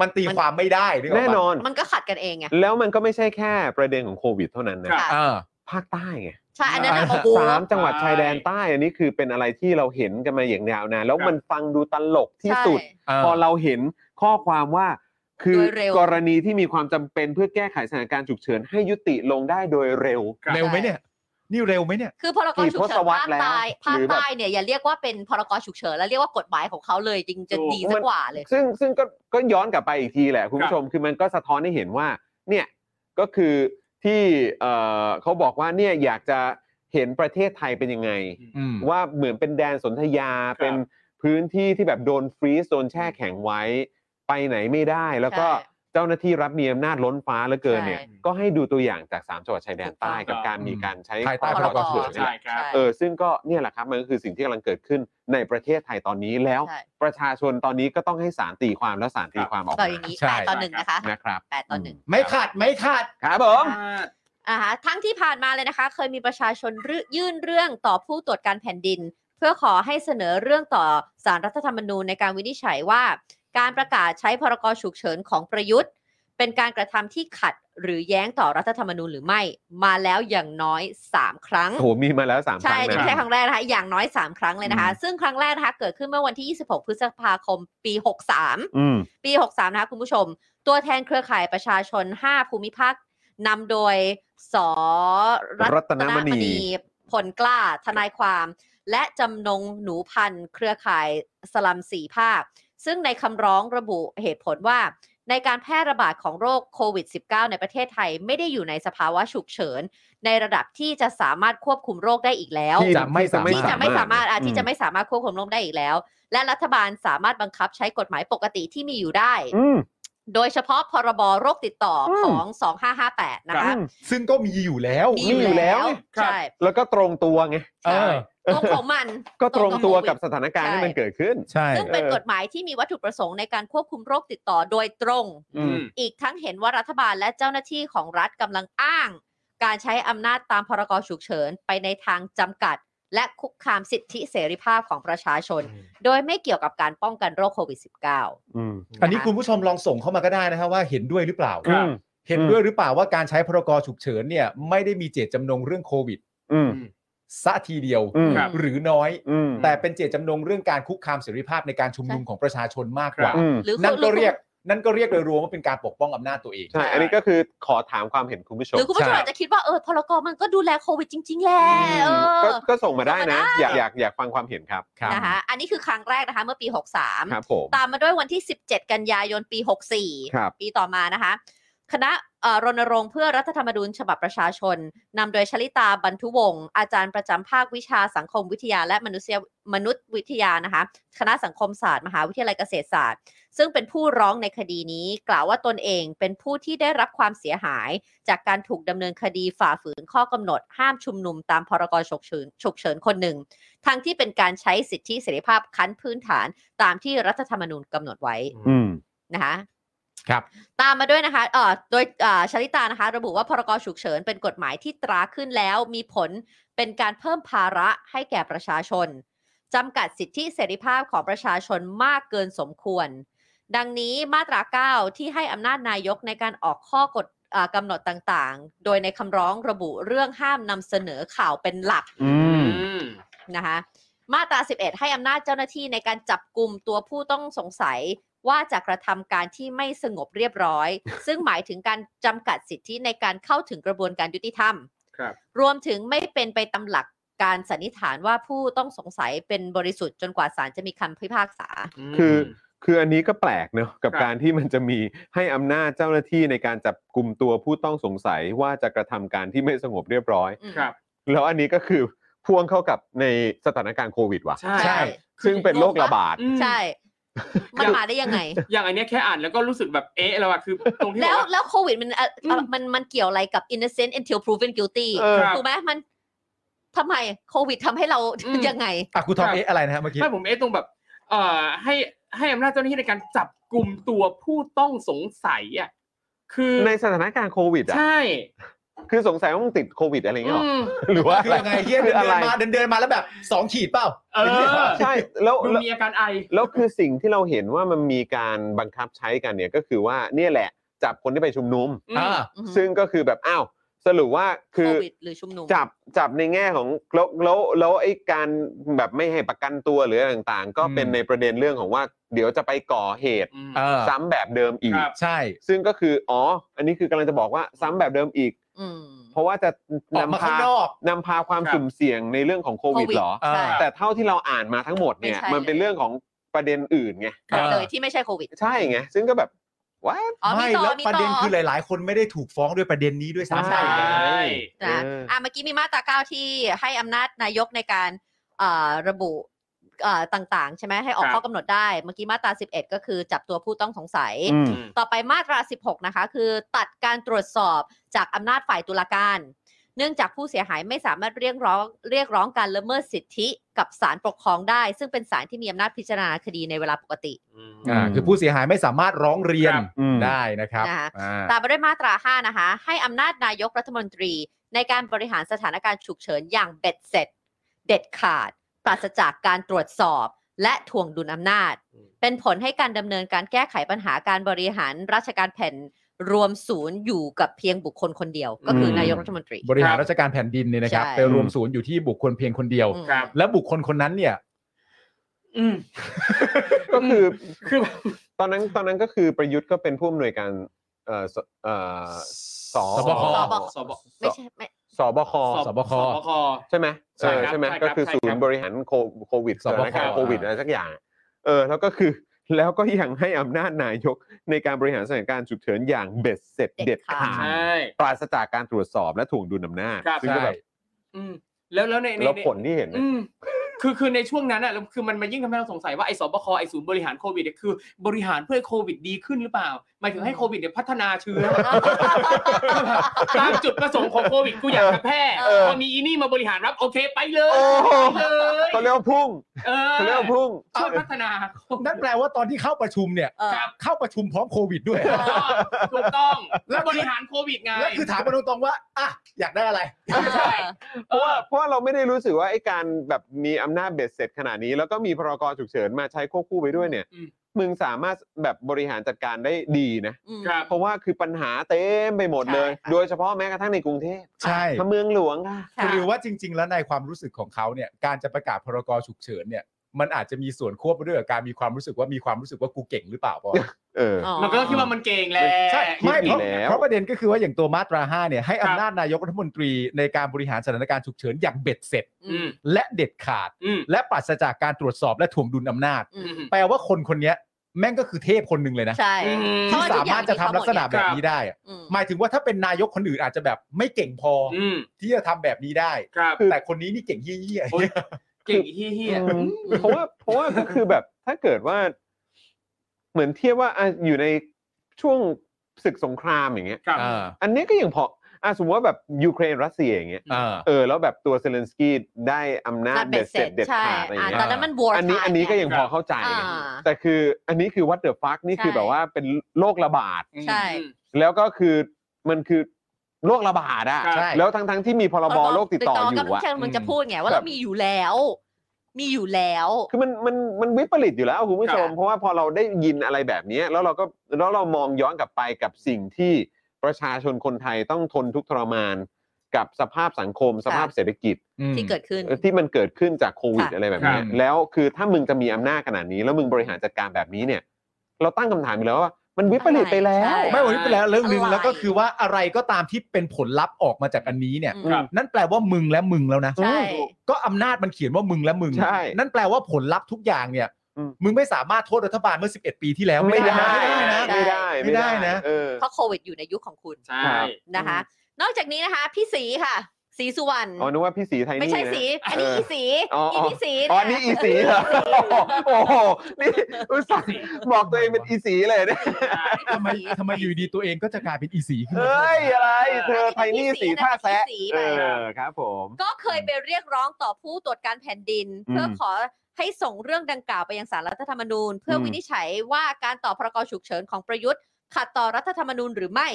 S4: มันตี
S3: มัน
S4: ความไม่ได้นึกกปะ
S5: แน่นอน
S3: มันก็ขัดกันเองไง
S5: แล้วมันก็ไม่ใช่แค่ประเด็นของโควิดเท่านั้นนะ
S6: ครับ
S4: เออ
S5: ภาคใต้ไง
S3: ใช่อันนั้นน่ะ
S4: อ่า
S3: โอ้โห
S5: สามจังหวัดชายแดนใต้อันนี้คือเป็นอะไรที่เราเห็นกันมาอย่างยาวนานแล้ว
S6: ครับ
S5: มันฟังดูตลกที่สุด
S4: เออ
S5: พอเราเห็นข้อความว่า คือ
S3: โดยเร็ว
S5: กรณีที่มีความจำเป็นเพื่อแก้ไขสถานการณ์ฉุกเฉินให้ยุติลงได้โดยเร็ว
S4: เร็วไหมเนี่ย นี่เร็วไหมเนี่ย
S3: คือพรก
S5: กี่
S3: ฉุก
S5: ทศ
S3: เฉิน
S5: วรรษ
S3: ภาค
S5: แล้ว
S3: ใต้ภา
S5: ห
S3: ค
S5: รือแบบ
S3: ใต้เนี่ยอย่าเรียกว่าเป็นพรกฉุกเฉินแล้วเรียกว่ากฎหมายของเขาเลยจริงจะ
S6: ถูก
S3: ดีสักกว่าเลย
S5: ซึ่งซึ่งก็ก็ย้อนกลับไปอีกทีแหละคุณผู้ชมคือมันก็สะท้อนให้เห็นว่าเนี่ยก็คือที่เอ่อเขาบอกว่าเนี่ยอยากจะเห็นประเทศไทยเป็นยังไง
S4: อืม
S5: ว่าเหมือนเป็นแดนสนธยา
S6: ครับ
S5: เป็นพื้นที่ที่แบบโดนฟรีซโดนแช่แข็งไว้ ไปไหนไม่ได้ แล้วก็
S3: ใช่
S5: เจ้าหน้าที่รับมีอำนาจล้นฟ้าเหลือเกินเนี่ย
S3: ใช่
S5: ก็ให้ดูตัวอย่างจากสามจังหวัดชายแดนใต้
S6: ถู
S5: กั
S6: กต้อง
S5: บการมีการใช้
S4: ภายใต้
S5: พรก
S3: พรก
S5: ฉุกเฉินเนี่ย
S6: ใช่ครับ
S3: ใช่
S5: เออซึ่งก็เนี่ยแหละครับมันก็คือสิ่งที่กำลังเกิดขึ้นในประเทศไทยตอนนี้แล้ว
S3: ใช่
S5: ประชาชนตอนนี้ก็ต้องให้สารตีความและสารตีความออก
S3: ต่อ
S5: มา
S3: อย่างนี้
S4: ใช่
S3: แปดต่อหนึ่งนะคะ
S5: นะครับ
S3: แปดต่อหนึ่ง
S4: ไม่ขาดไม่ขาด
S5: ครับผม
S3: อ่าฮะทั้งที่ผ่านมาเลยนะคะ เคยมีประชาชนรื้อยื่นเรื่องต่อผู้ตรวจการแผ่นดิน เพื่อขอให้เสนอเรื่องต่อสารรัฐธรรมนูญในการวินิจฉัยว่า การประกาศใช้พรกฉุกเฉินของประยุทธ์ เป็นการกระทำที่ขัดหรือแย้งต่อรัฐธรรมนูญหรือไม่มาแล้วอย่างน้อย 3 ครั้ง
S5: โอ้โหมีมาแล้วสามค
S3: ใช่
S5: รั้ง
S3: นี่
S5: นะ
S3: ไม่ใช่ครั้งแรกนะคะ อย่างน้อย 3 ครั้งเลยนะคะ ซึ่งครั้งแรกนะคะ เกิดขึ้นเมื่อวันที่ 26 พฤษภาคม ปี 63
S5: อืม
S3: ปี 63 นะคะ คุณผู้ชม ตัวแทนเครือข่ายประชาชน 5 ภูมิภาคนำโดยส
S5: รัตนมณี
S3: ผลกล้า ทนายความ และจำนงหนูพันธ์ เครือข่ายสลัมสีภาค ซึ่งในคำร้องระบุเหตุผลว่า ในการแพร่ระบาดของโรคโควิด -19 ในประเทศไทยไม่ได้อยู่ในสภาวะฉุกเฉิน ในระดับที่จะสามารถควบคุมโรคได้อีกแล้ว
S4: ที่ จะไม่สามารถ
S3: ที่จะไม่สามารถอ่ะ
S5: อืม
S3: ที่จะไม่สามารถควบคุมลมได้อีกแล้ว และรัฐบาลสามารถบังคับใช้กฎหมายปกติที่มีอยู่ได้
S5: อืม
S3: โดยเฉพาะพรบโรคติดต่ออ
S5: ม
S3: ของ 2558 นะคะ
S4: ซึ่งก็มีอยู่แล้ว
S3: มีอยู่แล้ว
S6: ครับ
S3: ใช่
S5: แล้วก็ตรงตัวไง
S4: เออ
S3: ตรงของมัน
S5: ก็ตรงตัวกับสถานการณ์ที่มันเกิดขึ้น
S4: ใช่
S3: ซึ่งเป็นกฎหมายที่มีวัตถุประสงค์ในการควบคุมโรคติดต่อโดยตรง
S5: อืม
S3: อีกทั้งเห็นว่ารัฐบาลและเจ้าหน้าที่ของรัฐกำลังอ้าง การใช้อำนาจตามพรกฉุกเฉินไปในทางจำกัด และคุกคามสิทธิเสรีภาพของประชาชน โดยไม่เกี่ยวกับการป้องกันโรคโควิด -19
S5: อืม
S4: อันนี้คุณผู้ชมลองส่งเข้ามาก็ได้นะครับว่าเห็นด้วยหรือเปล่า
S5: อืม
S4: เห็นด้วยหรือเปล่าว่าการใช้พรกฉุกเฉินเนี่ยไม่ได้มีเจตจำนงเรื่องโควิด
S5: อืม
S4: ซะทีเดียว
S5: อืม
S6: ครับ
S4: หรือน้อย
S5: อืม
S4: แต่เป็นเจตจำนงเรื่องการคุกคามเสรีภาพในการชุมนุมของประชาชนมากกว่า
S5: อืม
S3: หรือ
S4: นั่นก็
S3: หอ
S4: เรียกนั่นก็เรียกโดยรวมว่าเป็นการปกป้องอำนาจตัวเอง
S5: ใช่ อันนี้ก็คือขอถามความเห็นคุณผู้ช
S3: ห
S5: ม
S3: รือคุณผู้ชม
S4: ใช่
S3: อาจจะคิดว่าเออพลกรมันก็ดูแลโควิดจริง ๆ แหละเอ
S5: ก็
S3: อ
S5: ก็ส่งมาได้
S3: ส่งมาได้
S5: นะ อยากอยากอยากฟังความเห็นครับ ครับ
S3: นะคะ อันนี้คือครั้งแรกนะคะเมื่อปี 63
S5: ครับผม
S3: ตามมาด้วยวันที่ 17 กันยายนปี
S5: ครับ
S3: 64 ปีต่อมานะคะ คณะเอ่อรณรงค์เพื่อรัฐธรรมนูญฉบับประชาชนนำโดยชลิตาบรรทุวงศ์อาจารย์ประจำภาควิชาสังคมวิทยาและมนุษยมนุษยวิทยานะคะ คณะสังคมศาสตร์ มหาวิทยาลัยเกษตรศาสตร์ ซึ่งเป็นผู้ร้องในคดีนี้ กล่าวว่าตนเองเป็นผู้ที่ได้รับความเสียหาย จากการถูกดำเนินคดีฝ่าฝืนข้อกำหนด ห้ามชุมนุมตามพรกฉุกเฉินฉุกเฉินคนหนึ่ง ทั้งที่เป็นการใช้สิทธิเสรีภาพขั้นพื้นฐานตามที่รัฐธรรมนูญกำหนดไว้
S5: อืม
S3: นะคะ
S7: ครับ
S3: ตามมาด้วยนะคะเอ่อโดยเอ่อชลิตานะคะ ระบุว่าพรกฉุกเฉินเป็นกฎหมายที่ตราขึ้นแล้ว มีผลเป็นการเพิ่มภาระให้แก่ประชาชนจำกัดสิทธิเสรีภาพของประชาชนมากเกินสมควร ดังนี้มาตรา 9 ที่ให้อำนาจนายกในการออกข้อกฎเอ่อกำหนดต่างๆ โดยในคำร้องระบุเรื่องห้ามนำเสนอข่าวเป็นหลัก
S7: อืม
S6: อืม
S3: นะคะมาตรา 11 ให้อำนาจเจ้าหน้าที่ในการจับกลุ่มตัวผู้ต้องสงสัยว่าจะกระทำการที่ไม่สงบเรียบร้อย ซึ่งหมายถึงการจำกัดสิทธิในการเข้าถึงกระบวนการยุติธรรม
S5: ครับ
S3: รวมถึงไม่เป็นไปตามหลักการสันนิษฐานว่าผู้ต้องสงสัยเป็นบริสุทธิ์จนกว่าศาลจะมีคำพิพากษา
S5: คือคืออันนี้ก็แปลกเนอะกับ
S6: ครับ
S5: การที่มันจะมีให้อำนาจเจ้าหน้าที่ในการจับกลุ่มตัวผู้ต้องสงสัยว่าจะกระทำการที่ไม่สงบเรียบร้อย
S3: อืม
S6: ครับ
S5: แล้วอันนี้ก็คือพ่วงเข้ากับในสถานการณ์โควิดว่ะ
S6: ใช่
S3: ใช่
S5: ซึ่งเป็นโรคระบาด
S6: อืม
S3: ใช่ มัน
S6: อย่าง
S3: มาได้ยังไง
S6: อย่างอันเนี้ยแค่อ่านแล้วก็รู้สึกแบบเอ๊ะแล้วอะคือตรงที่
S3: แล้ว
S6: บอกา
S3: แล้วโควิดมันเอ่ออ
S6: ม
S3: มันมันเกี่ยวอะไรกับ innocent until proven guilty
S5: เออ
S6: ครับ
S3: ถูกไหมมันทำไมโควิดทำให้เรา
S6: อืม
S3: [laughs] ยังไง
S4: อ่ะครูทอม
S6: ครับ
S4: เอ๊ะอะไรนะฮะเมื่อกี้
S6: ไม่ผมเอ๊ะตรงแบบเอ่อให้ให้อำนาจเจ้าหน้าที่ในการจับกลุ่มตัวผู้ต้องสงสัยอ่ะคือ
S5: ในสถานการณ์โควิดอ่ะ
S6: ใช่
S5: คือสงสัยว่ามึงติดโควิดอะไรอย่างเงี้ยหรอ
S6: อืม
S5: หรือว่า
S4: คือยังไงเฮีย
S5: คื
S4: เดิ
S5: อน อะไร
S4: ๆมาเดินเดินๆมาแล้วแบบสองขีดเปล่า
S6: เออ
S5: ใช่แล้ว
S6: ดู
S5: แล้ว
S6: มีอาการไอ
S5: แล้วคือสิ่งที่เราเห็นว่ามันมีการบังคับใช้กันเนี่ยก็คือว่าเนี่ยแหละ จับคนที่ไปชุมนุม
S6: อืม
S4: อ่า
S3: อือฮึ
S5: ซึ่งก็คือแบบอ้าวสรุปว่าคื
S3: โค
S5: อ
S3: วิดหรือชุมนุม
S5: จับจับในแง่ของแล้วแล้วแล้วไอ้การแบบไม่ให้ประกันตัวหรืออะไรต่างๆ ก็
S4: อืม
S5: เป็นในประเด็นเรื่องของว่า เดี๋ยวจะไปก่อเหตุ
S6: อืม
S4: เออ
S5: ซ้ำแบบเดิมอีก
S6: ครับ
S4: ใช่
S5: ซึ่งก็คืออ๋อ อันนี้คือกำลังจะบอกว่าซ้ำแบบเดิมอีก
S3: อืม
S5: เพราะว่าจะ
S4: ออกมาน
S5: ำพา
S4: ข้างนอก
S5: นำพาความ
S6: ครับ
S5: สุ่มเสี่ยงในเรื่องของโควิด
S3: โควิด
S5: เหรอ
S4: เออ
S3: ใช่
S5: แต่เท่าที่เราอ่านมาทั้งหมดเนี่ย
S3: ไม่ใช่
S5: มันเป็นเรื่องของประเด็นอื่นไง
S4: เออ
S3: เลยที่ไม่ใช่โควิด
S5: ใช่ไงซึ่งก็แบบว้า
S3: อ๋อมี
S4: ไม่
S3: ต่อ
S4: แล้ว
S3: มี
S4: ประ
S3: ต่
S4: เด็น
S3: อ
S4: คือหลาย ๆ คนไม่ได้ถูกฟ้องด้วยประเด็นนี้ด้วยซ้ำ
S5: ใช่
S6: ใช่
S3: นะ
S5: เอออ่
S3: อ่ะเมื่อกี้มีมาตราเก้าที่ให้อำนาจนายกในการเอ่อระบุเอ่อต่างๆ ใช่ไหมให้ออกข้อกำหนดได้ เมื่อกี้มาตรา 11 ก็คือจับตัวผู้ต้องสงสัย ต่อไปมาตรา 16 นะคะ คือตัดการตรวจสอบจากอำนาจฝ่ายตุลาการ เนื่องจากผู้เสียหายไม่สามารถเรียกร้องเรียกร้องการละเมิดสิทธิกับศาลปกครองได้ ซึ่งเป็นศาลที่มีอำนาจพิจารณาคดีในเวลาปกติ
S4: อ่าคือผู้เสียหายไม่สามารถร้องเรียน
S6: ครับ
S5: อืม
S4: ได้นะครับ
S3: นะคะ
S4: อ่า
S3: ตามมาด้วยมาตรา 5 นะคะ ให้อำนาจนายกรัฐมนตรี ในการบริหารสถานการณ์ฉุกเฉินอย่างเบ็ดเสร็จ เด็ดขาด ปราศจากการตรวจสอบ และถ่วงดุลอำนาจ เป็นผลให้การดำเนินการแก้ไขปัญหาการบริหารราชการแผ่นรวมศูนย์อยู่กับเพียงบุคคลคนเดียว ก็คืออ
S5: ม
S3: นายกรัฐมนตรี
S4: บริหารราชการแผ่นดินเนี่ยนะครับ
S3: ใช่
S4: ไปรวมศูนย์อยู่ที่บุคคลเพียงคนเดียว
S3: อืม
S6: ครับ
S4: และบุคคลคนนั้นเนี่ย
S6: อืม
S5: ก็คือ
S6: คือ
S5: ตอนนั้นตอนนั้นก็คือประยุทธ์ก็เป็นผู้อำนวยการเอ่อสเอ่อส
S4: สบค
S6: สบ
S3: ไม่ใช่ไม่
S5: สบค
S4: สบค
S6: สบค
S5: ใช่ไหม
S6: ใช่ครับ
S5: เออใช่ไหม
S6: ใช่ครับ
S5: ก็คือ
S6: ใช่ครับ
S5: ศูนย์บริหารโคโควิด
S4: ส
S5: ส
S4: บค
S5: ถานการณ์โควิดอะไรสักอย่าง เออแล้วก็คือ [laughs] แล้วก็ยังให้อำนาจนายกในการบริหารสถานการณ์ฉุกเฉินอย่างเบ็ดเสร็จเด็ดขา
S6: ใช
S5: ด่ ปราศจากการตรวจสอบและถ่วงดุลอำนาจ
S6: ครับ
S5: ซึ่งก็แบบ
S6: อืมแล้วแล้วในใน
S5: แล้ว
S6: ใน
S5: ผลที่เห็นนะ
S6: อืมคือคือในช่วงนั้นอ่ะแล้วคือมันมายิ่งทำให้เราสงสัยว่าไอ้สบคไอ้ศูนย์บริหารโควิดเนี่ยคือบริหารเพื่อให้โควิดดีขึ้นหรือเปล่าหมายถึงให้โควิดเนี่ยพัฒนาเชื้อ [laughs] ตามจุดประสงค์ของโควิดกูอยากจะแพร่
S5: เออ
S6: พอมีอีนี่มาบริหารรับโอเคไปเลย
S5: โอ้โห
S6: ไปเลย
S5: เขาเรียกว่าพุ่ง
S6: เออ
S5: เขาเรียกว่าพุ่ง
S6: ช่วยพัฒนา
S4: นั่นแปลว่าตอนที่เข้าประชุมเนี่ย
S3: เออ
S6: ครับ
S4: เข้าประชุมพร้อมโควิดด้วย
S6: ถูกต้อง
S4: แล้
S6: แล้วว
S4: คือ
S6: บริหารโควิดไง
S4: และคือถามกันตรงๆว่าอ่ะอยากได้อะไร
S6: ใช่
S5: เพราะว่าเพราะว่าเราไม่ได้รู้สึกว่าไอ้การแบบมีอำนาจเบ็ดเสร็จขนาดนี้ แล้วก็มีพรกฉุกเฉินมาใช้ควบคู่ไปด้วยเนี่ย
S6: อืม
S5: มึงสามารถแบบบริหารจัดการได้ดีนะ
S3: อืม
S6: ครับ
S5: เพราะว่าคือปัญหาเต็มไปหมดเลย
S3: ใช่ค่ะ
S5: โดยเฉพาะแม้กระทั่งในกรุงเทพ
S4: ใช่
S5: พะเมืองหลวงค่ะ
S3: ค่ะ
S4: หรือว่าจริง ๆ แล้วในความรู้สึกของเขาเนี่ยการจะประกาศพรกฉุกเฉินเนี่ยมันอาจจะมีส่วนควบไปด้วยกับการมีความรู้สึกว่ามีความรู้สึกว่ากูเก่งหรือเปล่าปะ
S5: เออ
S3: อ๋อ
S6: มันก็คิดว่ามันเก่งแหละ
S4: ใช่ไม่
S5: คิด
S4: เพ
S5: อยู่
S4: ราะ
S5: แล้ว
S4: เพราะประเด็นก็คือว่าอย่างตัวมาตรา5เนี่ยให้อำนาจนายกรัฐมนตรีในการบริหารสถานการณ์ฉุกเฉินอย่างเบ็ดเสร็จ
S6: อืม
S4: และเด็ดขาด
S6: อืม
S4: และปราศจากการตรวจสอบและถ่วงดุลอำนาจ
S3: อื
S6: อื
S3: ม
S6: ม
S4: แปลว่าคนคนเนี้ยแม่งก็คือเทพคนหนึ่งเลยนะ
S3: ใช่
S6: อืม
S3: เพ
S4: ที่
S3: ว่
S4: สามารถจะทำลักษณะแบบนี้ได้อะ
S3: อืม
S4: หมายถึงว่าถ้าเป็นนายกคนอื่นอาจจะแบบไม่เก่งพออ
S6: อืม
S4: ที่จะทำแบบนี้ได้
S6: ครับ
S4: แต่คนนี้นี่เก่งเยี่ย
S6: โอ๊ยเก่งอีเฮีย
S5: อืมเพราะว่าเพราะว่าก็คือแบบถ้าเกิดว่า เหมือนเทียบว่าอ่ะอยู่ในช่วงศึกสงครามอย่างเงี้ย
S6: ครับ
S4: ๆอ่า
S5: อันนี้ก็ยังพอ อ่ะสมมติว่าแบบยูเครนรัสเซียอย่างเงี้ย
S7: อ่า
S5: เออแล้วแบบตัวเซเลนสกี้ได้อำนาจเด็ดเสร็จเด็ด
S3: ใช่
S5: ขาดอะไรอย่าง
S3: อ่า
S5: เงี้ย
S3: ตอนนั้นมันวอร์
S5: อันนี้อันนี้ก็ยังพอเข้าใจ
S3: อ่า
S5: แต่คืออันนี้คือวั t เ h อ f ฟักนี่คือ
S3: ใช่
S5: แบบว่าเป็นโรคระบาด
S3: ใช่
S5: แล้วก็คือมันคือโรคระบาดอะ
S6: ใช่
S5: แล้วทั้งทั้งๆที่มีพรบโรคติดต่ออยู่
S3: ก็
S5: อะ
S3: แค่มึงจะพูดไงว่าเรามีอยู่แล้ว มีอยู่แล้ว
S5: คือมันมันมันวิปริตอยู่แล้วคุณผู้ชม เพราะว่าพอเราได้ยินอะไรแบบนี้ แล้วเราก็แล้วเรามองย้อนกลับไปกับสิ่งที่ประชาชนคนไทยต้องทนทุกข์ทรมาน กับสภาพสังคม สภาพเศรษฐกิจ
S3: ที่เกิดขึ้น
S5: เอ่อที่มันเกิดขึ้นจากโควิด
S3: ค่ะ
S5: อะไรแบบนี้
S7: ครับ
S5: แล้วคือถ้ามึงจะมีอำนาจขนาดนี้ แล้วมึงบริหารจัดการแบบนี้เนี่ย เราตั้งคำถามอยู่แล้วว่า มันวิปริตไปแล้ว
S3: ใช่
S4: ไม่วันนี้ไปแล้วเรื่องหนึ่ง
S3: อะไร
S4: แล้วก็คือว่าอะไรก็ตามที่เป็นผลลัพธ์ออกมาจากอันนี้เนี่ย
S3: อืม
S6: ครับ
S4: นั่นแปลว่ามึงและมึงแล้วนะ
S3: ใช่
S4: ก็อำนาจมันเขียนว่ามึงและมึง
S5: ใช่
S4: นั่นแปลว่าผลลัพธ์ทุกอย่างเนี่ย
S5: อืม
S4: มึงไม่สามารถโทษรัฐบาลเมื่อ 11 ปีที่แล้ว
S5: ไม่
S4: นะ
S5: ได้
S4: ไม่ได้นะ
S5: ไม่ได้
S4: ไม่ได้นะ
S5: เออ
S3: เพราะโควิดอยู่ในยุคของคุณ
S6: ใช่
S5: ครับ
S3: นะคะ นอกจากนี้นะคะ พี่สีค่ะ สีสุวรรณ
S5: อ๋อนึกว่าพี่สีไทยนี่
S3: ไม่ใช่สี
S5: นะ
S3: อันนี้
S5: เ
S3: อีสี
S5: อ๋ออ๋อ
S3: พี่สี
S5: อ๋อ
S3: เนี่
S5: นี่
S3: ย
S5: อีสีเหรอ โอ้โห นี่อุตส่าห์บอกตัวเองเป็นอีสีเลยเนี่ย
S4: ทำไมทำไมอยู่ดีตัวเองก็จะกลายเป็นอีสีขึ้น
S5: เฮ
S4: มา
S5: ้ย อะไร เธอไท
S3: อัน
S5: ย
S3: นี้
S5: นี่
S3: เป็นอีสี
S5: สีท่าแซะ
S3: อันนี้
S5: เอ
S3: เป็นอีสีไป
S5: อ ครับผม
S3: ก็เคยไปเรียกร้องต่อผู้ตรวจการแผ่นดิน
S5: อืม
S3: เพื่อขอให้ส่งเรื่องดังกล่าวไปยังสารรัฐธรรมนูญ เพื่ออ
S5: ม
S3: วินิจฉัยว่าการต่อพรกฉุกเฉินของประยุทธ์ขัดต่อรัฐธรรมนูญหรือไม่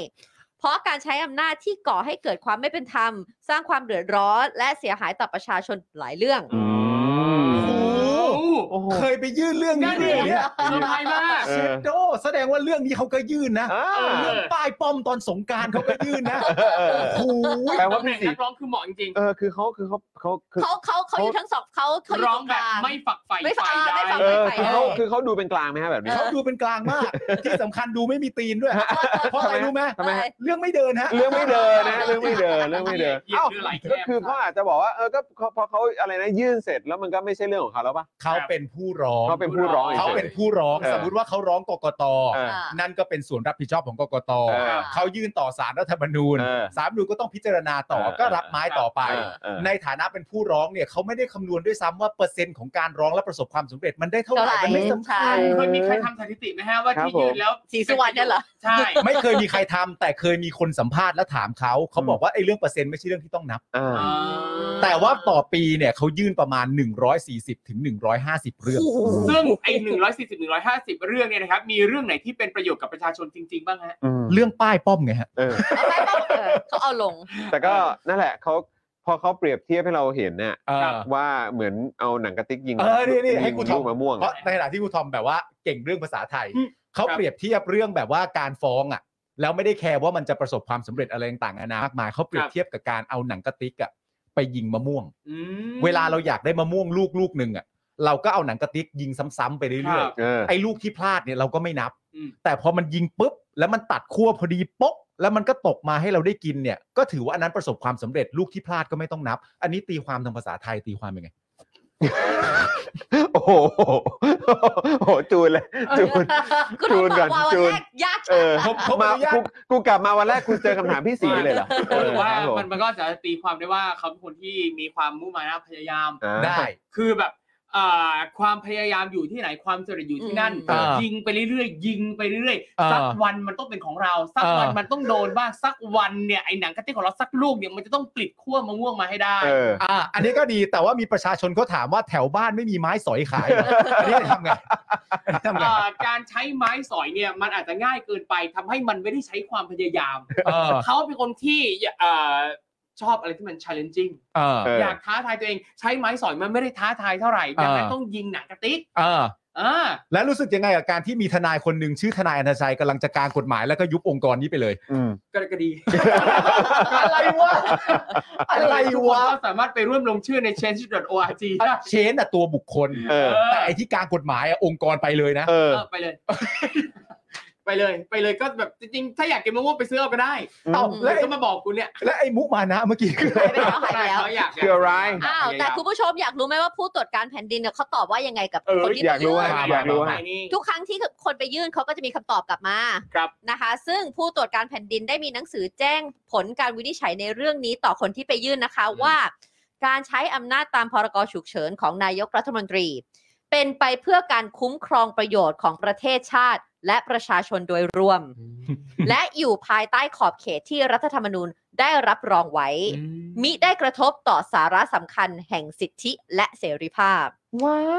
S3: เพราะการใช้อำนาจที่ก่อให้เกิดความไม่เป็นธรรม สร้างความเดือดร้อนและเสียหายต่อประชาชนหลายเรื่อง
S5: อืม
S4: โอ้โหเคยไปยื่นเรื่องนี้
S6: นั่นดิ
S4: ด้วยเนี่ย
S6: ทำไมมาก
S5: เอ
S4: เช
S5: อ
S4: ดโดแสดงว่าเรื่องนี้เขาก็ยื่นนะ
S5: อ่า
S4: เรื่องป้ายป้อมตอนสงกรารเขาก็ยื่นนะ
S5: เออเออเออ
S4: โอ้โห
S5: แปลว่า
S6: ตำแห
S5: พี่
S6: น่ง
S5: สี
S6: นักร้องคือเหมาะจริง
S5: เออ คือเขาคือเขาเขาคือ
S3: เขาเขาเขาอยู่ทั้งสองเขาเขาอ
S6: ๆ
S3: ยู่
S6: ร้อ
S3: ต
S6: ง
S3: รง
S6: แบ
S3: ก
S6: บ
S3: ลาง
S6: ไม่ฝักใฝ่
S3: ไม่ฝัก
S6: ฝ่าย
S3: เออไม่ฝัก
S5: เออ
S6: ใด
S3: ไป
S5: คือ
S3: ไป
S5: เขา
S3: เลย
S5: คือเขาดูเป็นกลางไหมฮะแบบนี้
S4: เขาดูเป็นกลางมาก ที่สำคัญดูไม่มีตีนด้วย เพราะอะไรรู้ไหม
S5: ทำไมฮะ
S4: เรื่องไม่เดินฮะ
S5: เรื่องไม่เดินนะ เรื่องไม่เดิน เรื่องไม่เดิน
S6: หยียบ
S5: เอ้า
S6: เรือไหลแค
S5: ก็
S6: บ
S5: คือเขาอาจจะบอกว่า เออ ก็เขาพอเขาอะไรนะ ยื่นเสร็จแล้วมันก็ไม่ใช่เรื่องของเขาแล้วป่ะ
S4: เขาเป็นผู้ร้อง
S5: เขาเป็นผู้ร้องฉยๆ
S4: เขาเป็นผู้ร้อง
S5: เออ
S4: สมมติว่าเขาร้องกกต
S5: เออ
S4: นั่นก็เป็นส่วนรับผิดชอบของกกต
S5: เออ
S4: เขายื่นต่อสารรัฐธรรมนูญ
S5: เออ
S4: สารรัฐธรรมนูญก็ต้องพิจารณาต่อ
S5: เออ
S4: ก็รับไม้ต่อไป
S5: เออเออ
S4: ในฐานะเป็นผู้ร้องเนี่ยเขาไม่ได้คำนวณด้วยซ้ำว่าเปอร์เซ็นต์ของการร้องและประสบความสำเร็จมันได้เท่าไหร่
S3: เท่าไหร่
S4: มันไม่สำคัญ
S6: เคยมีใครทำสถิติไหมฮะว่า
S5: ครับ
S6: ที่ยื
S5: ผม
S6: นแล้ว
S3: สีสุวรรณเนี่ยเหรอ
S6: ใช่
S4: ไม่เคยมีใครทำแต่เคยมีคนสัมภาษณ์และถามเขาเขาบอกว่าไอ้เรื่องเปอร์เซ็นต์ไม่ใช่เรื่องที่ต้องนับ
S5: อ่า
S4: แต่ว่าต่อปีเนี่ยเขายื่นประมาณ 140ถึง150 เรื่อง
S6: ซึ่งไอ้หนึ่งร้อยสี่สิบหนึ่งร้อยห้าสิบเรื่องเนี่ยนะครับ มีเรื่องไหนที่เป็นประโยชน์กับประชาชนจริง ๆ บ้างฮะ
S5: อืม
S4: เรื่องป้ายป้อมไงฮะ
S5: เออ
S3: เอาไปเปล่าเออเขาเอาลง
S5: แต่ก็นั่นแหละเขาพอเขาเปรียบเทียบให้เราเห็นเนี่ยว่าเหมือนเอาหนังกระติกยิง
S4: เออนี่นี่ให้กูทำ
S5: ลูกมะม่วง
S4: เพราะในขณะที่ครูทอมแบบว่าเก่งเรื่องภาษาไทย
S6: อืม
S4: เขา
S6: ครับ
S4: เปรียบเทียบเรื่องแบบว่าการฟ้องอ่ะ แล้วไม่ได้แคร์ว่ามันจะประสบความสำเร็จอะไรต่างๆนานามากมายเขาเปรียบเทียบกับการเอาหนังกระติกอ่ะไปยิงมะม่วง
S6: อืม
S4: เวลาเราอยากได้มะม่วงลูกลูกหนึ่งอ่ะเราก็เอาหนังกระติกยิงซ้ำๆไป
S6: ค
S4: เรื่
S6: รั
S4: อย
S6: บ
S5: เออ
S4: ๆไอ้ลูกที่พลาดเนี่ยเราก็ไม่นับ
S6: อืม
S4: แต่พอมันยิงปุ๊บ แล้วมันตัดขั้วพอดีป๊กแล้วมันก็ตกมาให้เราได้กินเนี่ย ก็ถือว่าอันนั้นประสบความสำเร็จลูกที่พลาดก็ไม่ต้องนับ อันนี้ตีความทางภาษาไทยตีความยังไง
S5: โอ้โหโอ้โหจูนเลย จูน
S3: คุณต้อง
S5: จูนก่
S3: บอ
S5: อ
S3: นกว่าวัน
S5: จูน
S3: แรกยาก
S5: เออ
S4: ผมผม
S5: มา
S4: อนุญาต
S5: กูกูกลับมาวันแรกกูเจอคำถามพี่สีเลยเหรอ
S6: หรือว่า
S5: เออครับผ
S6: มันมันก็จะตีความได้ว่าเขาเป็นคนที่มีความมุ่งมานะพยายาม
S5: อ่า
S4: ได้
S6: คือแบบอ่าความพยายามอยู่ที่ไหนความสำเร็จอยู่ที่นั่น
S4: อ่ายิ
S6: ยิงไปเรื่อยๆยิงไปเรื่อย
S4: อ่า
S6: ๆสักวันมันต้องเป็นของเรา สักวัน
S4: อ่ามั
S6: มันต้องโดนบ้างสักวันเนี่ยไอ้หนังกระติกของเราสักลูกเนี่ยมันจะต้องปลิดขั้วมะม่วงมาให้ได้
S5: เออ
S4: อ่า อันนี้ก็ดีแต่ว่ามีประชาชนเขาถามว่าแถวบ้านไม่มีไม้สอยขายเหร
S6: [laughs]
S4: ออันนี้ทำไงอันนี้ทำไง
S6: เอ่อการใช้ไม้สอยเนี่ยมันอาจจะง่ายเกินไปทำให้มันไม่ได้ใช้ความพยายาม
S4: เออ
S6: เขาเป็นคนที่เอ่อชอบอะไรที่มัน challenging
S4: เออ
S5: เออ
S6: อยากท้าทายตัวเองใช้ไม้สอยมันไม่ได้ท้าทายเท่าไหร่ดังนั้น
S4: อ่า
S6: ต้องยิงหนังกระติก
S4: เออ
S6: อ่า
S4: แล้วรู้สึกยังไงกับการที่มีทนายคนหนึ่งชื่อทนายอนันตชัยกำลังจะกลางกฎหมายแล้วก็ยุบองค์กรนี้ไปเลย
S5: อืม
S6: ก็ก็ดี
S4: อะไรวะ อะไร
S6: ทุกคน
S4: วะ
S6: ก็สามารถไปร่วมลงชื่อใน change.org ได้
S4: เชนอะตัวบุคคล
S5: เออ
S4: แต่ไอที่กลางกฎหมายอะองค์กรไปเลยนะ
S5: เออ
S6: เออไปเลย ไปเลยไปเลยก็แบบจริงๆ ถ้าอยากกินมะม่วงไปซื้อเอาก็ได้
S4: เอา
S6: แล้
S4: แล้ว วไอ้
S6: ก็มาบอกกูเนี่ย
S4: และไอ้มุมานะเมื่อกี้คืออะไร
S3: ไปแล้วหายไปแล้ว
S6: เขาอยาก
S5: คืออะไร
S3: อ้าว แต่คุณ
S6: พ
S3: ผู้ชมอยากรู้ไหมว่าผู้ตรวจการแผ่นดินเนี่ยเขาตอบว่ายังไงกับ
S5: เออ
S3: คนที่
S5: อยากรู้
S3: ไป
S5: ว่า
S3: ยื่น
S5: อยากรู้ฮะ
S6: นี่
S3: ทุกครั้งที่คนไปยื่นเขาก็จะมีคำตอบกลับมา
S6: ครับ
S3: นะคะ ซึ่งผู้ตรวจการแผ่นดินได้มีหนังสือแจ้งผลการวินิจฉัยในเรื่องนี้ต่อคนที่ไปยื่นนะคะว่า การใช้อำนาจตามพรกฉุกเฉินของนายกรัฐมนตรี เ เป็นไปเพื่อการคุ้มครองประโยชน์ของประเทศชาติ และประชาชนโดยรวม และอยู่ภายใต้ขอบเขตที่รัฐธรรมนูญได้รับรองไว้ มิได้กระทบต่อสาระสำคัญแห่งสิทธิและเสรีภาพ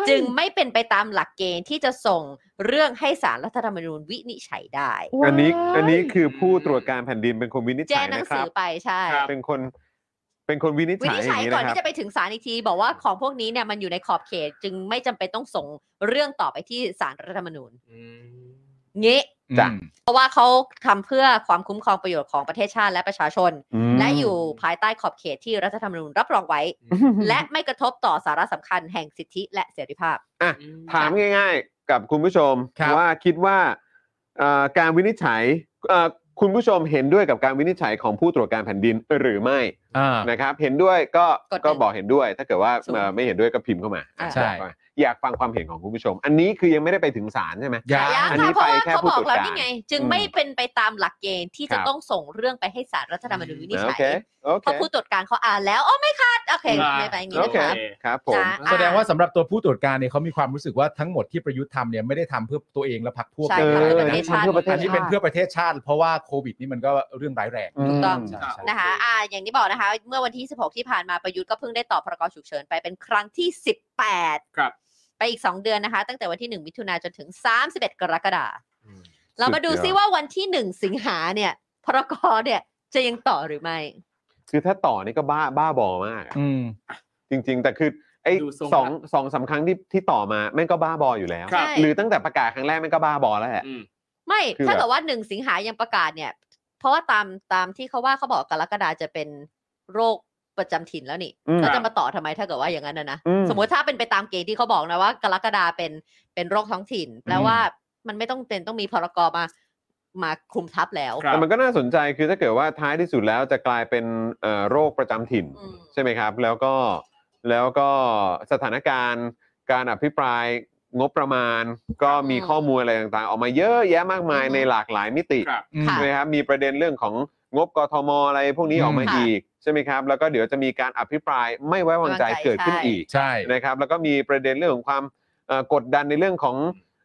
S3: จึงไม่เป็นไปตามหลักเกณฑ์ที่จะส่งเรื่องให้สารรัฐธรรมนูญวินิจฉัยได้
S5: อันนี้อันนี้คือผู้ตรวจการแผ่นดินเป็นคนวินิจ
S3: แจ้
S5: ฉั
S3: ง
S5: ย
S3: หนัง
S5: นะค
S3: สื
S5: รับ
S3: อไปใช่
S6: ครับ
S5: เป็นคนเป็นคนวินิจ
S3: วิ
S5: ฉัย
S3: นิจ
S5: อ
S3: ฉัย
S5: ย่างนี้
S3: ก่อน
S5: นะครับ
S3: ที่จะไปถึงศาลอีกที บอกว่าของพวกนี้เนี่ยมันอยู่ในขอบเขต จึงไม่จำเป็นต้องส่งเรื่องต่อไปที่ศาลรัฐธรรมนูญงี้
S5: จ้ะ
S3: เพราะว่าเขาทำเพื่อความคุ้มครองประโยชน์ของประเทศชาติและประชาชน
S5: ม
S3: และอยู่ภายใต้ขอบเขตที่รัฐธรรมนูญรับรองไว้ [laughs] และไม่กระทบต่อสาระสำคัญแห่งสิทธิและเสรีภาพ
S5: ถามง่ายๆ กับคุณผู้ชม
S4: ครับ
S5: ว่าคิดว่าเอ่อการวินิจฉัยเอ่อคุณผู้ชมเห็นด้วยกับการวินิจฉัยของผู้ตรวจการแผ่นดินหรือไม่
S4: อ่า
S5: นะครับ เห็นด้วยก็
S3: กดหนึ่ง
S5: ก็บอกเห็นด้วย ถ้าเกิดว่า
S3: ศูนย์
S5: เอ่อไม่เห็นด้วยก็พิมพ์เข้ามา
S3: อ่า
S4: ใช่
S5: อยากฟังความเห็นของคุณผู้ชม อันนี้คือยังไม่ได้ไปถึงศาลใช่ไหม
S4: ยา
S3: ยั
S5: อัน
S3: ค่ะ
S5: นี้
S3: เพราะว่า
S5: ไปแค่
S3: เขา
S5: ผู้
S3: บอก
S5: ตรวจ
S3: แล้ว
S5: การ
S3: นี่ไง จึง
S5: อืม
S3: ไม่เป็นไปตามหลักเกณฑ์ที่จะ
S5: ครับ
S3: ต้องส่งเรื่องไปให้ศาลรัฐธรรมนูญวินิจ
S5: โอ
S3: ฉัย
S5: เคโอ
S3: เพ
S5: เค
S3: ราะผู้ตรวจการเขาอ่านแล้วอ๋อไม่คัดโอเคไม่ไปอย่างงี้
S5: โอ
S3: นะ
S5: เค
S3: คะ
S5: ครับผม
S3: จ้ะอ่ะ
S4: แสดงว่าสำหรับตัวผู้ตรวจการเนี่ยเขามีความรู้สึกว่าทั้งหมดที่ประยุทธ์ทำเนี่ยไม่ได้ทำเพื่อตัวเองและพรรคพวก
S3: ใช่
S5: เอ
S3: ค่ะ
S5: อ
S3: ทำพื่
S4: นะ
S3: ปะท
S5: นี่
S3: ศ
S5: ทำ
S3: ชาติ
S5: เพื่อประเทศ
S4: นี่
S5: ชา
S4: เป็นเพื่อประเทศชาติ
S5: ติ
S4: เพราะว่าโควิดนี่มันก็เรื่องร้ายแรง
S3: ถูกต้อง
S5: ม
S4: ใช่
S3: นะคะ อ่า อย่างที่บอกนะคะ เมื่อวันที่ 16 ที่ผ่านมา ประยุทธ์ก็เพิ่งได้ต่อพรกฉุกเฉินไปเป็นครั้งที่ 18
S6: ครับ
S3: ไปอีก 2 เดือนนะคะ ตั้งแต่วันที่ 1 มิถุนาจนถึง 31 กรกฎาคม
S5: อืม
S3: เรามาดู
S5: สุดยอด
S3: ซิว่าวันที่ 1 สิงหาเนี่ย พรกเนี่ยจะยังต่อหรือไม่
S5: คือถ้าต่อนี่ก็บ้าบ้าบอมากอะ
S4: อืม
S5: จริง ๆ แต่คือไอ้
S6: ดูทรง
S5: สอง
S6: ละ
S5: สองสามครั้งที่ที่ต่อมาแม่งก็บ้าบออยู่แล้ว
S6: ครับ
S3: ใช่
S5: หรือตั้งแต่ประกาศครั้งแรกแม่งก็บ้าบอแล้วแหละ
S6: อืม
S3: ไม่
S5: คือแบบ
S3: ถ้าเกิดว่า 1 สิงหายังประกาศเนี่ย เพราะว่าตามตามที่เขาว่าเขาบอกกรกฎาจะเป็นโรคประจำถิ่นแล้วนี่
S5: อืม
S3: เขา
S6: ครั
S3: จะ
S6: บ
S3: มาต่อทำไมถ้าเกิดว่าอย่างนั้นนะนะ
S5: อืม
S3: สมมติถ้าเป็นไปตามเกณฑ์ที่เขาบอกนะว่ากรกฎาเป็นเป็นโรคท้องถิ่นแปลว่ามันไม่ต้องเป็นต้องมีพรกมามาคลุมทับแล้ว
S6: ครับ
S5: แต่มันก็น่าสนใจคือถ้าเกิดว่าท้ายที่สุดแล้วจะกลายเป็นเอ่อโรคประจำถิ่น
S3: อืม
S5: ใช่ไหมครับ แล้วก็แล้วก็สถานการณ์ การอภิปรายงบประมาณ ก็มีข้อมูลอะไรต่างๆ ออกมาเยอะแยะมากมายในหลากหลายมิติ
S6: ครับ
S3: ค่ะ
S5: ใช่ไหมครับมีประเด็นเรื่องของงบกทมอะไรพวกนี้
S4: อืม
S5: ออกมา
S3: ค่ะ
S5: อีกใช่ไหมครับ แล้วก็เดี๋ยวจะมีการอภิปรายไม่ไว้วางใจ
S3: วางใจ
S5: เกิดขึ้น
S3: ใช่
S5: อีก
S4: ใช่
S5: นะครับ แล้วก็มีประเด็นเรื่องของความเอ่อกดดันในเรื่องของ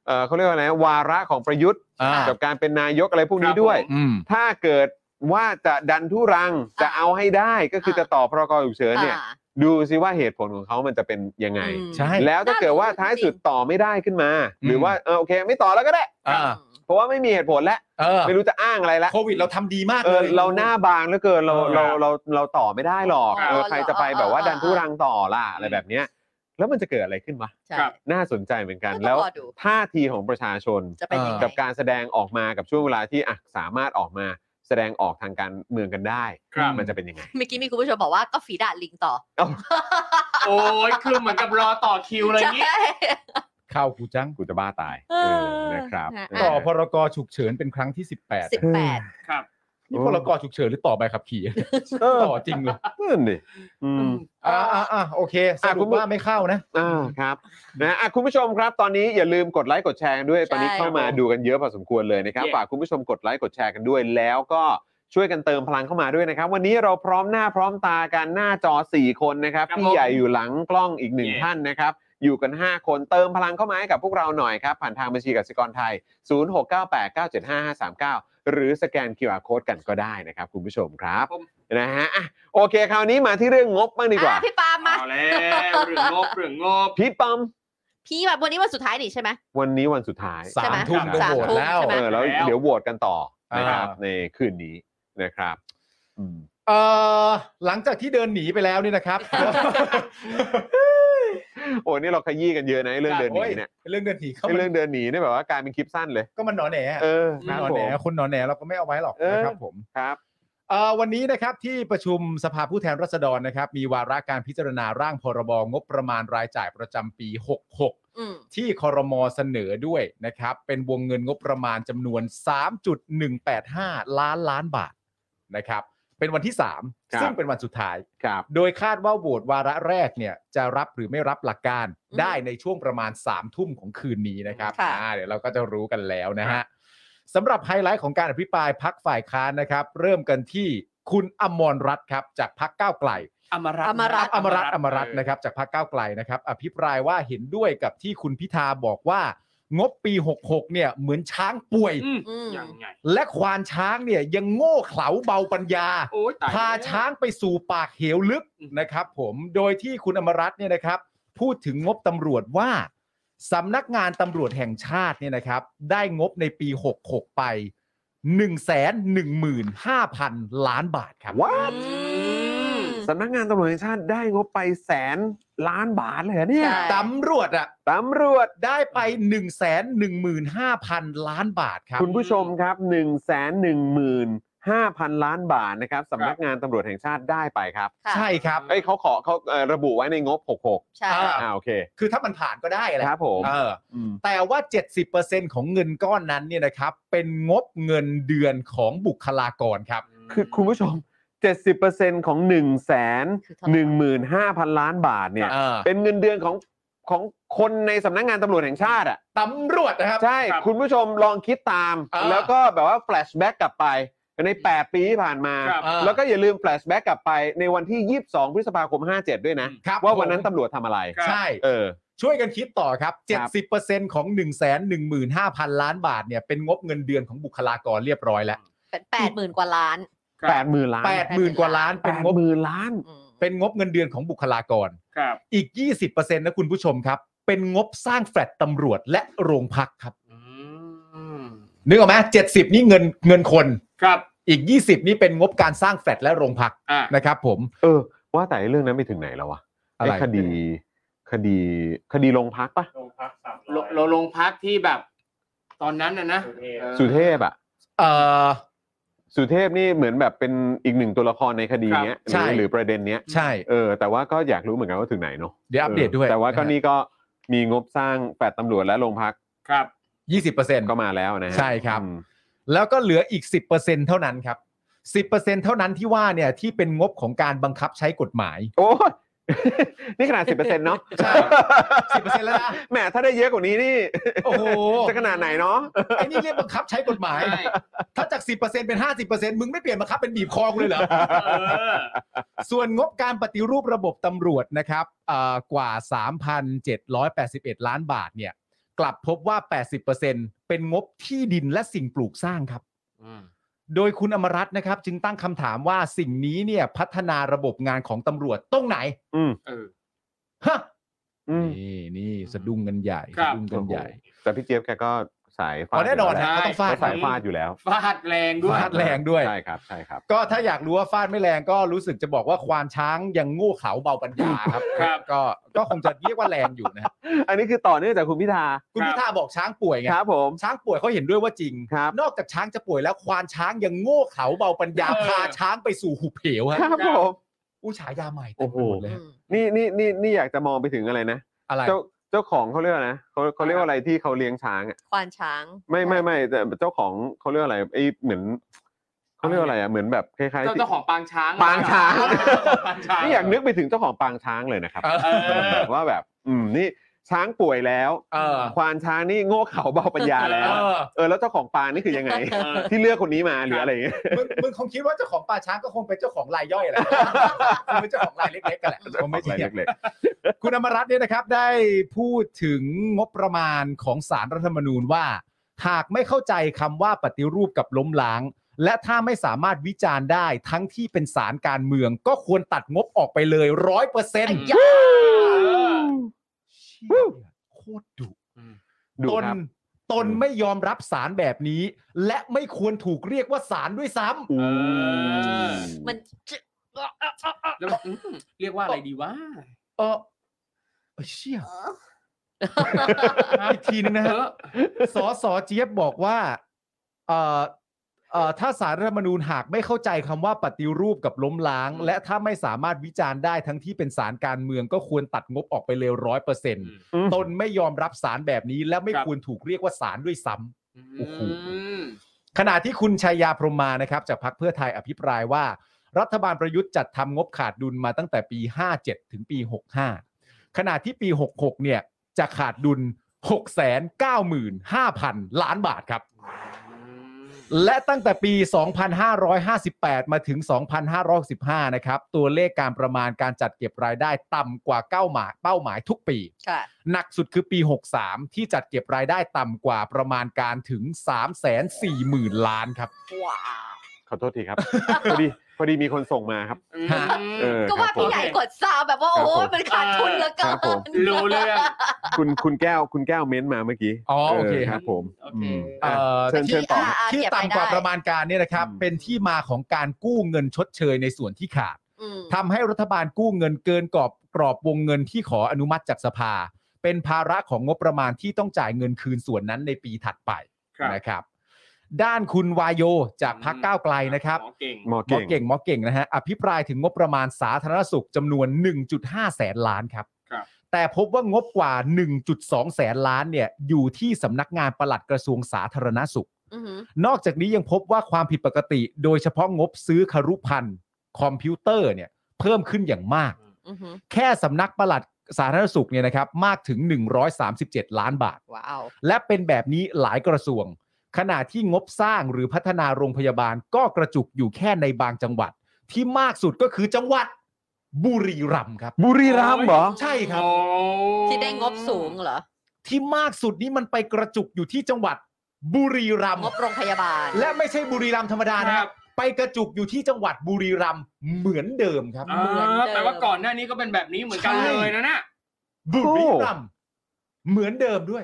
S5: เอ่อเขาเรียกว่าไงวาระของประยุทธ์
S4: อ่า
S5: กับการเป็นนายกอะไรพวกนี้
S6: ครับ
S5: ด้วย
S6: ผม
S4: อืม
S5: ถ้าเกิดว่าจะดันทุรังจะเอาให้ได้ก็คือจะต่อพรกฉุกเฉินเนี่ย
S3: อ่า
S5: ดูซิว่าเหตุผลของเขามันจะเป็นยังไง
S3: อืม
S4: ใช่
S5: แล้วถ้าเกิดว่าท้ายสุดต่อไม่ได้ขึ้นมา หรือว่าเออโอเค ไม่ต่อแล้วก็ได้
S4: อ่า
S5: เพราะว่าไม่มีเหตุผลแล้ว
S4: เออ
S5: ไม่รู้จะอ้างอะไรแล้ว
S4: โควิดเราทำดีมาก
S5: เอ
S4: เล
S5: อย เราหน้าบางเหลือเกินเรา
S4: เออ
S5: เราเราเราต่อไม่ได้หรอก
S3: อ๋อ
S5: เออใครจะไปแบบว่า
S3: เออเออ
S5: ดันทุรังต่อล่ะอะไรแบบเนี้ยแล้วมันจะเกิดอะไรขึ้นวะ
S3: ใช่
S6: ครับ
S5: น่าสนใจเหมือนกัน
S3: ก็ต้
S5: แล้
S3: อง
S5: ว
S3: รอดู
S5: ท่าทีของประชาชน
S3: จะเป็นยังไง
S5: กับการแสดงออกมากับช่วงเวลาที่อ่ะสามารถออกมาแสดงออกทางการเมืองกันได้
S6: ครับ
S5: มันจะเป็นยังไง
S3: เมื่อกี้มีคุณผู้ชมบอกว่าก็ฝีดาดลิงต่อ
S5: เอ้า
S6: โอ้ยคือเหมือนกับรอต่อคิวอะไรอย่างงี้
S3: ใช่
S4: เข้ากูจัง
S5: กูจะบ้าตาย
S3: เออ
S5: เออนะครับ
S3: นะ
S5: เ
S4: ต่อพรกฉุกเฉินเป็นครั้งที่ 18
S3: สิบแปด
S6: ครับ
S4: นี่พรกฉุกเฉินหรือต่อใบขับขี่
S5: เออ
S4: ต่อจริงเลย
S5: นั่นดิอืม
S4: อ่าอ่าอ่าโอเคสรุปว่าไม่เข้านะ
S5: อ่าครับนะอ่ะคุณผู้ชมครับตอนนี้อย่าลืมกดไลค์กดแชร์กันด้วย
S3: ใช่
S5: ตอนนี้เข้ามา
S6: ครับผม
S5: ดูกันเยอะพอสมควรเลยนะครับ
S6: เย้
S5: ฝากคุณผู้ชมกดไลค์กดแชร์กันด้วย แล้วก็ช่วยกันเติมพลังเข้ามาด้วยนะครับ วันนี้เราพร้อมหน้าพร้อมตากันหน้าจอ 4 คนนะครับ
S6: ครับ
S5: พี่
S6: ผม
S5: ใหญ่อยู่หลังกล้องอีกหนึ่ง
S6: เย้
S5: ท่านนะครับอยู่กัน 5 คนเติมพลังเข้ามาให้กับพวกเราหน่อยครับผ่านทางบัญชีกสิกรไทย 0698975539 หรือสแกน QR Code กันก็ได้นะครับคุณผู้ชมครับนะฮะอ่ะโอเค คราวนี้มาที่เรื่องงบบ้างดีกว่า
S3: อ่ะพี่ปาล์มมา
S6: เอาแล้วเรื่องงบเรื่องงบ
S5: พี่ปั๊ม
S3: พี่แบบวันนี้วันสุดท้ายนี่ใช่ไหม
S5: วันนี้วันสุดท้าย
S4: สามทุ่มก็
S3: สาม
S4: โหวต
S3: ทุ่ม
S4: แล้ว
S3: ใช่ไหม
S5: เออแล้ว
S6: แล้ว
S5: เดี๋ยวโหวตกันต่อนะครับ
S4: อ่า
S5: ในคืนนี้นะครับอืม
S4: เออหลังจากที่เดินหนีไปแล้วนี่นะครับ
S5: โอ้นี่เราขยี้กันเยอะนะไอ้เรื่องเดินหนีเนี่ย
S4: โอ้เรื่องเดินหนีเขา
S5: ไอ้เรื่องเดินหนีเนี่ยแบบว่ากลายเป็นคลิปสั้นเลย
S4: ก็มันหนอแหน
S5: เออ
S4: ห
S5: ครับ
S4: นอ
S5: ผ
S4: แหน
S5: ม
S4: คนหนอแหนเราก็ไม่เอาไว้หรอก
S5: เออ
S4: นะครับผม
S5: ครับ
S4: เอ่อวันนี้นะครับที่ประชุมสภาผู้แทนราษฎรนะครับ มีวาระการพิจารณาร่างพรบงบประมาณรายจ่ายประจำปี 66
S3: อืม
S4: ที่คอรมอเสนอด้วยนะครับ เป็นวงเงินงบประมาณจำนวน 3.185 ล้านล้านบาทนะครับ เป็นวันที่
S5: ครับ
S4: 3 ซึ่งเป็นวันสุดท้าย
S5: ครับ
S4: โดยคาดว่าโหวตวาระแรกเนี่ยจะรับหรือไม่รับหลักการ
S3: อืม
S4: ได้ในช่วงประมาณ3ามทุ่มของคืนนี้นะครับ
S3: ค่ะ
S4: อ่าเดี๋ยวเราก็จะรู้กันแล้วนะฮะสำหรับไฮไลท์ของการอภิปรายพักฝ่ายค้านนะครับ เริ่มกันที่คุณอมรรัตน์ครับ จากพักก้าวไกล
S6: อมรัตน์
S3: อมรัตน์
S4: อมรัตน์อมรัตน์นะครับจากพรรคก้าวไกลนะครับ อภิปรายว่าเห็นด้วยกับที่คุณพิธาบอกว่า งบปี 66 เนี่ยเหมือนช้างป่วย
S6: อืม
S3: อืม
S6: ยังไง
S4: และควานช้างเนี่ยยังโง่เขลาเบาปัญญา
S6: โอ้ยตาย
S4: พา
S6: แล้ว
S4: ช้างไปสู่ปากเหวลึก
S6: อืม
S4: นะครับ ผมโดยที่คุณอมรัตน์เนี่ยนะครับ พูดถึงงบตำรวจว่าสำนักงานตำรวจแห่งชาติเนี่ยนะครับ ได้งบในปี 66 ไป 1 1 5 0 0 0 ล้านบาทครับ
S5: ว้า
S3: อืม
S5: สำนักงานตำรวจแห่งชาติได้งบไปแสนล้านบาทเลยเหรอเนี่ย
S3: ใช่
S4: ตำรวจอะ
S5: ตำรวจ
S4: ได้ไป 1 1 5 0 0 0 ล้านบาทครับ
S5: คุณผู้ชมครับ 1 1 5 0 0 0 ล้านบาทนะครับสำนักงานตำรวจแห่งชาติได้ไปครับ
S3: ค่ะ
S4: ใช่ครับ
S5: เอ้ยเขาขอเขาเอ่อระบุไว้ในงบ 66
S3: ใช่
S4: อ่า
S5: อ่าโอเค
S4: คือถ้ามันผ่านก็ได้แหละ
S5: ครับผม
S4: เออ
S5: อืม
S4: แต่ว่า 70%ของเงินก้อนนั้นเนี่ยนะครับ เป็นงบเงินเดือนของบุคลากรครับ
S5: คือคุณผู้ชม 70%ของ 1 1 5 0 0 0 ล้านบาทเนี่ย
S4: เออ
S5: เป็นเงินเดือนของของคนในสำนักงานตำรวจแห่งชาติอ่ะ
S4: ตำรวจนะครับ
S5: ใช่ คุณผู้ชมลองคิดตาม
S4: เออ
S5: แล้วก็แบบว่าแฟลชแบ็กกลับไป ใน 8 ปีที่ผ่านมา
S6: ครับ
S4: เออ
S5: แล้วก็อย่าลืมแฟลชแบ็กกลับไปในวันที่ 22 พฤษภาคม 57 ด้วยนะ
S4: ครับ
S5: ว่าวันนั้น
S4: ผม
S5: ตำรวจทำอะไร
S6: ครับ
S4: ใช่
S5: เออ
S4: ช่วยกันคิดต่อครับ 70%ของ 1 1 5 0 0 0 ล้านบาทเนี่ยเป็นงบเงินเดือนของบุคลากรเรียบร้อยแล้ว
S3: เป็นแปดหมื่นกว่าล้าน
S6: ครับ
S5: 80,000 ล้าน
S4: 80,000 กว่าล้านเป็นงบ
S5: 80,000 ล้าน
S3: อืม
S4: เป็นงบเงินเดือนของบุคลากร
S6: ครับ
S4: อีก 20%นะคุณผู้ชมครับ เป็นงบสร้างแฟลตตำรวจและโรงพักครับ
S6: อืม
S4: นึกออกไหม70 นี่เงินเงินคน
S6: ครับ
S4: อีก 20 นี่เป็นงบการสร้างแฟลตและโรงพัก
S6: อ่ะ
S4: นะครับผม
S5: เออ ว่าแต่เรื่องนั้นไปถึงไหนแล้ววะ
S4: อะไร
S5: ไอ้คดี คดี คดีโรงพักปะ
S6: โลโลโรงพักที่แบบ ตอนนั้นนะนะออ
S5: สุเทพอะ
S4: เอ่อ
S5: สุเทพนี่เหมือนแบบเป็นอีกหนึ่งตัวละครในคดีเนี้ย
S4: ครับใช่
S5: หรือหรือประเด็นเนี้ย
S4: ใช่
S5: เออ แต่ว่าก็อยากรู้เหมือนกันว่าถึงไหนเนาะ
S4: เดี๋ยวอัปเดตด้วย
S5: แต่ว่าก็
S4: ะฮะ
S5: นี่ก็มีงบสร้างแปดตำรวจและโรงพัก
S6: ครับ
S4: 20%
S5: ก็มาแล้วนะฮะ
S4: ใช่ครับ
S5: อืม
S4: แล้วก็เหลืออีก 10%เท่านั้นครับ 10%เท่านั้นที่ว่าเนี่ยที่เป็นงบของการบังคับใช้กฎหมาย
S5: โอ้ย [laughs] นี่ขนาดสิบเปอร์เซ็นต์เนาะ
S4: ใช่10%แล้วนะ
S5: [laughs] แหมถ้าได้เยอะกว่านี้นี่
S4: โอ้โห
S5: จะขนาดไหนเนาะ
S4: ไอ้นี่เรียกบังคับใช้กฎหมาย
S6: ใช่
S4: ถ้าจาก 10%เป็น 50%มึงไม่เปลี่ยนบังคับเป็นบีบคอกูเลยเหรอ
S6: เออ
S4: ส่วนงบการปฏิรูประบบตำรวจนะครับเอ่อกว่า 3,781 ล้านบาทเนี่ยกลับพบว่า 80%เป็นงบที่ดินและสิ่งปลูกสร้างครับ โดยคุณอมรัตน์นะครับ จึงตั้งคำถามว่าสิ่งนี้เนี่ยพัฒนาระบบงานของตำรวจตรงไหน
S5: อืม
S6: เออ
S4: ฮะ
S5: อืม
S4: นี่นี่สะดุ้งกันใหญ่
S6: ครับ
S4: สะดุ้งกันใหญ่
S5: แต่พี่เจี๊ยบแกก็สายฟา
S4: อ๋อ
S5: ด
S4: แน่นอน
S5: ยู่
S4: ฮะ
S5: ล้ว
S4: ก็ต้องฟาด
S5: เขาสายฟาดอยู่แล้ว
S6: ฟาดแรงด้วย
S4: ฟาดแรงด้วย
S5: ใช่ครับ ใช่ครับ
S4: ก็ถ้าอยากรู้ว่าฟาดไม่แรงก็รู้สึกจะบอกว่าควานช้างยังโง่เขลาเบาปัญญาครับ
S6: ครับ
S4: ก็ก็คงจะเรียกว่าแรงอยู่นะฮะ
S5: อันนี้คือต่อเนื่องจากคุณพิธา
S4: คุณพิธาบอกช้างป่วยไง
S5: ครับผม
S4: ช้างป่วยเขาเห็นด้วยว่าจริง
S5: ครับ
S4: นอกจากช้างจะป่วยแล้วควานช้างยังโง่เขลาเบาปัญญา
S6: เออ
S4: พาช้างไปสู่หุบเหวฮะ
S5: ครับผม
S4: อู้ฉายาใหม่เต็มไปหมดเลย
S3: อื
S4: ฮะ
S3: ม
S5: นี่นี่นี่นี่อยากจะมองไปถึงอะไรนะ
S4: อะไร
S5: เจ้าเจ้าของเขาเรียกอะไรนะเขาเขาเรียกว่าอะไรที่เขาเลี้ยงช้างอะ
S3: ควานช้าง
S5: ไม่ไม่ไม่แต่เจ้าของเขาเรียกอะไรไอ้เหมือนเขาเรียกว่าอะไรอ่ะเหมือนแบบคล้ายๆ
S6: เจ้า
S5: ที่
S6: เจ้าของปางช้าง
S5: ปางช้าง
S6: ปางช้าง
S5: นี่อยากนึกไปถึงเจ้าของปางช้างเลยนะครับ
S4: เออ
S6: เออ
S5: แบบว่าแบบ อืมนี่ช้างป่วยแล้ว
S4: เออ
S5: ควานช้างนี่โง่เขลาเบาปัญญาแล้ว
S4: เออ
S5: เออแล้วเจ้าของปางนี่คือยังไง
S6: เออ
S5: ที่เลือกคนนี้มาหรืออะไรอย่างเงี้ย
S4: มึง [laughs] มึงคงคิดว่าเจ้าของป่าช้างก็คงเป็นเจ้าของรายย่อย [laughs] แหละคงเป็นเจ้าของรายเล็กๆกันแหละคงไม่ใช่
S5: เล็ก
S4: คุณอมรัตน์เนี่ยนะครับได้พูดถึงงบประมาณของสารรัฐธรรมนูญว่า หากไม่เข้าใจคำว่าปฏิรูปกับล้มล้าง และถ้าไม่สามารถวิจารณ์ได้ทั้งที่เป็นสารการเมือง ก็ควรตัดงบออกไปเลยร้อยเปอร์เซ็นต์
S3: ยา
S4: โคตรดุ
S5: ๆดู
S4: ตน
S5: ครับ
S4: ตน
S5: อืม
S4: ไม่ยอมรับสารแบบนี้ และไม่ควรถูกเรียกว่าสารด้วยซ้
S5: อืม
S3: มันจะ
S6: แล้วแบบอืมเรียกว่าอะไรดีวะ
S4: ำเออเอ้ยเชี่ยอี [laughs] กทีนึงนะ
S6: เอ
S4: ฮะ
S6: อ
S4: สอสอเจี๊ยบบอกว่าเอ่อเอ่อถ้าสารรัฐธรรมนูญหากไม่เข้าใจคำว่าปฏิรูปกับล้มล้าง และถ้าไม่สามารถวิจารณ์ได้ทั้งที่เป็นสารการเมืองก็ควรตัดงบออกไปเลยร้อยเปอร์เซ็นต์ตนไม่ยอมรับสารแบบนี้ และไม่
S6: ครับ
S4: ควรถูกเรียกว่าสารด้วยซ้ำ โอ้โห
S6: ม
S4: ขณะที่คุณชัยยาพรหมมานะครับจากพรรคเพื่อไทยอภิปรายว่า รัฐบาลประยุทธ์จัดทำงบขาดดุลมาตั้งแต่ปี 57 ถึงปี 65 ขณะที่ปี 66 เนี่ยจะขาดดุล 695,000 ล้านบาทครับ
S6: อืม
S4: และตั้งแต่ปี 2558 มาถึง 2565 นะครับ ตัวเลขการประมาณการจัดเก็บรายได้ต่ำกว่าเก้าหมายเป้าหมายทุกปี
S3: ค่ะ
S4: หนักสุดคือปี 63 ที่จัดเก็บรายได้ต่ำกว่าประมาณการถึง 340,000 ล้านครับ
S3: ว้าว
S5: ขอโทษทีครับ พอดีพอดีมีคนส่งมาครับ
S4: ฮะ
S5: เออ
S3: ก็ว่า
S5: ครับผม
S3: พี่ใหญ่กดซาวแบบว่า
S5: ครับ
S3: โอ้
S5: ผม
S3: ยมันขาดทุนเหลือเกิ
S5: ครับผม
S3: น
S6: รู้เรื่อง
S5: คุณคุณแก้วคุณแก้วเม้นต์มาเมื่อกี้
S4: อ๋อโอเคครับ
S5: ผม
S6: โอเค
S5: ม
S4: เอ่
S5: อ่ะ
S4: อ
S5: เชิญ
S3: ที่
S5: ต่อ
S3: อ่าอ่า
S4: ที่
S3: เก็บราย
S4: ต่ำก
S3: ได้
S4: ว่าประมาณการเนี่ยนะครับ
S5: อืม
S4: เป็นที่มาของการกู้เงินชดเชยในส่วนที่ขาด
S3: อืม
S4: ทำให้รัฐบาลกู้เงินเกินกรอบกรอบวงเงินที่ขออนุมัติจากสภา เป็นภาระของงบประมาณที่ต้องจ่ายเงินคืนส่วนนั้นในปีถัดไป
S6: ครับ
S4: นะครับ ด้านคุณวายโยจากพรรคก้าวไกลนะครับ
S6: หมอเก่ง
S5: หม
S4: หม
S5: อ
S4: อ
S5: เก่ง
S4: เก่งหมอเก่งนะฮะอภิปรายถึงงบประมาณสาธารณสุขจำนวน 1.5 แสนล้านครับ
S6: ครับ
S4: แต่พบว่างบกว่า 1.2 แสนล้านเนี่ยอยู่ที่สำนักงานปลัดกระทรวงสาธารณสุข
S3: อือหือน
S4: อกจากนี้ยังพบว่าความผิดปกติ โดยเฉพาะงบซื้อครุพันธ์คอมพิวเตอร์เนี่ยเพิ่มขึ้นอย่างมาก
S3: อือหือ
S4: แค่สำนักปลัดสาธารณสุขเนี่ยนะครับมากถึง 137 ล้านบาท
S3: ว้าว
S4: และเป็นแบบนี้หลายกระทรวง ขณะที่งบสร้างหรือพัฒนาโรงพยาบาลก็กระจุกอยู่แค่ในบางจังหวัด ที่มากสุดก็คือจังหวัดบุรีรัมย์ครับ
S5: บุรีรัมย์เหรอ
S4: ใช่ครับ
S6: โอ้
S3: ที่ได้งบสูงเหรอ
S4: ที่มากสุดนี้มันไปกระจุกอยู่ที่จังหวัดบุรีรัมย์
S3: งบโรงพยาบาล
S4: และไม่ใช่บุรีรัมย์ธรรมดา
S6: ค
S4: นะค
S6: รั
S4: รั
S6: บบ
S4: ไปกระจุกอยู่ที่จังหวัดบุรีรัมย์เหมือนเดิมครับ
S6: อ่าแปลว่าก่อนหน้านี้ก็เป็นแบบนี้เหมือนกัน
S4: ใช่
S6: เลยนะน่ะ
S4: บุรีรัมย์เหมือนเดิมด้วย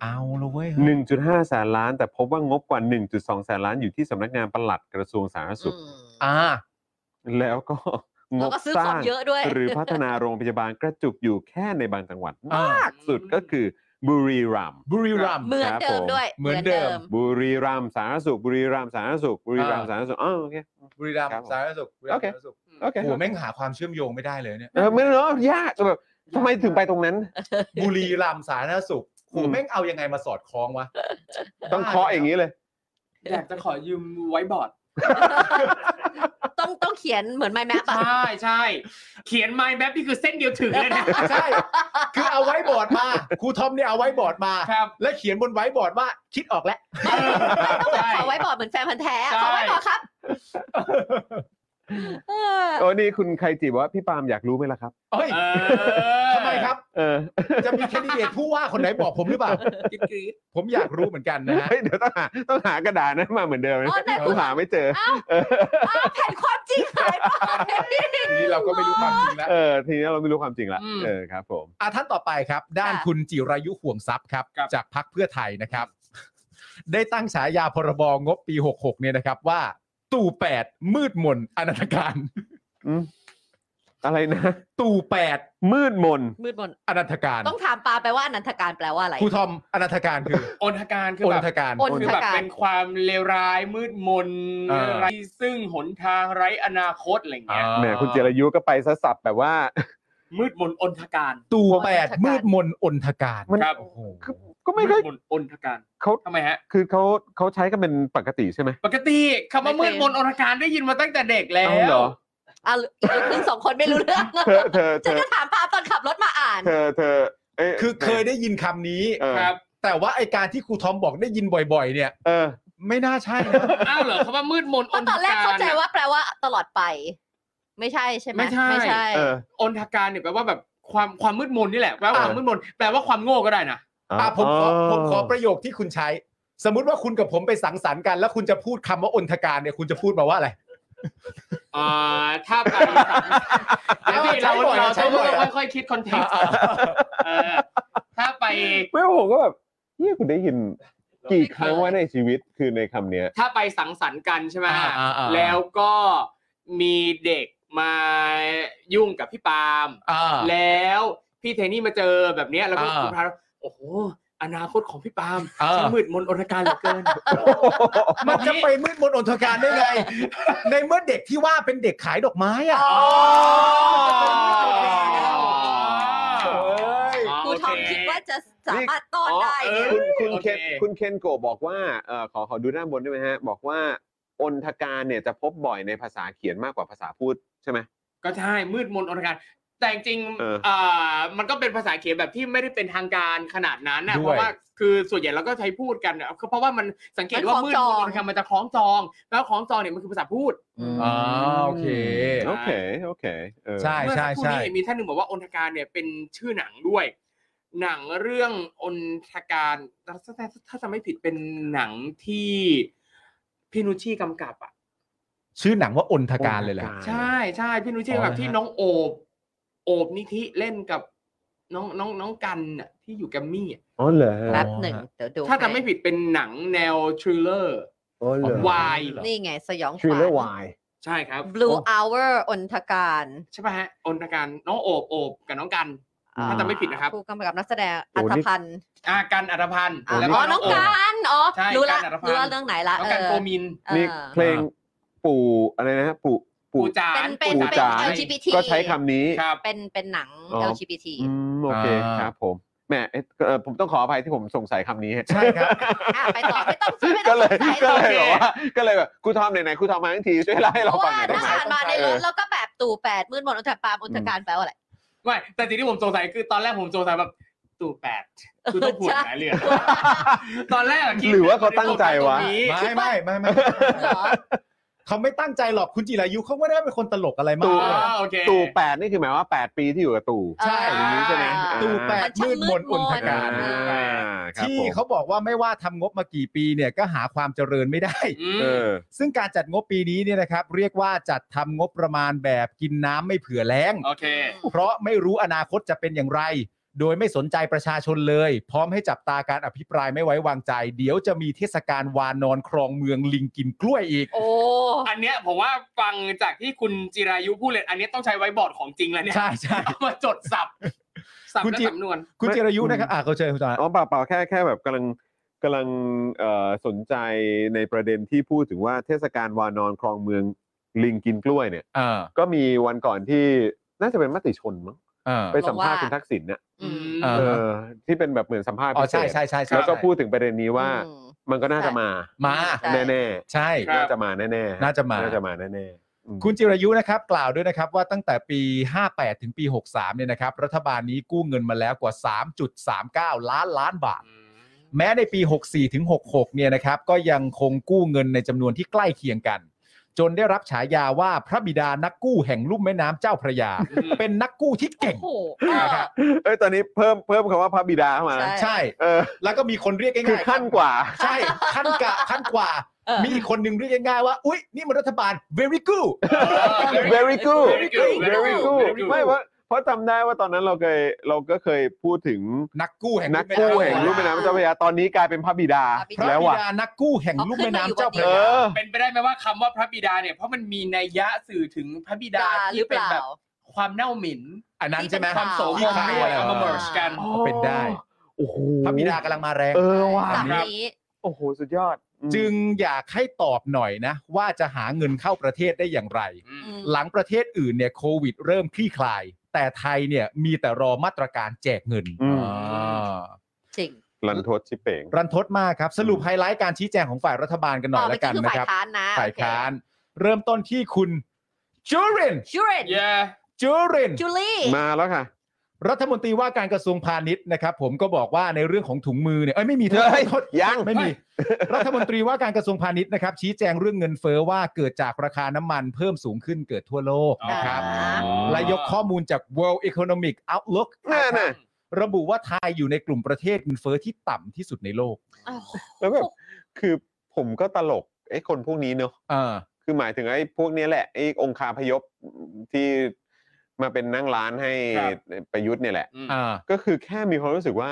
S4: เอาละเว้ยเฮ้ย
S5: 1.5 แสนล้าน แต่พบว่างบกว่า 1.2 แสนล้านอยู่ที่สำนักงานปลัดกระทรวงสาธารณสุข
S4: อ่า
S5: แล้วก็ง
S3: แล้ว
S5: บ
S3: ก็ซื้อ
S5: ส
S3: ขอ
S5: ร้าง ง
S3: เยอะด้วย
S5: หรือพัฒนาโรงพยาบาลกระจุกอยู่แค่ในบางจังหวัด
S4: อ่าม
S5: มากสุดก็คือบุรีรัมย์
S4: บุรีรัมย์
S3: เหมือนเดิมด้วย
S4: เหมือนเดิม
S5: บุรีรัมย์สาธารณสุขบุรีรัมย์สาธารณสุขบุรีรัมย์สาธารณสุขอ๋อโอเค
S4: บุรีรัมย์
S5: ครับผม
S4: สาธารณสุขบุรีรัม
S5: โอ
S4: ย์
S5: เค
S4: สาธารณสุข
S5: โอเค
S4: โอ้โหแม่งหาความเชื่อมโยงไม่ได้เลยเนี่ย
S5: เออไม่เนาะยากแบบทำไมถึงไปตรงนั้น
S4: บุรีรัมย์สาธารณสุขโอ้โห
S5: อืม
S4: แม่งเอายังไงมาสอดคล้องวะ
S5: ต้องเคาะอย่างนี้เลย
S6: อยากจะขอยืมไว้บอร์ด
S3: ต้องต้องเขียนเหมือนไมแมป
S6: ใช่ใช่เขียน mind map นี่คือเส้นเดียวถึงเลยนะ
S4: ใช่คือเอาไว้บอร์ดมาครูทอมเนี่ยเอาไว้บอร์ดมา
S6: ครับ
S4: และเขียนบนไว้บอร์ดว่าคิดออกแล้ว
S6: ใช่
S3: ขอไว้บอร์ดเหมือนแฟนพันธ์แท้อะข
S6: ใช่
S3: อไว้บอร์ดครับเออ
S5: โอ้นี่คุณใครจีบว่าพี่ปาล์มอยากรู้ไหมล่ะครับ
S4: เฮ้ย
S6: เออ
S4: ทำไมครับ
S5: เออ
S4: จะมีแคนดิเดตผู้ว่าคนไหนบอกผมหรือเปล่า
S6: กรี๊ด
S4: ผมอยากรู้เหมือนกันนะฮะ
S5: เฮ้ยเดี๋ยวต้องหาต้องหากระดาษนั้นมาเหมือนเดิมนะ
S3: อ๋อแต่
S5: กูหาไม่เจอ
S3: อ้าวแผ่นความจริงหายไป
S4: ทีนี้เราก็ไม่รู้ความจริงแล้ว
S5: เออ ทีนี้เราไม่รู้ความจริงละเออครับผม
S4: อ่ะท่านต่อไปครับ ด้านคุณจิรายุห่วงทรัพย์ครับ จากพักเพื่อไทยนะครับ ได้ตั้งฉายาพรบงบปี 66 เนี่ยนะครับว่า ตู่แปดมืดมนอนันตการ
S5: อืมอะไรนะ
S4: ตู่แปด
S5: มืดมน
S3: มืดมน
S4: อนันตการ
S3: ต้องถามปาไปว่าอนันทการแปลว่าอะไร
S4: ครูทอมอนันตการคือ
S6: ๆอนทการคือ
S4: อ
S6: แบ
S4: นั
S6: บ
S4: นตการ
S3: อน
S6: คือแบบเป็นความเลวร้ายมืดมนไร้ซึ่งหนทางไร้อนาคตอะไรอย่างเงี้ย
S4: อ่า
S5: แหมคุณเจรยุก็ไปซะสับแบบว่า
S6: มืดมนอนทการ
S4: ตู่แปดมืดมนอนทการ
S5: มัน
S6: ครับ
S4: โอ้โห
S5: คือก็ไม่
S6: มื
S5: ค่อย
S6: ดมนอนทการ
S5: เขา
S6: ทำไมฮะ
S5: คือเขาเขาใช้กันเป็นปกติใช่ไหม
S6: ปกติคำว่ามืดมนอนทการได้ยินมาตั้งแต่เด็กแล้
S5: เอาเหร
S6: ว
S5: อ
S3: อ่ะอีกคนสองคนไม่รู้เรื่อง [laughs]
S5: เธอเธอเธ
S3: ฉัน
S5: อ
S3: ก็ถามปาตอนขับรถมาอ่าน
S5: เธอเธอเอ้ย
S4: คือเคยได้ยินคำนี้
S5: เออ
S6: ครับ
S4: แต่ว่าไอการที่ครูทอมบอกได้ยินบ่อย ๆ เนี่ย
S5: เออ
S4: ไม่น่าใช่นะ
S6: อ้าวเหรอคำว่ามืดมน
S3: เพ
S6: อ
S3: ราะ
S6: น
S3: ต
S6: ท
S3: อนแรก
S6: การ
S3: เข้าใจว่าแปลว่าตลอดไป ไม่ใช่ใช่ไหม
S6: ไม่ใช่
S3: ไม่ใช่
S5: เออ
S6: อนทการเนี่ยแปลว่าแบบความความมืดมนนี่แหละแปลว่าความมืดมนแปลว่าความโง่ก็ได้นะ
S4: อ่ะผมขอผมขอประโยคที่คุณใช้ สมมติว่าคุณกับผมไปสังสรรค์กัน แล้วคุณจะพูดคำว่าอนทการเนี่ยคุณจะพูดมาว่าอะไร
S6: อ่าถ้าไป [laughs] เดี๋ยวพี่
S4: ใช้
S6: เรา
S4: บ่อย
S6: เรา
S4: ใช้
S6: ต้อง
S4: บ่อย
S6: ค่อยๆคิดคอนเทนต์เออถ้าไป
S5: ไม่ผมก็แบบเฮียคุณได้ยินกี่ครั้งว่าในชีวิตคือในคำเนี้ย
S6: ถ้าไปสังสรรค์กันใช่ไหมฮะ
S4: อ่าอ่าอ่า
S6: แล้วก็มีเด็กมายุ่งกับพี่ปาล์ม
S4: อ่า
S6: แล้วพี่เทนี่มาเจอแบบเนี้ยแล้วก็
S4: อ่า
S6: คุณพาโอ้โหอนาคตของพี่ปาล์ม
S4: อ่า
S6: ช่างมืดมนอนการเหลือเกิน
S4: มันจะไปมืดมนอนทการได้ไง ในเมื่อเด็กที่ว่าเป็นเด็กขายดอกไม้อ่ะ
S6: อ๋อ
S5: เอ้ย
S3: ครูทอมคิดว่าจะสามารถต้อน
S6: อ๋อ
S3: ได้
S6: เอ
S3: เนี่ย
S6: อ
S5: คุณคุณ
S6: โอ
S5: เคนคุณเคนโกะบอกว่าเอ่อขอขอดูด้านบนได้ไหมฮะ บอกว่าอนทการเนี่ยจะพบบ่อยในภาษาเขียนมากกว่าภาษาพูดใช่ไหม
S6: ก็ใช่มืดมนอนการ แต่จริงๆ
S5: เออ
S6: เอ่อมันก็เป็นภาษาเขียนแบบที่ไม่ได้เป็นทางการขนาดนั้นนะ
S4: ด้วย
S6: เพราะว่าคือส่วนใหญ่เราก็ใช้พูดกันเนี่ยเพราะว่ามันสังเกตว่ามืด
S3: มันคล้องจอง
S6: มืดมันมันจะคล้องจอง แล้วคล้องจองเนี่ยมันคือภาษาพูด
S4: อ๋อโอเค
S5: โอเค โอเคเออ
S4: ใช่
S6: เมื่อ
S4: ใช่
S6: สักครู่
S4: ใช่
S6: นี้มีท่านหนึ่งบอกว่าอนทการเนี่ยเป็นชื่อหนังด้วย หนังเรื่องอนทการถ้าถ้าจะไม่ผิดเป็นหนังที่พี่นุชชี่กำกับอ่ะ
S4: ชื่อหนังว่าอนทการเลยแหละ
S6: ใช่ใช่พี่นุชชี่
S4: อ๋อ
S6: แบบที่
S4: นะฮะ
S6: น้องโอบโอบนิธิเล่นกับน้องน้องน้องกันน่ะที่อยู่แกรมมี่อะ
S5: อ๋อเหรอ
S3: แป๊บหนึ่งเดี๋ยวดู
S6: ถ้าจะ
S3: ให้
S6: ไม่ผิดเป็นหนังแนวทริลเลอร์
S5: อ๋อเหรอ
S6: วาย
S3: นี่ไงสยองข
S5: ชื่อ
S3: วัญ
S5: เรื่องวาย
S6: ใช่ครับ
S3: Blue Hour อนทการ
S6: ใช่ป่ะฮะอนทการน้องโอบโอบกับน้องกัน
S3: อ่า
S6: ถ้าจำไม่ผิดนะครับ
S3: ผู้กำกับนักแสดงอัธพันธ์
S6: อ่ากันอัตพันธ์
S3: อ๋
S6: แล้วก็
S3: อน้
S6: น้
S3: อ
S6: อง
S3: ง
S6: โอบ
S3: การอ๋อ
S6: ใช่
S3: รู้ละ
S6: การอัธพันธ์
S3: รู้ละเรื่องไหนละ
S6: น้องกัน
S3: เออ
S6: โกมิน
S3: เออ
S5: นี่เพลงปู่อะไรนะฮะปู่
S6: ปู
S5: ปู่
S6: จาน
S3: เป็น
S5: ปูจาน
S3: LGBT
S5: ก็ใช้คำนี้
S6: ครับ
S3: เป็นเป็นหนัง
S5: อ๋อ
S3: LGBT
S5: อืมโอเค
S4: อ่า
S5: ครับผมแหมเอ๊ะเอ่อผมต้องขออภัยที่ผมสงสัยคำนี้ฮะ
S4: ใช่ครับ
S3: อ่ะไป
S5: [laughs]
S3: ต่อไม่ต้องไม่ต้
S5: ก็
S3: อง
S5: เล
S3: ส
S5: ย
S3: งสัยหรอก
S5: ก็เลย
S6: โอเค
S5: แบบว่าก็เลยแบบครูทอมไหนๆครูทอมมาทั้งทีช่วยเล่าให้
S3: เพ
S5: เรา
S3: ราะ
S5: ฟัง
S3: ว่า
S5: หน่อย
S3: น่า
S5: ได้
S3: อ่านมา
S5: ไหม
S3: ในรถแล้วก็แบบตู่แปดมืดมนอนทปามอนทการแปลว่าอะไร
S6: ไม่แต่สิ่งที่ผมสงสัยคือตอนแรกผมสงสัยแบบตู่แปดคือต้องปวดหลายเรื่องตอนแรกะคิด
S5: หรือว่าเขาตั้งใจวะ
S6: ตรงนี้
S4: ไม่ไม่ไม่ไม่
S3: เหรอ
S4: เขาไม่ตั้งใจหรอกคุณจิรายุเขาไม่ได้เป็นคนตลกอะไรมา
S5: ตู่
S4: ก
S6: อ่าโอเค
S5: ตู่แปดนี่คือหมายว่า 8 ปีที่อยู่กับตู่
S4: ใช่
S5: อย่างนี้ใช่ไหม
S3: อ่า
S4: ตู่แปด
S3: มันช่าง
S4: มืดมน
S3: มื
S4: อุ
S3: ด
S4: น
S3: มน
S4: ทการ
S5: อ่าครับ
S4: ที่
S5: ผม
S4: เขาบอกว่าไม่ว่าทำงบมากี่ปีเนี่ยก็หาความเจริญไม่ได้ [laughs]
S6: อืม
S5: เออ
S4: ซึ่งการจัดงบปีนี้เนี่ยนะครับ เรียกว่าจัดทำงบประมาณแบบกินน้ำไม่เผื่อแล้ง
S6: โอเค
S4: เพราะไม่รู้อนาคตจะเป็นอย่างไร โดยไม่สนใจประชาชนเลย พร้อมให้จับตาการอภิปรายไม่ไว้วางใจ เดี๋ยวจะมีเทศกาลวานนอนครองเมืองลิงกินกล้วยอีก
S3: โอ้
S6: อันเนี้ยผมว่าฟังจากที่คุณจิรายุพูดเลยอันเนี้ยต้องใช้ไว้บอร์ดของจริงแล้วเนี่ย
S4: ใช่ใช่
S6: เอามาจดสับสับ
S4: คุณ
S6: และ
S4: จิ
S6: สำนวน
S4: คุณจิรายุนะครับอ่าเขาเชิญคุณจอน
S5: อ๋อเปล่าเปล่าแค่แค่แบบกำลังกำลังเอ่อสนใจในประเด็นที่พูดถึงว่าเทศกาลวานอนครองเมืองลิงกินกล้วยเนี่ย
S4: อ่า
S5: ก็มีวันก่อนที่น่าจะเป็นมติชนมั้ง
S4: อ่า
S5: ไปสัมภาษณ์คุณทักษิณเนี่ย
S3: อืม
S6: เออ
S5: เออที่เป็นแบบเหมือนสัมภาษณ์
S4: อ๋อ
S5: พิเศ
S4: ใช่
S5: ษ
S4: ใช่ใช่ใช่
S5: แล้วก็พูดถึงประเด็นนี้ว่า
S3: อืม
S5: มันก็น่าจะมา
S4: มา
S3: ใช่
S5: แน่
S4: ใช่
S5: ๆน่าจะมาแน่ๆ
S4: น่าจะมา
S5: น่าจะมาแน่ๆอืม
S4: คุณจิรายุนะครับ กล่าวด้วยนะครับว่าตั้งแต่ปี 58 ถึงปี 63 เนี่ยนะครับ รัฐบาลนี้กู้เงินมาแล้วกว่า 3.39 ล้านล้านบาท แม้ในปี 64 ถึง 66 เนี่ยนะครับ ก็ยังคงกู้เงินในจำนวนที่ใกล้เคียงกัน จนได้รับฉายาว่าพระบิดานักกู้แห่งลุ่มแม่น้ำเจ้าพระยา
S6: อืม
S4: เป็นนักกู้ที่เก่ง
S3: โอ้โหเออ
S4: นะครับ
S5: เอ้ยตอนนี้เพิ่มเพิ่มคำว่าพระบิดาเข้ามานะ
S3: ใช่
S4: ใช่
S5: เออ
S4: แล้วก็มีคนเรียกง่ายๆ
S5: คือขั้นกว่า
S4: ใช่ขั้นกะขั้นกว่า
S3: เออ
S4: มีอีกคนหนึ่งเรียกง่ายๆว่า อุ๊ย นี่มันรัฐบาล very good
S5: very good
S6: Very good
S5: very good
S6: Very good
S5: ไม่เพราะเพราะจำได้ว่าตอนนั้นเราเคยเราก็เคยพูดถึง
S4: นักกู้แห่ง
S5: นักกู้แห่งลุ่มแม่น้ำเจ้าพระยาตอนนี้กลายเป็นพระบิดา
S3: พระบิ
S4: พระ
S5: แล้ว
S4: บิ
S5: ว่ะ
S4: ดานักกู้แห่งลุ่มแม่น้ำเจ้าพระ
S5: เอย
S4: า
S5: อ
S6: เป็นไปได้ไหมว่าคำว่าพระบิดาเนี่ยเพราะมันมีนัยยะสื่อถึงพระบิดา
S3: หรื
S6: ที่
S3: อเป
S6: เป็น
S3: ล่า
S6: แบบความเน่าหมิ่น
S4: อันนั้นใช่ไหม
S3: ที่เป็นข่าว
S4: โสม
S6: ที่
S4: ม
S6: ขาย
S4: ด้วย
S6: เอามาเมิร์ชกัน
S5: อ๋อ
S4: เอาเป็นได้
S5: โอ้โห
S4: พระบิดากำลังมาแรง
S5: เออว่ะ
S3: สาม
S6: ครับ
S3: นี้
S5: โอ้โหสุดยอดอืม
S4: จึงอยากให้ตอบหน่อยนะ ว่าจะหาเงินเข้าประเทศได้อย่างไร
S3: อืม
S4: หลังประเทศอื่นเนี่ยโควิดเริ่มคลี่คลาย แต่ไทยเนี่ยมีแต่รอมาตรการแจกเงิน
S5: อืม
S4: อ่า
S3: จริง
S5: ลันทดชิเป่ง
S4: รันทดมากครับ สรุปไฮไลท์การชี้แจงของฝ่ายรัฐบาลกันหน่อย
S3: เมื่
S4: ละ
S3: กี้
S4: กัน
S3: คือ
S4: นะ
S3: ฝ่าย
S4: ครับ
S3: ค้านนะ
S4: ฝ่ายค้าน เริ่มต้นที่คุณจูริน
S3: ชูเรน
S6: เย้
S4: จูริน
S3: จูลี่
S5: มาแล้วค่ะ
S4: รัฐมนตรีว่าการกระทรวงพาณิชย์นะครับ ผมก็บอกว่าในเรื่องของถุงมือเนี่ยเอ้ยไม่มี
S5: เฮ้ย
S4: โทษ
S5: ยัง
S4: ไม่มี รัฐมนตรีว่าการกระทรวงพาณิชย์นะครับ ชี้แจงเรื่องเงินเฟ้อว่าเกิดจากราคาน้ำมันเพิ่มสูงขึ้นเกิดทั่วโลกนะครับ
S3: อ๋
S4: และยกข้อมูลจาก World Economic Outlook
S5: แน่น่ะ
S4: ระบุว่าไทยอยู่ในกลุ่มประเทศเงินเฟ้อที่ต่ำที่สุดในโลก
S3: อ้าว
S5: แล้วแบบคือผมก็ตลกไอ้คนพวกนี้เนอะ
S4: เออ
S5: คือหมายถึงไอ้พวกเนี้ยแหละไอ้องคาพยพที่มาเป็นนั่งร้านให้
S6: ครับ
S5: ประยุทธ์เนี่ยแหละ
S6: อืม
S4: อ่า
S5: ก็คือแค่มีความรู้สึกว่า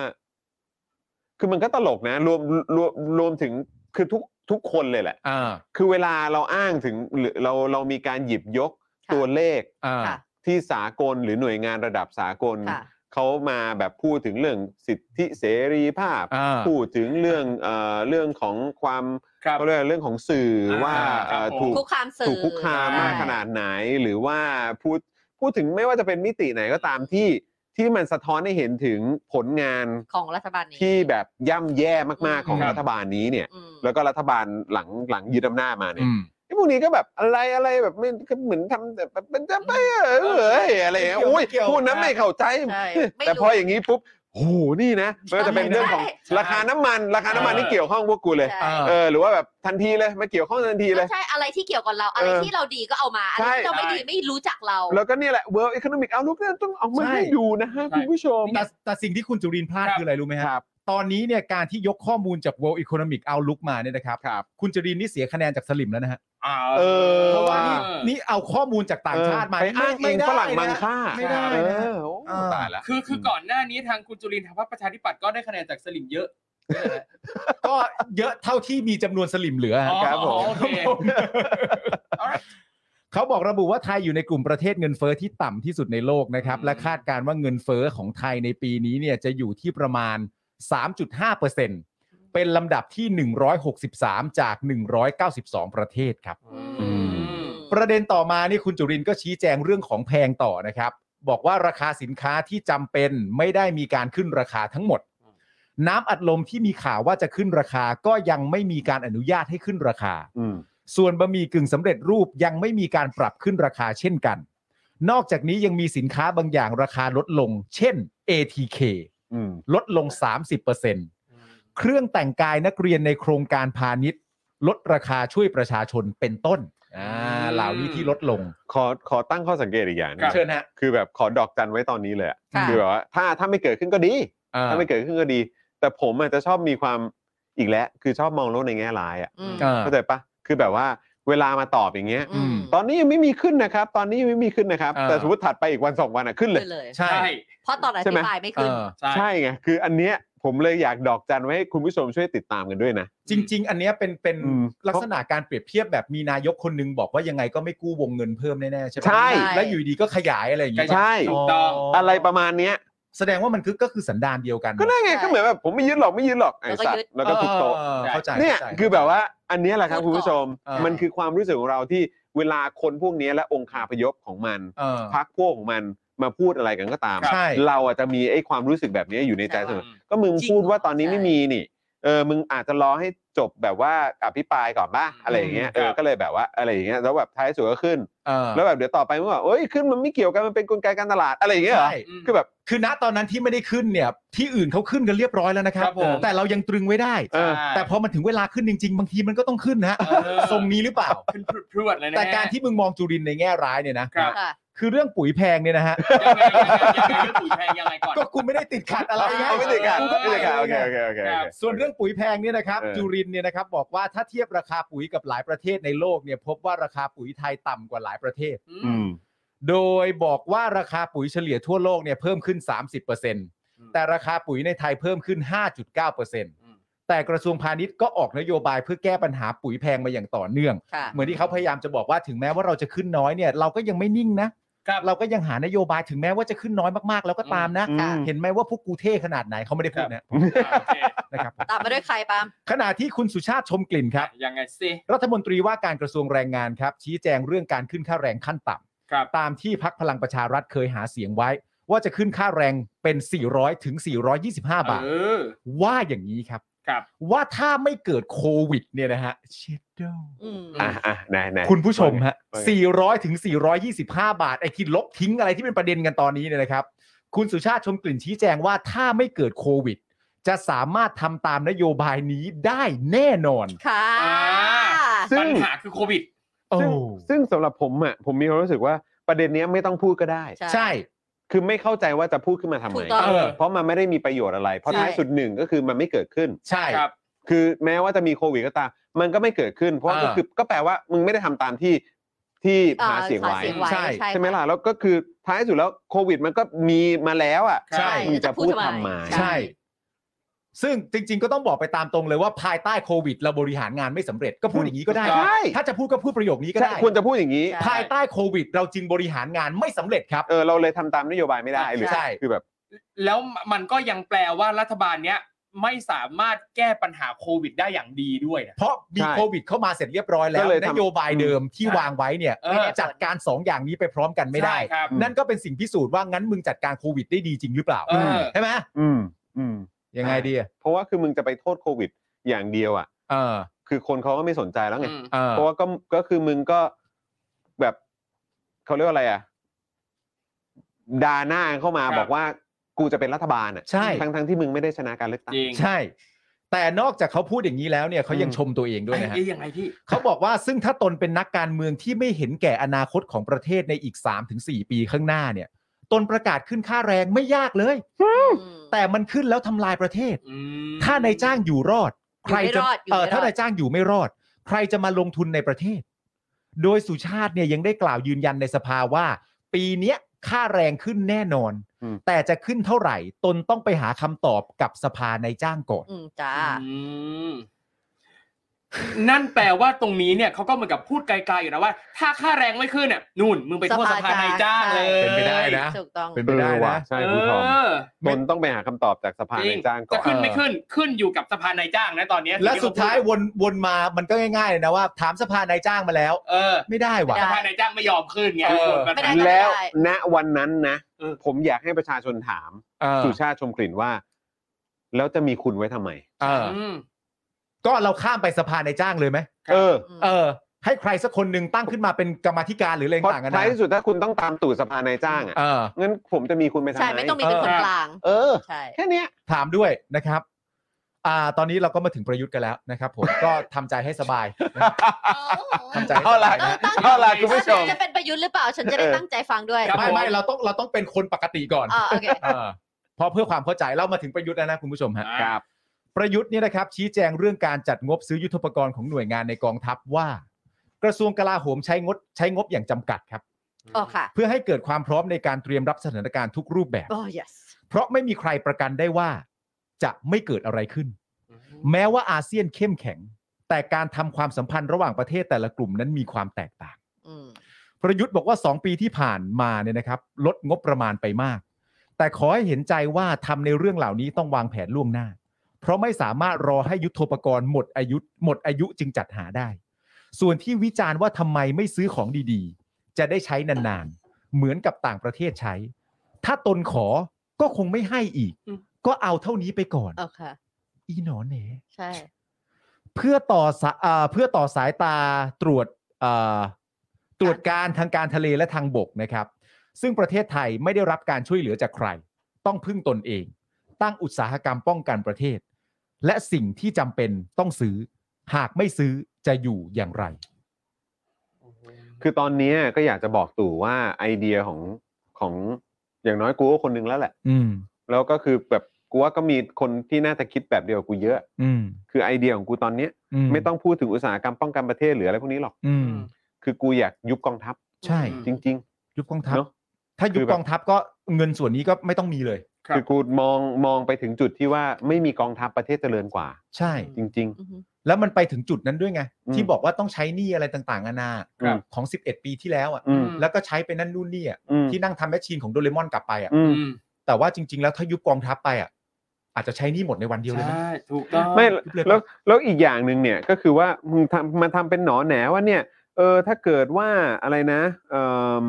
S5: คือมันก็ตลกนะ รวมรวมรวมถึงคือทุกทุกคนเลยแหละ
S4: อ่า
S5: คือเวลาเราอ้างถึงหรือเราเรามีการหยิบยก
S3: ค่ะ
S5: ตัวเลข
S4: อ่า
S3: ค่ะ
S5: ที่สากลหรือหน่วยงานระดับสากล
S3: ค่ะ
S5: เขามาแบบพูดถึงเรื่องสิทธิเสรีภาพ
S4: อ่า
S5: พูดถึงเรื่องเอ่อเรื่องของความ
S6: ครับ
S5: เขาเรียกอะไรเรื่องของสื่อว่าเอ่อ
S6: ครับผ
S5: ถูก
S6: ม
S3: คุกคามสื่อ
S5: ถูกคุกคามมาก
S3: ใช่
S5: ขนาดไหนหรือว่าพูดพูดถึงไม่ว่าจะเป็นมิติไหนก็ตามที่ที่มันสะท้อนให้เห็นถึงผลงาน
S3: ของรัฐบาลนี้
S5: ที่แบบย่ำแย่มากๆของ
S3: ครับ
S5: รัฐบาลนี้เนี่ย
S3: อืม
S5: แล้วก็รัฐบาลหลังหลังยึดอำนาจมาเนี่ย
S4: อืม
S5: ไอ้พวกนี้ก็แบบอะไรอะไรแบบไม่เหมือนทำแบบเป็นจะไปเออเอ้ยอะไรอย่างเงี้ยอุ้ย
S7: เกี่ยว
S5: พูดนะไม่เข้าใจ
S3: ใช่ไม่รู้
S5: แต่พออย่างนี้ปุ๊บโอ้โหนี่นะไมันจะเป็นเรื่องของ
S3: ใช่
S5: ราคาน้ำมัน ราคาน้ำมันนี่เกี่ยวข้องพวกกูเลย
S3: ใช่
S5: เออหรือว่าแบบทันทีเลยมาเกี่ยวข้องทันทีเลย
S3: ใช่อะไรที่เกี่ยวกับเรา อะไรที่เราดีก็เอามา อะไรที่เราไม่ดีไม่รู้จักเรา
S5: แล้วก็เนี่ยแหละ World Economic Outlook เนี่ยต้องเอามา
S4: ใช่
S5: ให้ดูนะฮะ
S6: ใช่
S5: คุณผู้ชม
S4: แต่แต่สิ่งที่คุณจุรินทร์พลาด
S6: ครับ
S4: คืออะไรรู้ไหม
S5: ค
S4: ค
S5: รั
S4: รับ บ ตอนนี้เนี่ยการที่ยกข้อมูลจาก World Economic Outlook มาเนี่ยนะครับ
S5: ครับ
S4: คุณจุรินทร์นี่เสียคะแนนจากสลิมแล้วนะฮะ
S6: อ่า
S5: เออ
S4: เพราะว่า
S5: ว่า
S4: นี่นี่เอาข้อมูลจากต่างชาติมา
S5: ไปอ้างอิง
S4: ได้
S5: ฝรั่งมัง
S4: นะ
S5: ค่า
S4: ไม่ได้นะ
S5: เออโอ้
S4: อ่า
S5: ตายละ
S6: คือคือก่อนหน้านี้ทางคุณจุลินทร์ทางพรรคประชาธิปัตย์ก็ได้คะแนนจากสลิมเยอะ
S4: ก็เยอะเท่าที่มีจำนวนสลิมเหลือ
S6: อ๋
S4: ฮะ
S6: อโอเค [laughs] alright
S4: เขาบอกระบุว่าไทยอยู่ในกลุ่มประเทศเงินเฟ้อที่ต่ำที่สุดในโลกนะครับ
S6: อืม
S4: และคาดการณ์ว่าเงินเฟ้อของไทยในปีนี้เนี่ยจะอยู่ที่ประมาณ 3.5%เป็นลำดับที่ 163 จาก 192 ประเทศครับ ประเด็นต่อมานี่คุณจุรินทร์ก็ชี้แจงเรื่องของแพงต่อนะครับ บอกว่าราคาสินค้าที่จำเป็นไม่ได้มีการขึ้นราคาทั้งหมด น้ำอัดลมที่มีข่าวว่าจะขึ้นราคาก็ยังไม่มีการอนุญาตให้ขึ้นราคา
S5: อืม
S4: ส่วนบะหมี่กึ่งสำเร็จรูปยังไม่มีการปรับขึ้นราคาเช่นกัน นอกจากนี้ยังมีสินค้าบางอย่างราคาลดลง เช่น ATK
S5: อืม
S4: ลดลง 30%เครื่องแต่งกายนักเรียนในโครงการพาณิชย์ ลดราคาช่วยประชาชนเป็นต้นอ่าเหล่านี้ที่ลดลง
S5: ขอขอตั้งข้อสังเกตอีกอย่างหนึง
S6: ครับ
S4: เชิญฮะ
S5: คือแบบขอดอกจันไว้ตอนนี้เลยอะ
S3: ค่ะ
S5: คือแบบว่าถ้าถ้าไม่เกิดขึ้นก็ดี
S4: อ่า
S5: ถ้าไม่เกิดขึ้นก็ดี แต่ผมอาจจะชอบมีความอีกแล้ว คือชอบมองโลกในแง่ร้ายอ่ะ
S4: อ่า
S5: เข้าใจปะคือแบบว่าเวลามาตอบอย่างเงี้ย
S3: อืม
S5: ตอนนี้ยังไม่มีขึ้นนะครับ ตอนนี้ยังไม่มีขึ้นนะครับ
S4: อ่า
S5: แต่สมมติถัดไปอีกวันสองวันอ่ะขึ้นเลย
S3: ขึ้นเลย
S4: ใช่
S6: ใช่
S3: เพราะตอนอธิบายไม่
S4: เอ
S3: ขึ้น
S4: อ
S5: ใช่
S6: ใช่
S5: ไง คืออันเนี้ยผมเลยอยากดอกจันไว้ให้คุณผู้ชมช่วยติดตามกันด้วยนะ
S4: จริง ๆ อันเนี้ยเป็นเป็น
S5: อืม
S4: ลักษณะการเปรียบเทียบแบบมีนายกคนหนึงบอกว่ายังไงก็ไม่กู้วงเงินเพิ่มแน่ๆใช่ไหม
S5: ใช่
S4: แล้วอยู่ดีก็ขยายอะไรอย่างเงี้ย
S5: ใช่
S6: ถูกต้อง
S5: อะไรประมาณเนี้ย
S4: แสดงว่ามันคือก็คือสันดานเดียวกัน
S5: ก็นั่นไง
S3: ใช่
S5: ก็เหมือนแบบผมไม่ยึดหรอกไม่ยึดหรอกไอ้
S3: แล้วก็ยึด
S5: สัตว์แล้วก็ทุบโต๊ะ
S4: เออเข้าใจ
S5: เนี่ย
S4: ข้าใจ
S5: คือแบบว่าอันเนี้ยแหละครับ
S3: พู
S5: คุ
S3: ดก่อน
S5: ณผู้ชม
S4: เออ
S5: มันคือความรู้สึกของเราที่เวลาคนพวกเนี้ยและองค์คาพยพของมัน
S4: เออ
S5: พักพวกของมันมาพูดอะไรกันก็ตาม
S4: ใช่
S5: เราอาจจะมีไอ้ความรู้สึกแบบเนี้ยอยู่ในใจเสมอ ก็มึง
S3: จริง
S5: พูดว่าตอนนี้
S3: ใช่
S5: ไม่มีนี่ เออ มึงอาจจะรอให้จบแบบว่าอภิปรายก่อนป่ะอะไรอย่างเงี้ย เออ
S6: ครับ
S5: ก็เลยแบบว่าอะไรอย่างเงี้ย แล้วแบบท้ายสุดก็ขึ้น
S4: เออ
S5: แล้วแบบเดี๋ยวต่อไปมึงบอกเอ้ย ขึ้นมันไม่เกี่ยวกัน มันเป็นกลไกการตลาดอะไรอย่างเงี้ยเหรอ
S4: ใช่
S5: คือแบบ
S4: คือณตอนนั้นที่ไม่ได้ขึ้นเนี่ย ที่อื่นเขาขึ้นกันเรียบร้อยแล้วนะครับ
S6: ครับผม
S4: แต่เรายังตรึงไว้ได้
S5: เออ
S4: แต่พอมันถึงเวลาขึ้นจริง ๆ บางทีมันก็ต้องขึ้นนะฮะทรงนี้หรือเปล่า
S6: ขึ้นพรวดเลยนะ
S4: แต่การที่มึงมองจุรินทร์ในแง่ร้ายเนี่ยนะครับ
S3: ค่ะ
S4: คือเรื่องปุ๋ยแพงเนี่ยนะ
S5: [laughs]
S4: ฮะ
S6: ยังไงยังไงยังไงเรื่องปุ๋ยแพงยังไงก่อน
S4: ก็กูไม่ได้ติดขัดอะไรไง
S5: เอาไม่ติดกันไม่ติดกันโอเคโอเคโอเค
S6: ค
S5: โอ
S6: รับ
S5: เค
S4: ส่วนเรื่องปุ๋ยแพงเนี่ยนะครับ
S5: เออ
S4: จุรินทร์เนี่ยนะครับบอกว่าถ้าเทียบราคาปุ๋ยกับหลายประเทศในโลกเนี่ยพบว่าราคาปุ๋ยไทยต่ำกว่าหลายประเทศ
S6: อื
S5: อื
S6: ม
S5: ม
S4: โดยบอกว่าราคาปุ๋ยเฉลี่ยทั่วโลกเนี่ยเพิ่มขึ้น 30%แต่ราคาปุ๋ยในไทยเพิ่มขึ้น
S6: ม
S4: 5.9%แต่กระทรวงพาณิชย์ก็ออกนโยบายเพื่อแก้ปัญหาปุ๋ยแพงมาอย่างต่อเนื่อง
S3: ค่ะ
S4: เหมือนที่เขาพยายามจะบอกว่าถึงแม้ว่าเราจะขึ้นน้อยเนี่ยเราก็ยังไม่นิ่งนะ
S6: ครับ
S4: เราก็ยังหานโยบายถึงแม้ว่าจะขึ้นน้อยมากๆ แล้วก็ตามนะ
S5: อืม
S4: เห็นไหมว่าพวกกูเท่ขนาดไหนเขาไม่ได้พูดนะ
S6: โอเค
S4: นะครับ
S3: ตามมาด้วยใครปาล์ม
S4: ขณะที่คุณสุชาติชมกลิ่นครับ
S6: ยังไงสิ
S4: รัฐมนตรีว่าการกระทรวงแรงงานครับ ชี้แจงเรื่องการขึ้นค่าแรงขั้นต่
S6: ครับ
S4: ำตามที่พักพลังประชารัฐเคยหาเสียงไว้ ว่าจะขึ้นค่าแรงเป็น 400 ถึง 425 บาท
S6: เออ
S4: ว่าอย่างนี้ครับ
S6: ครับ
S4: ว่าถ้าไม่เกิดโควิดเนี่ยนะฮะเชดเด
S3: อืม
S5: อ่ะอ่ะไหนไหน
S4: คุณผู้ชมฮะ
S5: ว่าไง
S4: 400 ถึง 425 บาท ไอ้ที่ลบทิ้งอะไรที่เป็นประเด็นกันตอนนี้เนี่ยนะครับ คุณสุชาติชมกลิ่นชี้แจงว่าถ้าไม่เกิดโควิด จะสามารถทำตามนโยบายนี้ได้แน่นอน
S3: ค่ะ
S6: อ่า
S5: ซึ่
S6: ปั
S5: ง
S6: ญหาคือโควิด
S5: ซึ่ง
S4: โอ้
S5: ซึ่งสำหรับผมอ่ะ ผมมีความรู้สึกว่าประเด็นเนี้ยไม่ต้องพูดก็ได้
S4: ใช่
S5: คือไม่เข้าใจว่าจะพูดขึ้นมาทำ
S3: ถู
S5: ไม
S3: กต้อง
S4: เออ
S5: เพราะมันไม่ได้มีประโยชน์อะไร เพราะ
S3: ใช่
S5: ท้ายสุดหนึ่งก็คือมันไม่เกิดขึ้น
S4: ใช่
S6: ครับ
S5: คือแม้ว่าจะมีโควิดก็ตาม มันก็ไม่เกิดขึ้น เพราะ
S4: อ่า
S5: ก็คือก็แปลว่ามึงไม่ได้ทำตามที่ที่
S3: อ่
S5: หาเสียงไว้
S4: ใช่
S5: ใช่ไหมล่ะ แล้วก็คือท้ายสุดแล้วโควิดมันก็มีมาแล้วอ่ะ
S6: ใช่
S5: มึงจะพูดทำไม
S3: ใช่
S4: ใช่ ซึ่งจริง ๆ ก็ต้องบอกไปตามตรงเลยว่าภายใต้โควิด เราบริหารงานไม่สำเร็จก็พูดอย่างนี้ก็ได้
S6: ใช่
S4: ถ้าจะพูดก็พูดประโยคนี้ก็
S5: ใช่
S4: ได้
S5: ควรจะพูดอย่างนี้
S3: ใช่
S4: ภายใต้โควิด เราจึงบริหารงานไม่สำเร็จครับ
S5: เออเราเลยทำตามนโยบายไม่ได้หรือ
S4: ใช่
S5: คือแบบ
S6: แล้วมันก็ยังแปลว่ารัฐบาลเนี้ยไม่สามารถแก้ปัญหาโควิดได้อย่างดีด้วยนะ
S4: เพราะมี
S5: ใช่
S4: โควิดเข้ามาเสร็จเรียบร้อยแล้
S5: ก็
S4: ว
S5: เลยทำ
S4: นโยบายเดิมที่วางไว้เนี่ย
S6: เออ
S4: จัดการสองอย่างนี้ไปพร้อมกันไม่ได้
S6: ใช่ครับ
S4: นั่นก็เป็นสิ่งพิสูจน์ว่างั้นมึงจัดการโควิดได้ดีจริงหรือเปล่า
S6: เออ
S4: ใช่ไหม
S5: อืมอืม
S4: ยังไงดีอะ
S5: เพราะว่าคือมึงจะไปโทษโควิด อย่างเดียวอ่ะ
S4: เออ
S5: คือคนเขาก็ไม่สนใจแล้วไง
S6: อืม
S4: เออ
S5: เพราะว่าก็ก็คือมึงก็แบบเขาเรียกว่าอะไรอ่ะดาหน้าเข้ามา
S6: ครับ
S5: บอกว่ากูจะเป็นรัฐบาลอ่ะ
S4: ใช่
S5: ทั้งทั้งที่มึงไม่ได้ชนะการเลือกตั้ง
S6: จริง
S4: ใช่ แต่นอกจากเขาพูดอย่างนี้แล้วเนี่ยเขายัง
S5: อืม
S4: ชมตัวเองด้วยนะฮะ
S6: เอ้ยยังไงพี่
S4: เขาบอกว่าซึ่งถ้าตนเป็นนักการเมืองที่ไม่เห็นแก่อนาคตของประเทศในอีก 3-4 ปีข้างหน้าเนี่ย ตนประกาศขึ้นค่าแรงไม่ยากเลย แต่มันขึ้นแล้วทำลายประเทศ
S6: อืม
S4: ถ้านายจ้างอยู่รอด ใคร
S3: อยู่ไม่
S4: จะ
S3: รอดอยู่
S4: เออ
S3: ไม่รอด
S4: ถ้านายจ้างอยู่ไม่รอด ใครจะมาลงทุนในประเทศ โดยสุชาติเนี่ยยังได้กล่าวยืนยันในสภาว่า ปีเนี้ยค่าแรงขึ้นแน่นอน
S5: อืม
S4: แต่จะขึ้นเท่าไหร่ ตนต้องไปหาคำตอบกับสภานายจ้างก่อน
S3: อืมจ้า
S6: อืมนั่นแปลว่าตรงนี้เนี่ยเขาก็เหมือนกับพูดไกลๆอยู่นะว่า ถ้าค่าแรงไม่ขึ้นเนี่ยนู่น มึงไปโทษสภาในายจ้างเลย
S4: เป็นไปได้นะ
S3: ถูกต้อง
S4: เป็นไปได้
S5: เออว่
S4: นะ
S5: ใช่
S6: เอ
S5: คุณทอม
S6: อ
S5: ตนต้องไปหาคำตอบจากสภา
S6: จริ
S5: ใน
S6: ง
S5: จ้างก่อ
S6: จะ
S5: น
S6: ขึ้นไม่ขึ้นขึ้นอยู่กับสภานายจ้างนะตอนเนี้ย
S4: [laughs] และ
S6: งที่
S4: สุดท้าย
S6: เขพู
S4: วนวนมามันก็ง่ายๆเลยนะว่า ถามสภานายจ้างมาแล้ว
S6: เออ
S4: ไม่ได้ว่ะ
S3: ไม่
S6: ส
S3: ได้
S6: ภานายจ้างไม่ยอมขึ้นไง
S4: เออ
S3: ไม่ได้
S6: ปัญหา
S5: แล้ว
S3: ได้
S5: ณวันนั้นนะ
S6: เออ
S5: ผมอยากให้ประชาชนถาม
S4: เออ
S5: สุชาติชมกลิ่นว่า แล้วจะมีคุณไว้ทำไม
S4: เออ
S6: อืม
S4: ก็เราข้ามไปสภานายจ้างเลยไหม
S5: เออ
S3: อืม
S4: เออ ให้ใครสักคนหนึ่งตั้งขึ้นมาเป็นกรรมาธิการหรืออะไร
S5: เพราะ
S4: ต่างกัน
S5: ท้า
S4: นะ
S5: ยที่สุดถ้าคุณต้องตามตู่สภานายจ้างอ่ะ
S4: เออ
S5: งั้นผมจะมีคุณไปทำไม
S3: ใช่ไม่ต้องมีเป็นคน
S6: เออ
S3: กลาง
S5: เออ
S3: ใช่
S5: แค่เนี้ย
S4: ถามด้วยนะครับอ่าตอนนี้เราก็มาถึงประยุทธ์กันแล้วนะครับผม
S5: [laughs]
S4: ก็ทำใจให้สบายนะทำใจให้ส
S5: เอาล่ะ
S4: บาย
S3: เออ
S4: นะ
S3: ตั้ง
S5: เอาล่ะคุณผู้ชม
S3: จะเป็นประยุทธ์หรือเปล่า ฉันจะได้ตั้งใจฟังด้วย
S6: ครับ
S4: ไม่ไม่เราต้องเราต้องเป็นคนปกติก่อน
S3: อ่าโอเค
S4: เออเพราะเพื่อความเข้าใจเรามาถึงประยุทธ์แล้วนะคุณผู้ชมฮะ
S5: ครับ
S4: ประยุทธ์เนี่ยนะครับชี้แจงเรื่องการจัดงบซื้อยุทโธปกรณ์ของหน่วยงานในกองทัพว่า กระทรวงกลาโหมใช้งบใช้งบอย่างจำกัดครับ
S3: โอ้ค่ะ
S4: เพื่อให้เกิดความพร้อมในการเตรียมรับสถานการณ์ทุกรูปแบบ
S3: โอ้ yes
S4: เพราะไม่มีใครประกันได้ว่า จะไม่เกิดอะไรขึ้น แม้ว่าอาเซียนเข้มแข็ง แต่การทำความสัมพันธ์ระหว่างประเทศแต่ละกลุ่มนั้นมีความแตกต่าง
S3: อืม
S4: ประยุทธ์บอกว่า 2 ปีที่ผ่านมาเนี่ยนะครับ ลดงบประมาณไปมาก แต่ขอให้เห็นใจว่าทำในเรื่องเหล่านี้ต้องวางแผนล่วงหน้า เพราะไม่สามารถรอให้ยุทโธปกรณ์หมดอายุหมดอายุจึงจัดหาได้ ส่วนที่วิจารณ์ว่าทำไมไม่ซื้อของดีๆ จะได้ใช้นานๆ เหมือนกับต่างประเทศใช้ ถ้าตนขอก็คงไม่ให้อีก
S6: อืม
S4: ก็เอาเท่านี้ไปก่อน
S3: โอ้ค่ะ
S4: อีหนอนเหน
S3: ใช่
S4: เพื่อต่อสาอ่าเพื่อต่อสายตาตรวจอ่าตรวจการทางการทะเลและทางบกนะครับ ซึ่งประเทศไทยไม่ได้รับการช่วยเหลือจากใคร ต้องพึ่งตนเอง ตั้งอุตสาหกรรมป้องกันประเทศ และสิ่งที่จำเป็นต้องซื้อ หากไม่ซื้อจะอยู่อย่างไร
S5: คือตอนเนี้ยก็อยากจะบอกตู่ว่าไอเดียของของอย่างน้อยกูก็คนหนึงแล้วแหละ
S4: อืม
S5: แล้วก็คือแบบกูว่าก็มีคนที่น่าจะคิดแบบเดียวกับกูเยอะ
S4: อืม
S5: คือไอเดียของกูตอนเนี้ยไม่ต้องพูดถึงอุตสาหกรรมป้องกันประเทศหรืออะไรพวกนี้หรอก
S4: อืม
S5: คือกูอยากยุบกองทัพ
S4: ใช่
S5: จริง
S4: ยุบกองทัพ
S5: เนอะ
S4: ถ้ายุ
S5: คื
S4: บ
S5: อแบบ
S4: กองทัพก็เงินส่วนนี้ก็ไม่ต้องมีเลย
S5: ๆ คือกูมองมองไปถึงจุดที่ว่าไม่มีกองทัพประเทศเจริญกว่า
S4: ใช่
S5: จริง
S3: อือฮึ
S4: แล้วมันไปถึงจุดนั้นด้วยไง
S5: อืม
S4: ที่บอกว่าต้องใช้หนี้อะไรต่างๆนานา
S5: ครับ
S4: ของ 11 ปีที่แล้วอ่ะ
S5: ๆ อืม
S4: แล้วก็ใช้ไปนั่นนู่นนี่อะ
S5: อืม
S4: ที่นั่งทำแมชชีนของโดเรมอนกลับไปอ่ะ
S5: อืม
S6: อืม
S4: แต่ว่าจริง ๆ แล้วถ้ายุบกองทัพไปอ่ะ อาจจะใช้หนี่หมดในวันเดียวเลยไหม
S6: ใช่ถูกต้อง
S5: ไม่
S4: ยุบเลยปะ
S5: แล้วแล้วอีกอย่างหนึ่งเนี่ยก็คือว่ามึงทำมาทำเป็นหนอแหนว่าเนี่ย เออถ้าเกิดว่าอะไรนะเอ่ม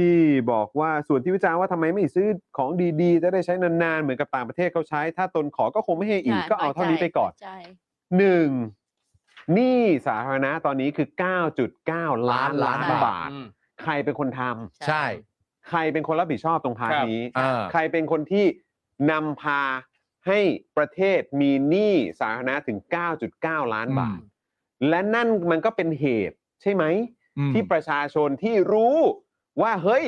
S5: ที่บอกว่าส่วนที่วิจารณ์ว่าทำไมไม่ซื้อของดีๆ จะได้ใช้นานๆ เหมือนกับต่างประเทศเขาใช้ ถ้าตนขอก็คงไม่ให้อีกก็เอาเท่านี้ไปก่อน
S3: ใช่
S5: หนึ่งหนี้สาธารณะตอนนี้คือ 9.9 ล้านล้าน
S3: ล้านบาท
S5: บาท ใครเป็นคนทำ
S4: ใช่
S5: ใครเป็นคนรับผิดชอบตรงพาร์ท
S6: ครับ
S5: นี้
S4: อ่า
S5: ใครเป็นคนที่นำพาให้ประเทศมีหนี้สาธารณะถึง 9.9 ล้านบาท และนั่นมันก็เป็นเหตุใช่ไหม
S4: อืม
S5: ที่ประชาชนที่รู้ว่าเฮ้ย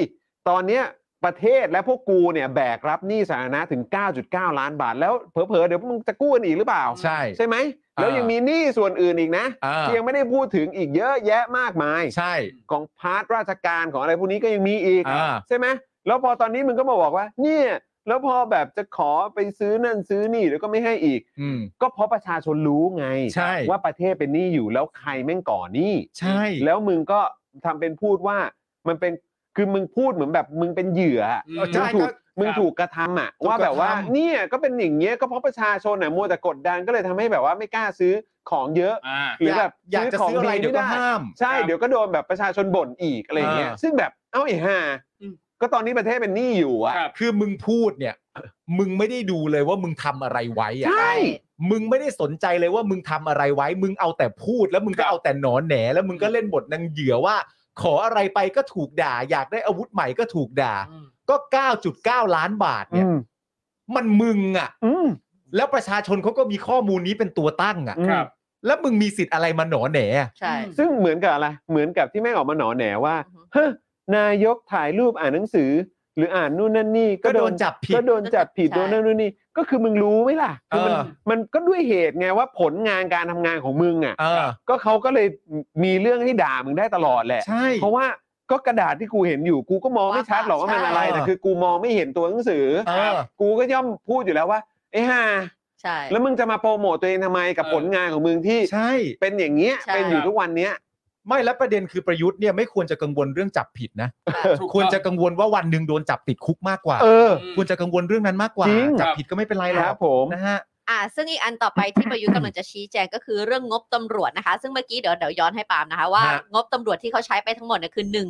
S5: ตอนเนี้ยประเทศและพวกกูเนี่ยแบกรับหนี้สาธารณะถึง 9.9 ล้านบาท แล้วเผลอๆเดี๋ยวมึงจะกู้กันอีกหรือเปล่า
S4: ใช่
S5: ใช่ไหม แล้วยังมีหนี้ส่วนอื่นอีกนะ
S4: อ่า
S5: ที่ยังไม่ได้พูดถึงอีกเยอะแยะมากมาย
S4: ใช่
S5: ของพาร์ทราชการของอะไรพวกนี้ก็ยังมีอีก
S4: อ่า
S5: ใช่ไหมแล้วพอตอนนี้มึงก็มาบอกว่า เนี่ย แล้วพอแบบจะขอไปซื้อนั่นซื้อนี่แล้วก็ไม่ให้อีก
S4: อืม
S5: ก็เพราะประชาชนรู้ไง
S4: ใช่
S5: ว่าประเทศเป็นหนี้อยู่แล้วใครแม่งก่อหนี้
S4: ใช่
S5: แล้วมึงก็ทำเป็นพูดว่ามันเป็นคือมึงพูดเหมือนแบบมึงเป็นเหยื่ออะ
S6: อื
S4: เออ
S5: มึ
S4: ใช่
S5: งถู
S4: ก็
S5: กมึงถูกกระทำอ่ะ
S4: ถูก
S5: ว่าแบบว่า
S4: กระทำ
S5: เนี่ยก็เป็นอย่างเงี้ยก็เพราะประชาชนอ่ะมัวแต่กดดันก็เลยทำให้แบบว่าไม่กล้าซื้อของเยอะ
S6: อ่า
S5: หรือแบบ
S4: อยากจะซื้ออะไร
S5: ขง
S4: เดี๋ยวก็
S5: ม่
S4: ห้าม
S5: ใช่
S6: ครับ
S5: เดี๋ยวก็โดนแบบประชาชนบ่นอีกอะไรอย่างเงี้ย
S4: อ่า
S5: ซึ่งแบบเอ้าไอ้ห่า
S6: อืม
S5: ก็ตอนนี้ประเทศเป็นหนี้อยู่อะ
S6: ครับ
S4: คือมึงพูดเนี่ย มึงไม่ได้ดูเลยว่ามึงทำอะไรไว้อะ
S5: ใช่
S4: มึงไม่ได้สนใจเลยว่ามึงทำอะไรไว้ มึงเอาแต่พูดแล้วมึงก็เอาแต่หนอนแหน แล้วมึงก็เล่นบทนางเหยื่อว่า ขออะไรไปก็ถูกด่า อยากได้อาวุธใหม่ก็ถูกด่า ก็ 9.9 ล้านบาทเนี่ย มันมึงอะแล้วประชาชนเขาก็มีข้อมูลนี้เป็นตัวตั้งอะ
S5: ครับ
S4: แล้วมึงมีสิทธิ์อะไรมาหนอแหนอะ
S3: ใช่
S5: ซึ่งเหมือนกับอะไร เหมือนกับที่แม่งออกมาหนอแหนว่า
S3: อือฮึ
S5: เฮ้อนายกถ่ายรูปอ่านหนังสือ หรืออ่านนู่นนั่นนี่
S4: ก็โดนจับผิด
S5: ก็โดนจับผิด
S3: ใช่
S5: โดนนั่นนู่นนี่ก็คือมึงรู้ไหมล่ะคือมัน
S4: เออ
S5: มันก็ด้วยเหตุไงว่าผลงานการทำงานของมึงอ่ะ
S4: เออ
S5: ก็เขาก็เลยมีเรื่องให้ด่ามึงได้ตลอดแหละ
S4: ใช่
S5: เพราะว่าก็กระดาษที่กูเห็นอยู่กูก็มองไม่ชัดหรอกว่ามันอะไร
S4: ใช่
S5: แต่คือกูมองไม่เห็นตัวหนังสือ
S4: เออ
S5: กูก็ย่อมพูดอยู่แล้วว่าไอ้ห่า
S3: ใช่
S5: แล้วมึงจะมาโปรโมทตัวเองทำไมกับ
S6: เออ
S5: ผลงานของมึงที่
S4: ใช่
S5: เป็นอย่างเงี้ย
S3: ใช่
S5: เป็นอยู่ทุกวันเนี้ย
S4: ไม่แล้วประเด็นคือประยุทธ์เนี่ยไม่ควรจะกังวลเรื่องจับผิดนะ
S6: ถูกต้อง
S4: ควรจะกังวลว่าวันหนึ่งโดนจับติดคุกมากกว่า
S5: เออ
S6: ม
S4: ควรจะกังวลเรื่องนั้นมากกว่า
S5: จริง
S4: จับผิดก็ไม่เป็นไรหร
S5: ค
S4: อ
S5: รั
S4: ก
S5: บผม
S4: นะฮะ
S3: อ่าซึ่งอีกอันต่อไปที่ประยุทธ์กำลังจะชี้แจงก็คือเรื่องงบตำรวจนะคะ ซึ่งเมื่อกี้เดี๋ยวเดี๋ยวย้อนให้ปาล์มนะคะ ว่า
S4: ฮะ
S3: งบตำรวจที่เขาใช้ไปทั้งหมดเนี่ยคือ1นึ่ง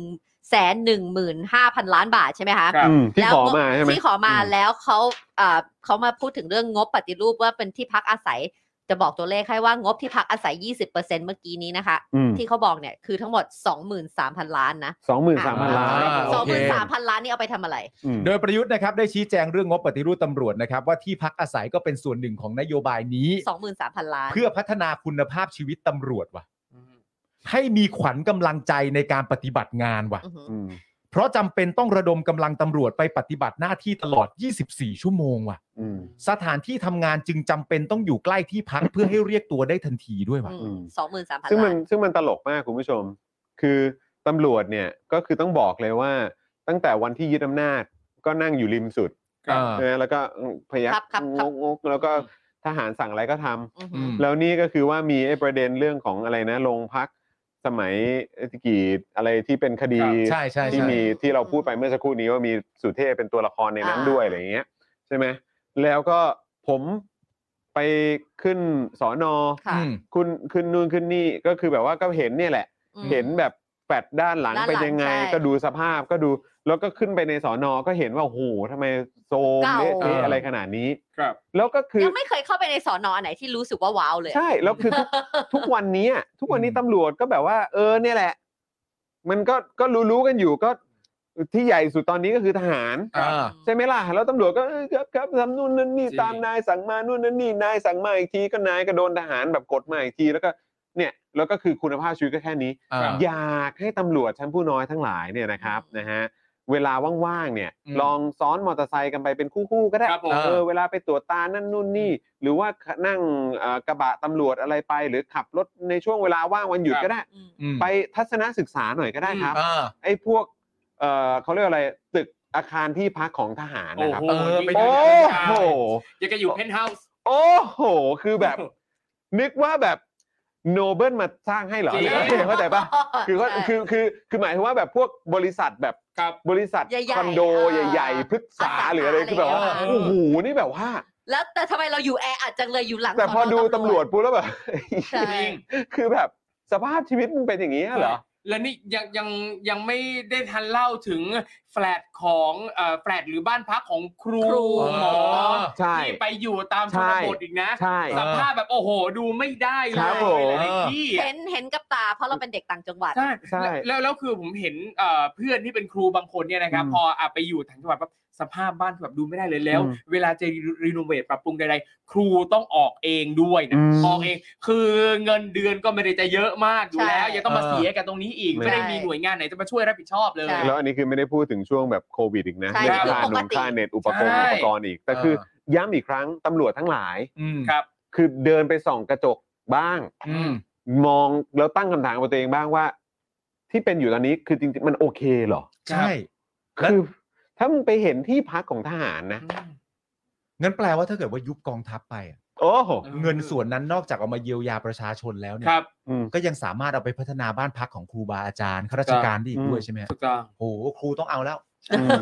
S3: แสนหนึ่งหมื่นห้าพันล้านบาทใช่ไหมคะ
S6: ครับ
S5: อืมที่
S3: แล้ว
S5: ขอมาใช่ไหม
S3: ที่ขอมา
S5: อืม
S3: แล้วเขาเอ่อเขามาพูดถึงเรื่องงบปฏิรูปว่าเป็นที่พักอาศัย จะบอกตัวเลขให้ว่างบที่พักอาศัย 20%เมื่อกี้นี้นะคะ
S5: อืม
S3: ที่เขาบอกเนี่ยคือทั้งหมด 23,000 ล้านนะ
S5: สองหมื่นสามพันล้าน
S4: อ่า โอเค
S3: 23,000 ล้านนี่เอาไปทำอะไร
S5: อืม
S4: โดยประยุทธ์นะครับได้ชี้แจงเรื่องงบปฏิรูปตำรวจนะครับว่าที่พักอาศัยก็เป็นส่วนหนึ่งของนโยบายนี้
S3: 23,000 ล้าน
S4: เพื่อพัฒนาคุณภาพชีวิตตำรวจว่ะให้มีขวัญกำลังใจในการปฏิบัติงานว่ะ
S3: อือหือ
S5: อืม
S4: เพราะจำเป็นต้องระดมกำลังตำรวจไปปฏิบัติหน้าที่ตลอด 24 ชั่วโมงว่ะ
S5: อืม
S4: สถานที่ทำงานจึงจำเป็นต้องอยู่ใกล้ที่พักเพื่อให้เรียกตัวได้ทันทีด้วยว่ะ
S3: อื
S5: อื
S3: ม
S5: ม
S3: 23,000
S5: ซึ่งมั
S3: ล้าน น
S5: ซึ่งมันตลกมากคุณผู้ชม คือตำรวจเนี่ยก็คือต้องบอกเลยว่า ตั้งแต่วันที่ยึดอำนาจก็นั่งอยู่ริมสุด
S4: ครับ
S5: นะแล้วก็พยัก
S3: ครับครับครับ
S5: งกงกแล้วก็ทหารสั่งอะไรก็ทำ
S3: อือหือ
S4: ม
S5: แล้วนี่ก็คือว่ามีไอ้ประเด็นเรื่องของอะไรนะลงพักสมัยกี่อะไรที่เป็นคดี
S4: ใช่ใช่
S5: ที่
S4: ใช่
S5: มีที่เราพูดไปเมื่อสักครู่นี้ว่ามีสุเทพเป็นตัวละครในนั้นด้วยอะไรอย่างเงี้ยใช่ไหมแล้วก็ผมไปขึ้นสอนอ
S3: ค่ะ
S4: อืม
S5: คุณขึ้นนู่นขึ้นนี่ก็คือแบบว่าก็เห็นเนี่ยแหละ
S3: อืม
S5: เห็นแบบแปดด้านหลัง
S3: ด้านหลัง
S5: เป็นยังไง
S3: ใช่
S5: ก็ดูสภาพก็ดู แล้วก็ขึ้นไปในสอนอก็เห็นว่าโอ้โหทำไมโซม
S3: เก่า
S5: เละเทะ
S4: เอออ
S5: อะไรขนาดนี้
S6: ครับ
S5: แล้วก็คือ
S3: ยังไม่เคยเข้าไปในสอนอไหนที่รู้สึกว่าว้าวเลยอะ
S5: ใช่แล้วคือ
S3: [laughs]
S5: ทุก ทุกวันนี้อะทุกวันนี้
S4: อืม
S5: ตำรวจก็แบบว่า เออเนี่ยแหละ มันก็ก็รู้รู้ๆกันอยู่ก็ที่ใหญ่สุดตอนนี้ก็คือทหาร
S4: อ่า
S5: ใช่ไหมล่ะ แล้วตำรวจก็เออครับครับทำนู่นนั่นนี่
S6: จริง
S5: ตามนายสั่งมานู่นนั่นนี่นายสั่งมาอีกทีก็นายก็โดนทหารแบบกดมาอีกทีแล้วก็เนี่ยแล้วก็คือคุณภาพชีวิตก็แค่นี้
S4: อ่า
S5: อยากให้ตำรวจชั้นผู้น้อยทั้งหลายเนี่ยนะครับนะฮะเวลาว่างๆเนี่ย
S4: อืม
S5: ลองซ้อนมอเตอร์ไซค์กันไปเป็นคู่ๆก็ได้
S6: ครับผม
S4: เอ
S5: เออเวลาไปตรวจตานั่นนู่นนี่ หรือว่านั่งเอ่อกระบะตำรวจอะไรไป หรือขับรถในช่วงเวลาว่างวันหยุดก็ได้
S3: อืม
S4: อืม
S5: ไปทัศนศึกษาหน่อยก็ได้ครับ
S4: อ่า
S5: ไอ้พวกเอ่อเขาเรียกอะไรตึกอาคารที่พักของทหาร
S6: โอ้
S5: นะครับ
S6: โห
S4: เออไปดู
S5: โอ้โห
S6: ยังก็อยู่เพนท์เฮาส์
S5: โอ้โห คือแบบ นึกว่าแบบโนเบิลมาสร้างให้เหรอ
S6: จริง
S5: เข้าใจปะคือก็
S3: ใช่
S5: คือคือคือหมายถึงว่าแบบพวกบริษัทแบบ
S6: ครับ
S5: บริษัท
S3: ใหญ่ๆ
S5: คอนโด
S3: เออ
S5: ใหญ่ ๆ พฤกษา
S3: อสังหา
S5: หรืออะไรคือแบบว่า
S3: อะไรอย่างเงี้ย
S5: โอ้โหนี่แบบว่า
S3: แล้วแต่ทำไมเราอยู่แออัดจังเลยอยู่หลัง
S5: แต่พอ
S3: สน
S5: ดูตำรวจปุ๊บแล้วแบบ [laughs]
S3: ใช่
S6: จริง
S5: คือแบบสภาพชีวิตมึงเป็นอย่างนี้เหรอ
S6: และนี่ยังยังยังไม่ได้ทันเล่าถึงแฟลตของเอ่อแฟลตหรือบ้านพักของครู
S3: ครู
S6: หมอ
S5: ใช่
S6: ที่ไปอยู่ตามช
S5: ใช่
S6: นบทอีกนะ
S5: ใช่
S6: สภาพแบบโอ้โห ดูไม่ได้
S5: ค
S6: เล
S5: รั
S6: ย
S5: บผม
S6: ในที่อะ
S3: เห็นเห็นกับตาเพราะเราเป็นเด็กต่างจังหวัด
S6: ใช่
S5: ใช่
S6: แล้วแล้วแล้วคือผมเห็นเอ่อเพื่อนที่เป็นครูบางคนเนี่ยนะครับ
S5: อืม
S6: พออ่ะไปอยู่ต่างจังหวัดปั๊บสภาพบ้านคือแบบดูไม่ได้เลยแล้ว
S5: อืม
S6: เวลาจะรีโนเวทปรับปรุงใดๆครูต้องออกเองด้วยนะ
S5: อืม
S6: ออกเอง คือเงินเดือนก็ไม่ได้จะเยอะมากอยู่แล้ว
S3: ใช่
S6: ยังต้องมาเสียกันตรงนี้อีก
S5: ใช่
S6: ไม่ได้มีหน่วยงานไหนจะมาช่วยรับผิดชอบเลย
S3: ใช่
S5: แล้วอันนี้คือไม่ได้พูดถึงช่วงแบบโควิดอีกนะ
S3: ใช่
S5: เรื่อง
S6: ครับ
S5: ค่าหนุนค่าเน็ตอุปกรณ์
S6: ใช่
S5: อุปกรณ์อีก แต่คือย้ำอีกครั้งตำรวจทั้งหลาย
S4: อืม
S6: ครับ
S5: คือเดินไปส่องกระจกบ้าง
S4: อืม
S5: มองแล้วตั้งคำถามกับตัวเองบ้างว่า ที่เป็นอยู่ตอนนี้คือจริงๆ มันโอเคเหรอ
S4: ใช่ แล้ว
S5: คือ ถ้ามึงไปเห็นที่พักของทหารนะ
S4: งั้นแปลว่าถ้าเกิดว่ายุบกองทัพไปอะ
S5: โอ้โห
S6: อืม
S4: เงินส่วนนั้นนอกจากเอามาเยียวยาประชาชนแล้วเนี่
S6: ค
S4: ย
S6: รับ
S5: อืม
S4: ก็ยังสามารถเอาไปพัฒนาบ้านพักของครูบาอาจารย์ข้าราชการได้อีกด้วย
S5: อืม
S4: ใช่ไหมฮะ
S6: ถูกต้อง
S4: โอ้โหครูต้องเอาแล้ว
S5: อืม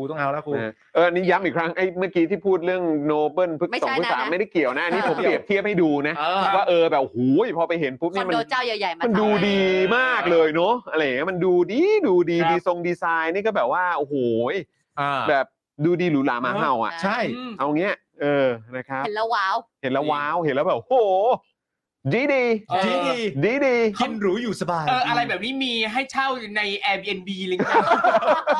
S7: กูต้องเอาแล้วกู
S5: นะเอออนนี่ย้ำอีกครั้งไอ้เมื่อกี้ที่พูดเรื่องโนเบิลพฤก
S3: ไม่
S5: ษ์
S3: ใช่
S5: สองพฤกษ์สาม
S3: นะ
S5: ไม่ได้เกี่ยวนะอันนี่
S3: เออ
S5: ผมเปรียบเทียบให้ดูนะ
S7: เออ
S5: ว่าเออแบบโอ้โหูยพอไปเห็นปุ๊บ
S3: คอ
S5: เนี่ย
S3: น
S5: มัน
S3: โดเจ้าใหญ่ๆมา
S5: มันดู
S3: ทำ
S5: ดีมากเลยเนาะอะไรอย่างเงี้ยมันดูดีดูดี
S7: ครับ
S5: ดีทรงดีไซน์นี่ก็แบบว่าโอ้โหย
S4: อ่า
S5: แบบดูดีหรูหรามาเห่าอ่ะ
S4: ใช่
S6: อืม
S5: เอาเงี้ยเออนะครับ
S3: เห็นแล้วว้าว
S5: เห็นแล้วว้าวเห็นแล้วแบบโอ้โหดีดี
S6: เออ
S4: ดีดี
S5: ดีดี
S4: กินหรูอยู่สบาย
S6: เอออะไรแบบนี้มีให้เช่าอยู่ใน Airbnb อะไรเงี้ย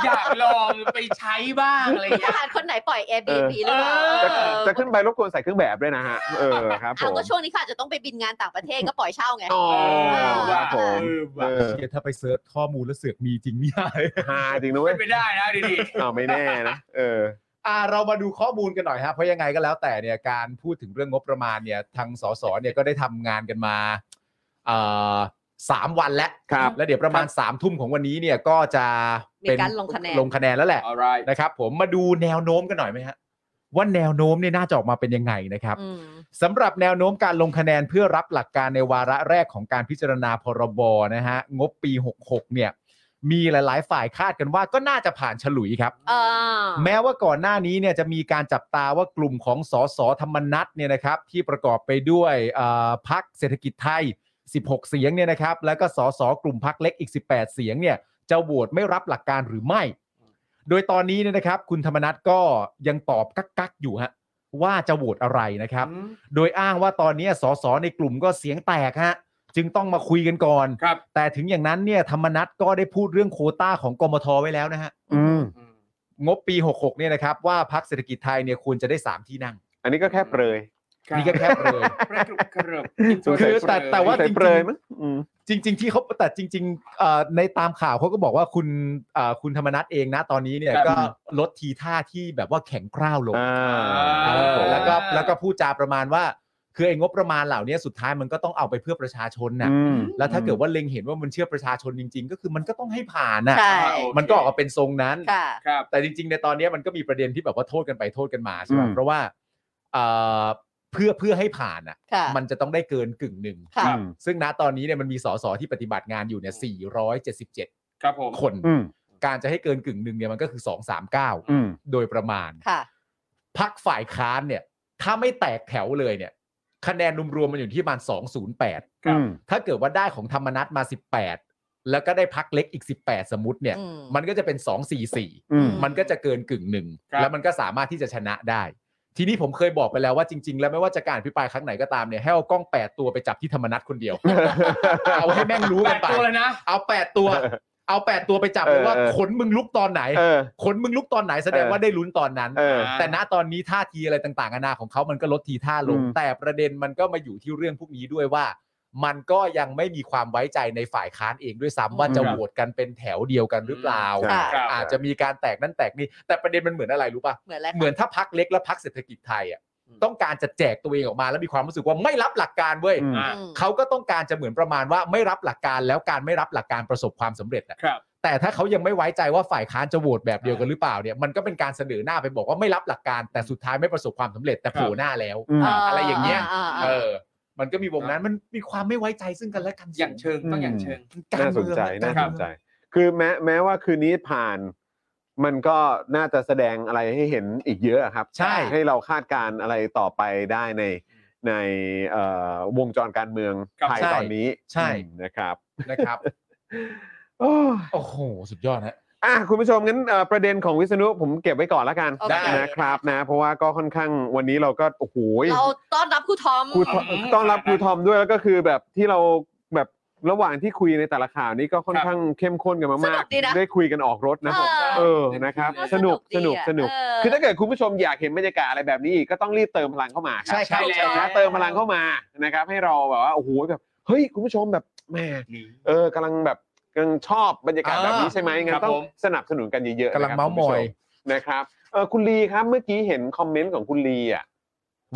S6: อยากลองไปใช้บ้างอะไร
S3: ท
S6: เงี้ย
S3: หารคนไหนปล่อย Airbnb หรือเปล่า
S6: เอ
S5: จะ
S6: อ
S5: จะขึ้นไปรบกวนใส่เครื่องแบบด้วยนะฮะเออครับผ
S3: เอา
S5: ม
S3: ก็ช่วงนี้ค่ะจะต้องไปบินงานต่างประเทศก็ปล่อยเช่าไง
S5: อ๋อ
S6: เออ
S5: ครับผม
S6: เออ
S5: เอ
S6: ว่ะ
S5: อ
S4: เชี่ยถ้าไปเสิร์ชข้อมูลแล้วเสือกมีจริงนี่ฮะ
S5: ฮาจริงนะเว้
S6: เป็
S5: ย
S6: นไปได้นะดีๆ
S5: อ้าวไม่แน่นะเออ
S4: อ่าเรามาดูข้อมูลกันหน่อยฮะเพราะยังไงก็แล้วแต่เนี่ยการพูดถึงเรื่องงบประมาณเนี่ยทางสสเนี่ยก็ได้ทำงานกันมาเอ่อสามวันแล้ว
S5: ครับ
S4: แล้วเดี๋ยวประมาณ3ามทุ่มของวันนี้เนี่ยก็จะเป็
S3: มีการลงคะแนน
S4: ลงคะแนนแล้วแหละ
S6: alright
S4: นะครับผมมาดูแนวโน้มกันหน่อยไหมฮะว่าแนวโน้มเนี่ยน่าจะออกมาเป็นยังไงนะครับ
S3: อืม
S4: สำหรับแนวโน้มการลงคะแนนเพื่อรับหลักการในวาระแรกของการพิจารณาพรบนะฮะงบปี 66 เนี่ย มีหลาย ๆ ฝ่ายคาดกันว่าก็น่าจะผ่านฉลุยครับ
S3: เออ
S4: แม้ว่าก่อนหน้านี้เนี่ยจะมีการจับตาว่ากลุ่มของสสธรรมนัตเนี่ยนะครับ ที่ประกอบไปด้วยเอ่อพักเศรษฐกิจไทย 16 เสียงเนี่ยนะครับ แล้วก็สสกลุ่มพักเล็กอีก 18 เสียงเนี่ยจะโหวตไม่รับหลักการหรือไม่ โดยตอนนี้เนี่ยนะครับ คุณธรรมนัตก็ยังตอบกักๆอยู่ฮะว่าจะโหวตอะไรนะครับ โดยอ้างว่าตอนนี้สสในกลุ่มก็เสียงแตกฮะจึงต้องมาคุยกันก่อน
S6: ครับ
S4: แต่ถึงอย่างนั้นเนี่ยธรรมนัตก็ได้พูดเรื่องโควต้าของกมทไว้แล้วนะฮะ
S5: อืม
S4: งบปี 66 เนี่ยนะครับ ว่าพักเศรษฐกิจไทยเนี่ยควรจะได้ 3 ที่นั่ง
S5: อันนี้ก็แค่เปรย
S4: นี่ก็แคบเลย
S6: กระดุกกระเริบ
S5: สงสัย
S4: คือแต่แต่ว่า
S5: ใส่เปรยมั้งอืม
S4: จริง ๆ ที่เขาแต่จริงๆเอ่อในตามข่าวเขาก็บอกว่าคุณเอ่อคุณธรรมนัฐเองนะตอนนี้เนี่ยก็ลดทีท่าที่แบบว่าแข็งกร้าวลง
S5: อ่า
S4: เอ
S5: ครับ
S4: อ
S5: ผม
S4: แล้วก็แล้วก็พูดจาประมาณว่า คือไอ้งบประมาณเหล่านี้สุดท้ายมันก็ต้องเอาไปเพื่อประชาชนนะ
S5: อืม
S4: แล้วถ้าเกิดว่าเล็งเห็นว่ามันเชื่อประชาชนจริง ๆ ก็คือมันก็ต้องให้ผ่านน่ะ
S3: ใช่
S4: มันก็ออกมาเป็นทรงนั้น
S3: ค่ะ
S6: ครับ
S4: แต่จริงๆในตอนนี้มันก็มีประเด็นที่แบบว่าโทษกันไปโทษกันมาใช่ไหม
S5: อืม
S4: เพราะว่าเอ่อเพื่อเพื่อให้ผ่านอ่ะ
S3: ค่ะ
S4: มันจะต้องได้เกินกึ่งหนึ่ง
S3: ค่ะ
S5: อืม
S4: ซึ่งณตอนนี้เนี่ยมันมีสสที่ปฏิบัติงานอยู่เนี่ย 477
S6: ครับผม
S4: คน
S5: อืม
S4: การจะให้เกินกึ่งหนึ่งเนี่ยมันก็คือ
S5: อืม
S4: 239 โดยประมาณ
S3: ค่ะ
S4: พักฝ่ายค้านเนี่ย ถ้าไม่แตกแถวเลยเนี่ย คะแนนรวมๆมันอยู่ที่ประมาณ 208
S5: อืม
S4: ถ้าเกิดว่าได้ของธรรมนัตมา 18 แล้วก็ได้พักเล็กอีก 18 สมมติเนี่ย
S3: อืม
S4: มันก็จะเป็น 244
S5: อืม
S4: มันก็จะเกินกึ่งหนึ่งแล้วมันก็สามารถที่จะชนะได้ ทีนี้ผมเคยบอกไปแล้วว่าจริง ๆ แล้วไม่ว่าจะการพิปรายครั้งไหนก็ตามเนี่ยให้เอากล้องแปดตัวไปจับที่ธรรมนัตคนเดียว เอาให้แม่งรู้
S6: แป
S4: กัน
S6: ด
S4: ไป
S6: ตัวเลยนะ
S4: เอาแปดตัว เอาแปดตัวไปจับเลยว่า
S5: เออเออ
S4: ขนมึงลุกตอนไหน
S5: เออ
S4: ขนมึงลุกตอนไหนแสดง
S5: เออ
S4: ว่าได้ลุ้นตอนนั้น
S5: เออ
S4: แต่ณตอนนี้ท่าทีอะไรต่างๆนานาของเขามันก็ลดทีท่าลง
S5: อืม
S4: แต่ประเด็นมันก็มาอยู่ที่เรื่องพวกนี้ด้วยว่า มันก็ยังไม่มีความไว้ใจในฝ่ายค้านเองด้วยซ้ำว่าจะ
S6: ครั
S4: โห
S6: บ
S4: วตกันเป็นแถวเดียวกันหรือเปล่า
S3: ค่ะ
S6: ครับ
S4: อาจจะมีการแตกนั่นแตกนี่แต่ประเด็นมันเหมือนอะไรรู้ป่ะ
S3: เหมือนอะไร
S4: เหมือนถ้าพักเล็กและพักเศรษฐกิจไทยอ่ะ
S6: อืม
S4: ต้องการจะแจกตัวเองออกมาแล้วมีความรู้สึกว่าไม่รับหลักการเว้ย
S5: อืม
S6: อ่า
S3: อืม
S4: เขาก็ต้องการจะเหมือนประมาณว่าไม่รับหลักการแล้วการไม่รับหลักการประสบความสำเร็จอะ
S6: ครับ
S4: แต่ถ้าเขายังไม่ไว้ใจว่าฝ่ายค้านจะโหวตแบบเดียวกันหรือเปล่าเนี่ยมันก็เป็นการเสนอหน้าไปบอกว่าไม่รับหลักการแต่สุดท้ายไม่ประสบความสำเร็จแต่โผล่หน้าแล้ว
S5: อืม
S4: อะไรอย่างเงี้ย
S3: า
S4: เออ มันก็มีวงนั้นมันมีความไม่ไว้ใจซึ่งกันและกัน
S6: อย่างเชิงต้องอย่างเชิง
S4: การ
S5: น่าสน
S4: เมือง
S5: ใจ
S4: ก
S5: น่าร ส
S4: เมือง
S5: นใจ คือแม้แม้ว่าคืนนี้ผ่าน มันก็น่าจะแสดงอะไรให้เห็นอีกเยอะอะครับ
S4: ใช่
S5: ให้เราคาดการณ์อะไรต่อไปได้ในในเอ่อวงจรการเมืองไทย
S4: ใช่
S5: ตอนนี้
S4: ใช่
S5: อืมนะครับ
S4: นะครับ
S5: โอ้ย
S4: โอ้โห สุดยอดฮะ
S5: อ่ะคุณผู้ชมงั้นเอ่อประเด็นของวิษณุผมเก็บไว้ก่อนละกัน
S3: โอเค
S4: ได้
S5: นะครับนะ เพราะว่าก็ค่อนข้างวันนี้เราก็โอ้โห
S3: เราต้อนรับครูทอม
S5: ครูทอม
S6: อืม
S5: ต้อนรับครูทอมด้วยแล้วก็คือแบบที่เราแบบระหว่างที่คุยในแต่ละข่าวนี้ก็ค่อน
S6: ครับ
S5: ข้างเข้มข้นกัน
S3: ส
S5: มา
S3: นุ
S5: ก
S3: กดีนะ
S5: ได้คุยกันออกรถนะ
S3: เออ
S5: เออนะครับ
S3: เออ
S5: สนุกสนุก
S3: ดีอะ
S5: สนุก
S3: เออ
S5: คือถ้าเกิดคุณผู้ชมอยากเห็นบรรยากาศอะไรแบบนี้อีกก็ต้องรีบเติมพลังเข้ามาค
S4: ใช่ค
S5: รับ
S4: รับ
S6: ใช่แล้ว
S5: นะเติมพลังเข้ามานะครับ ให้เราแบบว่าโอ้โหแบบเฮ้ยคุณผู้ชมแบบแหม่
S6: นี่
S5: เออกำลังแบบกำลังชอบบรรยากาศแบบนี้ใช่ไหมงั้
S6: ครับ
S5: นต้อ
S6: ผ
S5: ง
S6: ม
S5: สนับสนุนกันเยอะๆ
S4: กำลัง
S5: นะครับ
S4: เมาส์มอย
S5: คุณผู้ชนะครับเออคุณลีครับเมื่อกี้เห็นคอมเมนต์ของคุณลีอ่ะ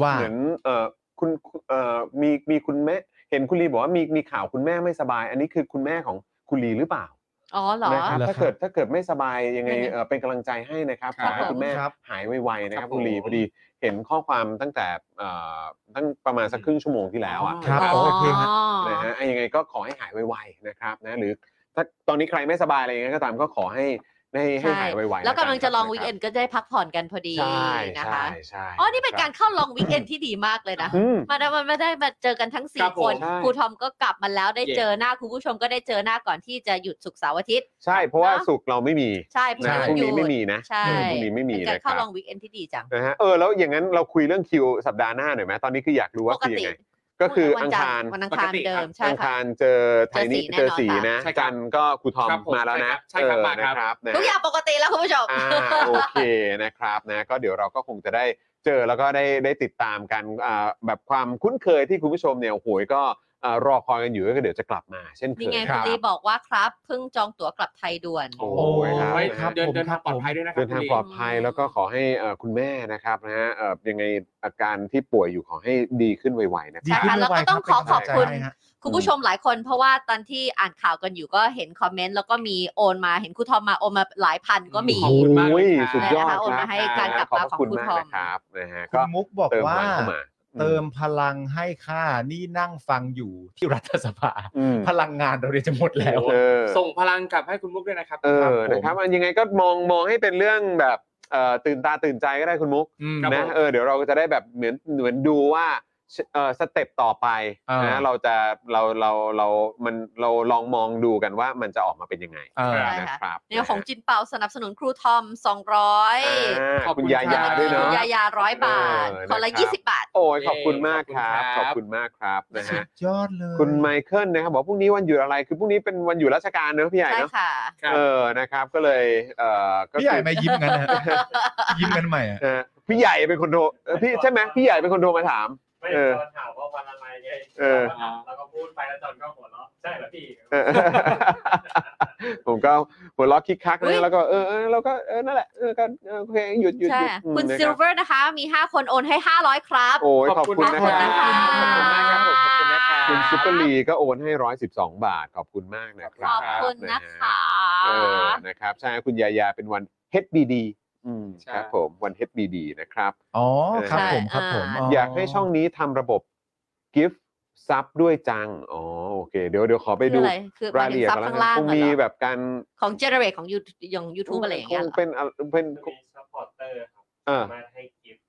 S4: ว่า
S5: เหมือนเออคุณเออมีมีคุณแม่เห็นคุณลีบอกว่ามีมีข่าวคุณแม่ไม่สบาย อันนี้คือคุณแม่ของคุณลีหรือเปล่า
S3: อ๋อเหรอ
S5: นะครับ
S4: เหรอครับ
S5: ถ้าเกิดถ้าเกิดไม่สบายยังไง
S3: ยังไง
S5: เอ่อเป็นกำลังใจให้นะครับ
S6: ครั
S5: ข
S6: บ
S5: อให้คุณแม่
S4: ครับ
S5: หายไวๆนะครับ
S6: ครับ
S5: คุณลี
S6: ผม
S5: พอดีเห็นข้อความตั้งแต่เอ่อตั้งประมาณสักครึ่งชั่วโมงที่แล้วอ่ะ
S6: ครับ
S5: นะ
S4: โอเคฮะ
S5: นะฮะอ่ะยังไงก็ขอให้หายไวๆนะครับนะหรือถ้าตอนนี้ใครไม่สบายอะไรยังไงก็ตามก็ขอให้ ให้ให้หายไวๆ
S3: แล้วกำลังจะลอง
S5: รับ
S3: วีคเอนก็ได้พักผ่อนกันพอดี
S5: ใช่
S3: นะ
S5: ใช่
S3: คะ
S5: ใช่
S3: อ๋อ นี่เป็นการเข้าลองวีคเอนที่ดีมากเลยนะ
S5: อืม
S3: มาได้มาได้มาเจอกันทั้ง
S6: ครั
S3: สี่
S6: บ
S3: ค
S6: ผม
S3: น
S5: ใช่
S3: ครูทอมก็กลับมาแล้วได้
S6: เย้
S3: เจอหน้าคุณผู้ชมก็ได้เจอหน้าก่อนที่จะหยุดศุกร์เสาร์อาทิตย์
S5: ใช่ เพราะว่า
S3: เนอะ
S5: สุกร์เราไม่มี
S3: ใช่พรุ่ง
S5: นะ
S3: นี้
S5: พรุ่งนี้
S3: หยุด
S5: ไม่มีนะ
S3: ใช่
S5: เออพรุ่งนี้ไม่มี
S3: เป็นการ
S5: นะค
S3: เข้า
S5: รับ
S3: ลองวีคเอนที่ดีจัง
S5: นะฮะเออแล้วอย่างนั้นเราคุยเรื่องคิวสัปดาห์หน้าหน่อยไหมตอนนี้คืออยากรู้ว่าคือยังไง ก็คืออังคาร
S3: วันอังคาร
S6: ปกติ
S3: เดิมใช่
S5: อัง
S3: ค่ะ
S5: คารเจอไทยนี่
S3: เจ
S5: เจ
S3: อ
S5: อ
S3: สี
S5: สี
S3: แน่นอน
S5: นะ
S6: ค่ะ
S5: จันทร์ก็ครูทอม
S6: ครับผม
S5: มาแล้วนะ
S6: ใช่ครับ
S5: เออ
S6: ใช่ครับมาครับ
S5: นะ
S3: ทุกอย่างปกติแล้วคุณผู้ชม
S5: อ่าโอเคนะครับนะก็เดี๋ยวเราก็คงจะได้เจอแล้วก็ได้ได้ติดตามกันอ่าแบบความคุ้นเคยที่คุณผู้ชมเนี่ยโอ้โหยก็อ่ารอคอยกันอยู่ก็เดี๋ยวจะกลับมา เช่นเค
S3: นี่
S5: ย
S3: ไงคุ
S5: ครั
S3: ณ
S5: บ
S3: ลีบอกว่าครับเพิ่งจองตั๋วกลับไทยด่วน
S5: โอ้
S4: โอ้
S5: ยครับ
S6: โอ้ย
S4: ครับ
S6: เดิน
S4: ผม
S6: เดินทางปลอดภัยด้วยนะครั
S5: เดิ
S6: บ
S5: นทาง
S6: คุณ
S5: ปล
S6: ลี
S5: อดภัยแล้วก็ขอให้เอ่อคุณแม่นะครับนะฮะเอ่อยังไงอาการที่ป่วยอยู่ขอให้ดีขึ้นไวๆนะค
S4: ดี
S5: รับ
S4: ขึ้น
S3: แล้วก็
S4: ไวๆ
S3: ต้องขอขอบคุณ
S4: เป็นกำลังใจให้ฮะ
S3: คุณผู้ชมหลายคนเพราะว่าตอนที่อ่านข่าวกันอยู่ก็เห็นคอมเมนต์แล้วก็มีโอนมาเห็นครูทอมมาโอนมาหลายพันก็มี
S6: ขอบคุณมากเลย
S5: โอ้ย
S6: ครับ
S5: สุดยอด
S3: นะคะโอนมา
S5: ครับ
S3: ให้การกลับมาของคุณ
S5: พระ
S3: ทอม
S5: นะครับนะฮะ
S4: คุ
S5: ก็
S4: ณมุกบอก
S5: เติม
S4: ว่า
S5: พลังเข้ามา
S4: เติมพลังให้ค่านี่นั่งฟังอยู่ที่รัฐสภา
S5: อืม
S4: [laughs] พลังงานเราเรียนจะหมดแล้ว
S5: เออ
S6: ส่งพลังกลับให้คุณมุกด้วยนะครับ
S5: เอ
S4: ครับ
S5: อ
S4: ผม
S5: นะครับอันยังไงก็มองมองให้เป็นเรื่องแบบเอ่อตื่นตาตื่นใจก็ได้คุณมุก
S4: อืม
S6: ครับ
S5: นะ
S6: ผม
S5: เออเดี๋ยวเราจะได้แบบเหมือนเหมือนดูว่าเออสเต็ปต่อไป
S4: อ่าน
S5: นะเราจะเราเราเรามันเราลองมองดูกันว่ามันจะออกมาเป็นยังไง
S4: เออ
S3: ใช่
S5: นะ
S3: ค่ะ
S5: ครับ
S3: เนี่ยของจินเปาสนับสนุนครูทอม 200
S5: อ่า
S6: ขอบคุ
S5: คุณ
S6: ณ
S5: ยา
S6: ครั
S5: ยา
S6: บ
S5: ด้วยเนาะ
S3: ยายาร้อยบาท
S5: เออ
S3: คนละ
S5: นะครับ
S3: 20 บาท
S5: โอ้ยขอบคุณมากค
S6: ข
S5: รับข
S6: อบคุณครับ
S5: อบคุณมากครับนะ
S4: สุ
S5: ฮะ
S4: ดยอดเลย
S5: คุณไมเคิลนะครับบอกพรุ่งนี้วันหยุดอะไรคือพรุ่งนี้เป็นวันหยุดราชการเนอะพี่ใหญ่
S3: ใช่
S5: เนอะ
S3: ค่ะ
S6: ครับ
S5: เออนะครับก็เลยเออก็
S4: พี่ใหญ่
S5: คือ
S4: มายิ้มกัน
S5: [laughs]
S4: นะฮะ ยิ้มกันใหม่อะ
S5: เออพี่ใหญ่เป็นคนโทรเออพี่ใช่ไหมพี่ใหญ่เป็นคนโทรมาถาม
S8: ไม่
S5: เออ
S8: ได้ตอนถามว่าวันอะไรไง
S5: เออ
S6: [laughs]
S8: แล้วก็พูดไปแล้วจอนก็หัวเราะใช่แล้วพี่
S5: เออผมก็หัวล็อกคิกคัก
S3: อุ๊ย
S5: นะแล้วก็เออเออแล้วก็เออนั่นแหละเออก็เออโอเคหยุดหยุดห
S3: ใช่
S5: ยุดอืม
S3: คุณ
S5: นะ
S3: ซิ
S5: รั
S3: ล
S5: บ
S3: เวอร์นะคะ มี 5 คนโอนให้ 500 ครับ
S5: โอ้ยขอบคุณ
S3: ข
S5: นะ
S3: อบคุณ
S5: ครั
S3: นะ
S5: บ
S3: คะ
S6: ขอบคุณมากครับผมขอบคุณนะครับ
S5: คุณซุปเปอร์ลีก็โอนให้ร้อยสิบสองบาทขอบคุณมากนะค
S3: ข
S5: รับ
S3: อบคุณนะ
S5: ฮ
S3: คะ
S5: เออ นะครับ ใช่ คุณยายาเป็นวัน HBD อืม
S6: ใช่
S5: ครับผม วัน HBD นะครับ
S4: อ๋อครับ
S3: ใช่
S4: ผมครับ
S3: อ่า
S4: ผม
S5: อยากให้ช่องนี้ทำระบบ Gift ซับด้วยจัง อ๋อ โอเค เดี๋ยวเดี๋ยวขอไป
S3: คือ
S5: ดู
S3: อะไรคือ
S5: ราม
S3: หาย ยถึง
S5: ละเอียด
S3: ซับ
S5: กันแล้ว
S3: ข้างล่าน ง
S5: กัคงมีแบบการ
S3: ของเจเนเรตของยูอย่างยูทูบอะไรอย่าง
S5: ค
S3: เงี้ย
S5: ง
S3: เหรอ
S5: เป็นอะเป็น
S8: จะมีซัพพอร์ตเตอร์ครับ
S5: เออ
S8: สามารถให้กิฟต์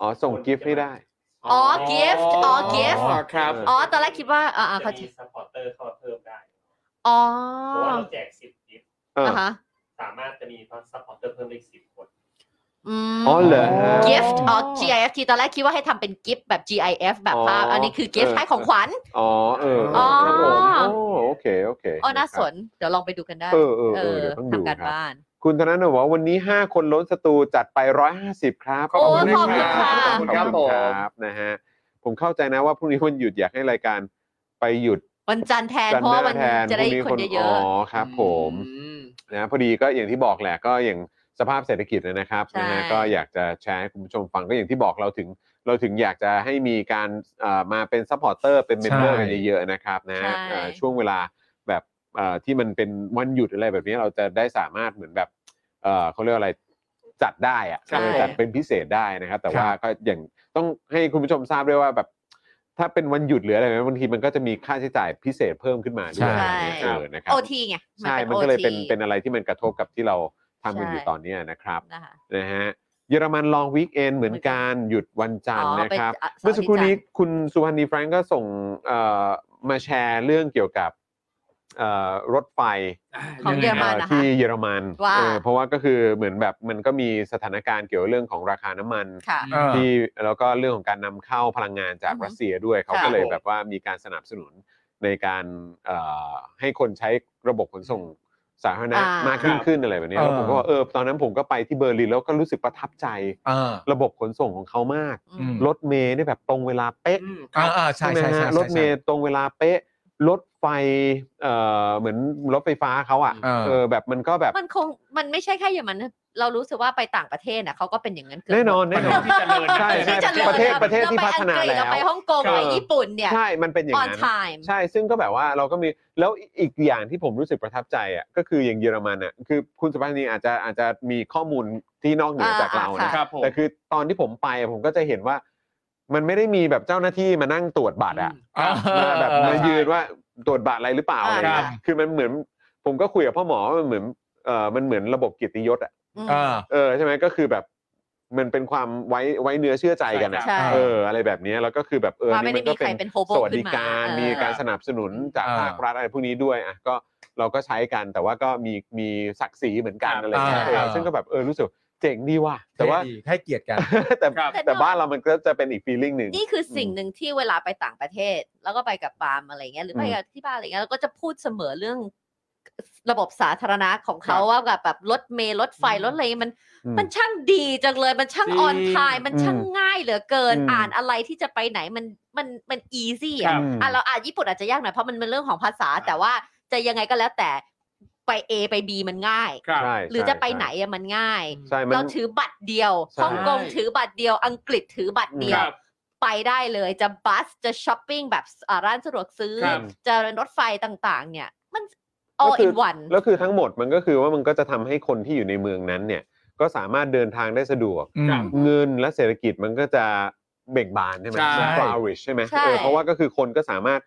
S5: อ๋อ ส่งกิฟต์ให้ได้
S3: อ๋อ gift อ๋อ gift
S6: ครับ
S3: อ๋อ ตอนแรกคิดว่าอ่า
S8: จะ
S3: เขาใจ
S8: มีซัพพอร์ตเตอร์เข้ามาเพิ่มได้
S3: อ๋อ
S8: เพราะว่าเราแจกสิบกิฟต์
S5: เออ
S3: อ่ะ
S5: อ
S3: ฮะ
S8: สามารถจะมีซัพพอร์ตเตอร์เพิ่มได้สิบคน
S3: อืม
S5: อ๋อเหรอฮะ
S3: gift อ๋อ GIF ทีตอนแรกคิดว่าให้ทำเป็น gift แบบ GIF แบบภาพ
S5: อ๋ออั
S3: อันนี้คือ gift
S5: เออ
S3: ให้ของขวัญ
S5: อ๋อ เออ
S3: อ๋อ
S5: ครับผมโอ้โอเค โอเค
S3: อ๋อน่าส
S5: ะครับ
S3: น เดี๋ยวลองไปดูกันได้
S5: เออเออเออเดี๋ยวต้องดู
S3: ทำการ
S5: ครับ
S3: บ้าน
S5: คุณธนาโนบอกว่าวันนี้ 5 คนล้นสตูจัดไป 150 ครับ
S6: โอ้
S3: ขอบคุณค่ะ
S5: ขอบคุณครับ
S6: ขอบคุณครับ
S5: ขอบคุณครับนะฮะผมเข้าใจนะว่าพรุ่งนี้วันหยุดอยากให้รายการไปหยุด
S3: วันจันทร์แทน
S5: จัน
S3: เพ
S5: ท
S3: ราะ
S5: ร์ห
S3: ว่า
S5: น้า
S3: วัน
S5: แทน
S3: จะได้
S5: พรุ่ง
S3: คนเย
S5: อ๋
S3: อะ
S5: อครับผม
S6: อืม
S5: นะพอดีก็อย่างที่บอกแหละก็อย่างสภาพเศรษฐกิจนะครับ
S3: ใช่
S5: นะฮะก็อยากจะแชร์ให้คุณผู้ชมฟังก็อย่างที่บอกเราถึง เราถึงอยากจะให้มีการเอ่อมาเป็นซัพพอร์เตอร์เป็นเมมเบอร์
S4: ใช่
S5: กันเยอะๆนะครับนะ
S3: ใช่
S5: เอ่อช่วงเวลาแบบเอ่อที่มันเป็นวันหยุดอะไรแบบนี้เราจะได้สามารถเหมือนแบบเอ่อเขาเรียกอะไรจัดได้อะ
S6: ใช่
S5: เออจัดเป็นพิเศษได้นะครับ แต่ว่าก็อย่างต้องให้คุณผู้ชมทราบด้วยว่าแบบถ้าเป็นวันหยุดหรืออะไรแบบนี้บางทีมันก็จะมีค่าใช้จ่ายพิเศษเพิ่มขึ้นมาด้วย
S4: ใช่
S5: เออนะ
S3: ๆ
S5: ครับ
S3: โอทีไง
S5: ใช่
S3: ป็
S5: มันก็เลยเป็น
S3: OT
S5: เป็นอะไรที่มันกระทบกับที่เราทำกันอยู่
S3: ใช่
S5: ตอนเนี้ยนะครับ
S3: นะคะ
S5: นะฮะเยอรมันลองวีคเอนเหมือนกันหยุดวันจันทร์
S3: อ๋อ
S5: นะครับ
S3: ไปอ่ะเสาร์อาทิตย์
S5: เมื่อสักครู่นี้
S3: จันทร์
S5: คุณสุพันธ์นีแฟรงก์ก็ส่งเอ่อมาแชร์เรื่องเกี่ยวกับเอ่อรถไฟ
S3: ของเยอรมันนะคะ
S5: ที่เยอรมัน
S3: ว่า
S5: เออเพราะว่าก็คือเหมือนแบบมันก็มีสถานการณ์เกี่ยวกับเรื่องของราคาน้ำมัน
S3: ค่ะ
S4: เออ
S5: ที่แล้วก็เรื่องของการนำเข้าพลังงานจาก
S3: อือฮึ
S5: รัสเซียด้วยเขา
S3: ค่ะ
S5: ก็เลยแบบว่ามีการสนับสนุนในการเอ่อให้คนใช้ระบบขนส่งสาธารณะ
S3: อ่าม
S5: มากยิ่งขึ้นอะไรแบบเนี้ยแล้วผมก็ว่าเออตอนนั้นผมก็ไปที่เบอร์ลินแล้วก็รู้สึกประทับใจ
S4: เออ
S5: ระบบขนส่งของเขามาก
S3: อืม
S4: อืม
S5: รถเมล์เนี่ยแบบตรงเวลาเป๊ะ
S6: อืม
S4: อ่าอ่าใช่
S5: ไหม
S4: ใช่
S5: ฮะ
S4: ใช่
S5: รถเมล์ตรงเวลาเป๊ะ รถไฟเอ่อเหมือนรถไฟฟ้าเขาอ่ะ
S4: เออ
S5: เออแบบมันก็แบบ
S3: มันคงมันไม่ใช่แค่เยอรมันนะเรารู้สึกว่าไปต่างประเทศน่ะเขาก็เป็นอย่างนั้นเกืบ
S5: แน่นอน
S3: หมด
S5: แน่นอน
S6: ที่เจริญ
S5: ใช่ใช่
S3: ที่จญ
S5: ประเทศประเทศที่
S3: าไ
S5: พัฒนา
S3: อังกฤษ
S5: แล้ว
S3: เราไปฮ่องกง
S5: ครับ
S3: ไปญี่ปุ่นเนี่ย
S5: ใช่ มันเป็นอย่าง
S3: on
S5: นั้น
S3: time
S5: ใช่ซึ่งก็แบบว่าเราก็มีแล้วอีกอย่างที่ผมรู้สึกประทับใจอ่ะก็คืออย่างเยอรมันอ่ะคือคุณสุภาพนีอาจจะอาจจะมีข้อมูลที่นอกเหนือจากเรา
S3: อ่า
S5: นะ
S3: อ่า
S6: ครับผม
S5: แต่คือตอนที่ผมไปอะผมก็จะเห็นว่า มันไม่ได้มีแบบเจ้าหน้าที่มานั่งตรวจบัตรอ่ะ
S6: อ่า
S5: มาแบบ
S6: เออ
S5: มายืนว่าตรวจบาดอะไรหรือเปล่า
S3: อ่า
S5: อะไรเงี้ย
S6: ครับ
S5: คือมันเหมือนผมก็คุยกับพ่อหมอว่ามันเหมือน เออมันเหมือนระบบเกียรติยศอ่ะ
S3: อืม
S4: อ่า
S5: เออใช่ไหมก็คือแบบมันเป็นความไว้ไว้เนื้อเชื่อใจกันอ่ะ
S3: ใช่
S5: เอออะไรแบบเนี้ยแล้วก็คือแบบเออ
S3: ว่าไม่
S5: นี่
S3: ได้มี
S5: นก็
S3: ใครเป็นโฮโบ
S5: สวัส
S3: ขึ้
S5: ดิ
S3: นมา
S5: การ
S3: เออ
S5: มีการสนับสนุนจาก
S4: อ่า
S5: ภาครัฐอะไรพวกนี้ด้วยอ่ะก็เราก็ใช้กันแต่ว่าก็มีมีศักดิ์ศรีเหมือนกัน
S8: ครับ
S5: อะไรเงี้ย
S4: อ่า
S5: เออซึ่งก็แบบเออรู้สึกเจ๋งดีว่ะแต่ว่า
S4: ให้ดีให้เกียรติกัน
S5: แต่
S8: ครับ
S5: แต่บ้านเรามันก็จะเป็นอีกฟีลิ่งหนึ่ง
S3: นี่คือสิ่งหนึ่งที่เวลาไปต่างประเทศ แล้วก็ไปกับปาล์มอะไรเงี้ยหรือไป
S5: อืม
S3: กับที่บ้านอะไรเงี้ยเราก็จะพูดเสมอเรื่องระบบสาธารณะของเขาว่าแบบแบบรถเมล์รถไฟรถอะไรมัน
S5: อืม
S3: มันช่างดีจังเลย มันช่าง
S6: จริง
S3: ออนไทม์มันช่าง
S5: อืม
S3: ง่ายเหลือเกิน
S5: อืม
S3: อ่านอะไรที่จะไปไหนมันมันมันอีซี่
S5: ครั
S3: อ่ะ
S5: บ
S3: อ่ะเราอ่านญี่ปุ่นอาจจะยากหน่อยเพราะมันเป็นเรื่องของภาษา แต่ว่าจะยังไงก็แล้วแต่ไป A ไป B มันง่าย
S6: ครับ
S5: ใช่
S3: หรือจะไปไหน
S5: ใช่
S3: อะมันง่าย
S5: ใช่มัน
S3: เราถือบัตรเดียว
S5: ใช่
S3: ฮ่องกงถือบัตรเดียว อังกฤษถือบัตรเดีย
S6: คว รับ
S3: ไปได้เลยจะบัสจะช้อปปิ้งแบบอ่าร้านสะดวกซื้อ
S6: ครับ
S3: จะรถไฟต่างๆ เนี่ย มัน
S5: ก็
S3: all
S5: คื
S3: in
S5: อ
S3: one
S5: แล้วคือทั้งหมดมันก็คือว่ามันก็จะทำให้คนที่อยู่ในเมืองนั้นเนี่ย ก็สามารถเดินทางได้สะดวก
S4: อืม
S6: ครับ
S5: เงินและเศรษฐกิจมันก็จะเบ่งบานใช่ไหม
S6: ใช่
S5: ฟลาวิชใช่ไหม
S3: ใช่
S5: เออเพราะว่าก็คือคนก็สามารถ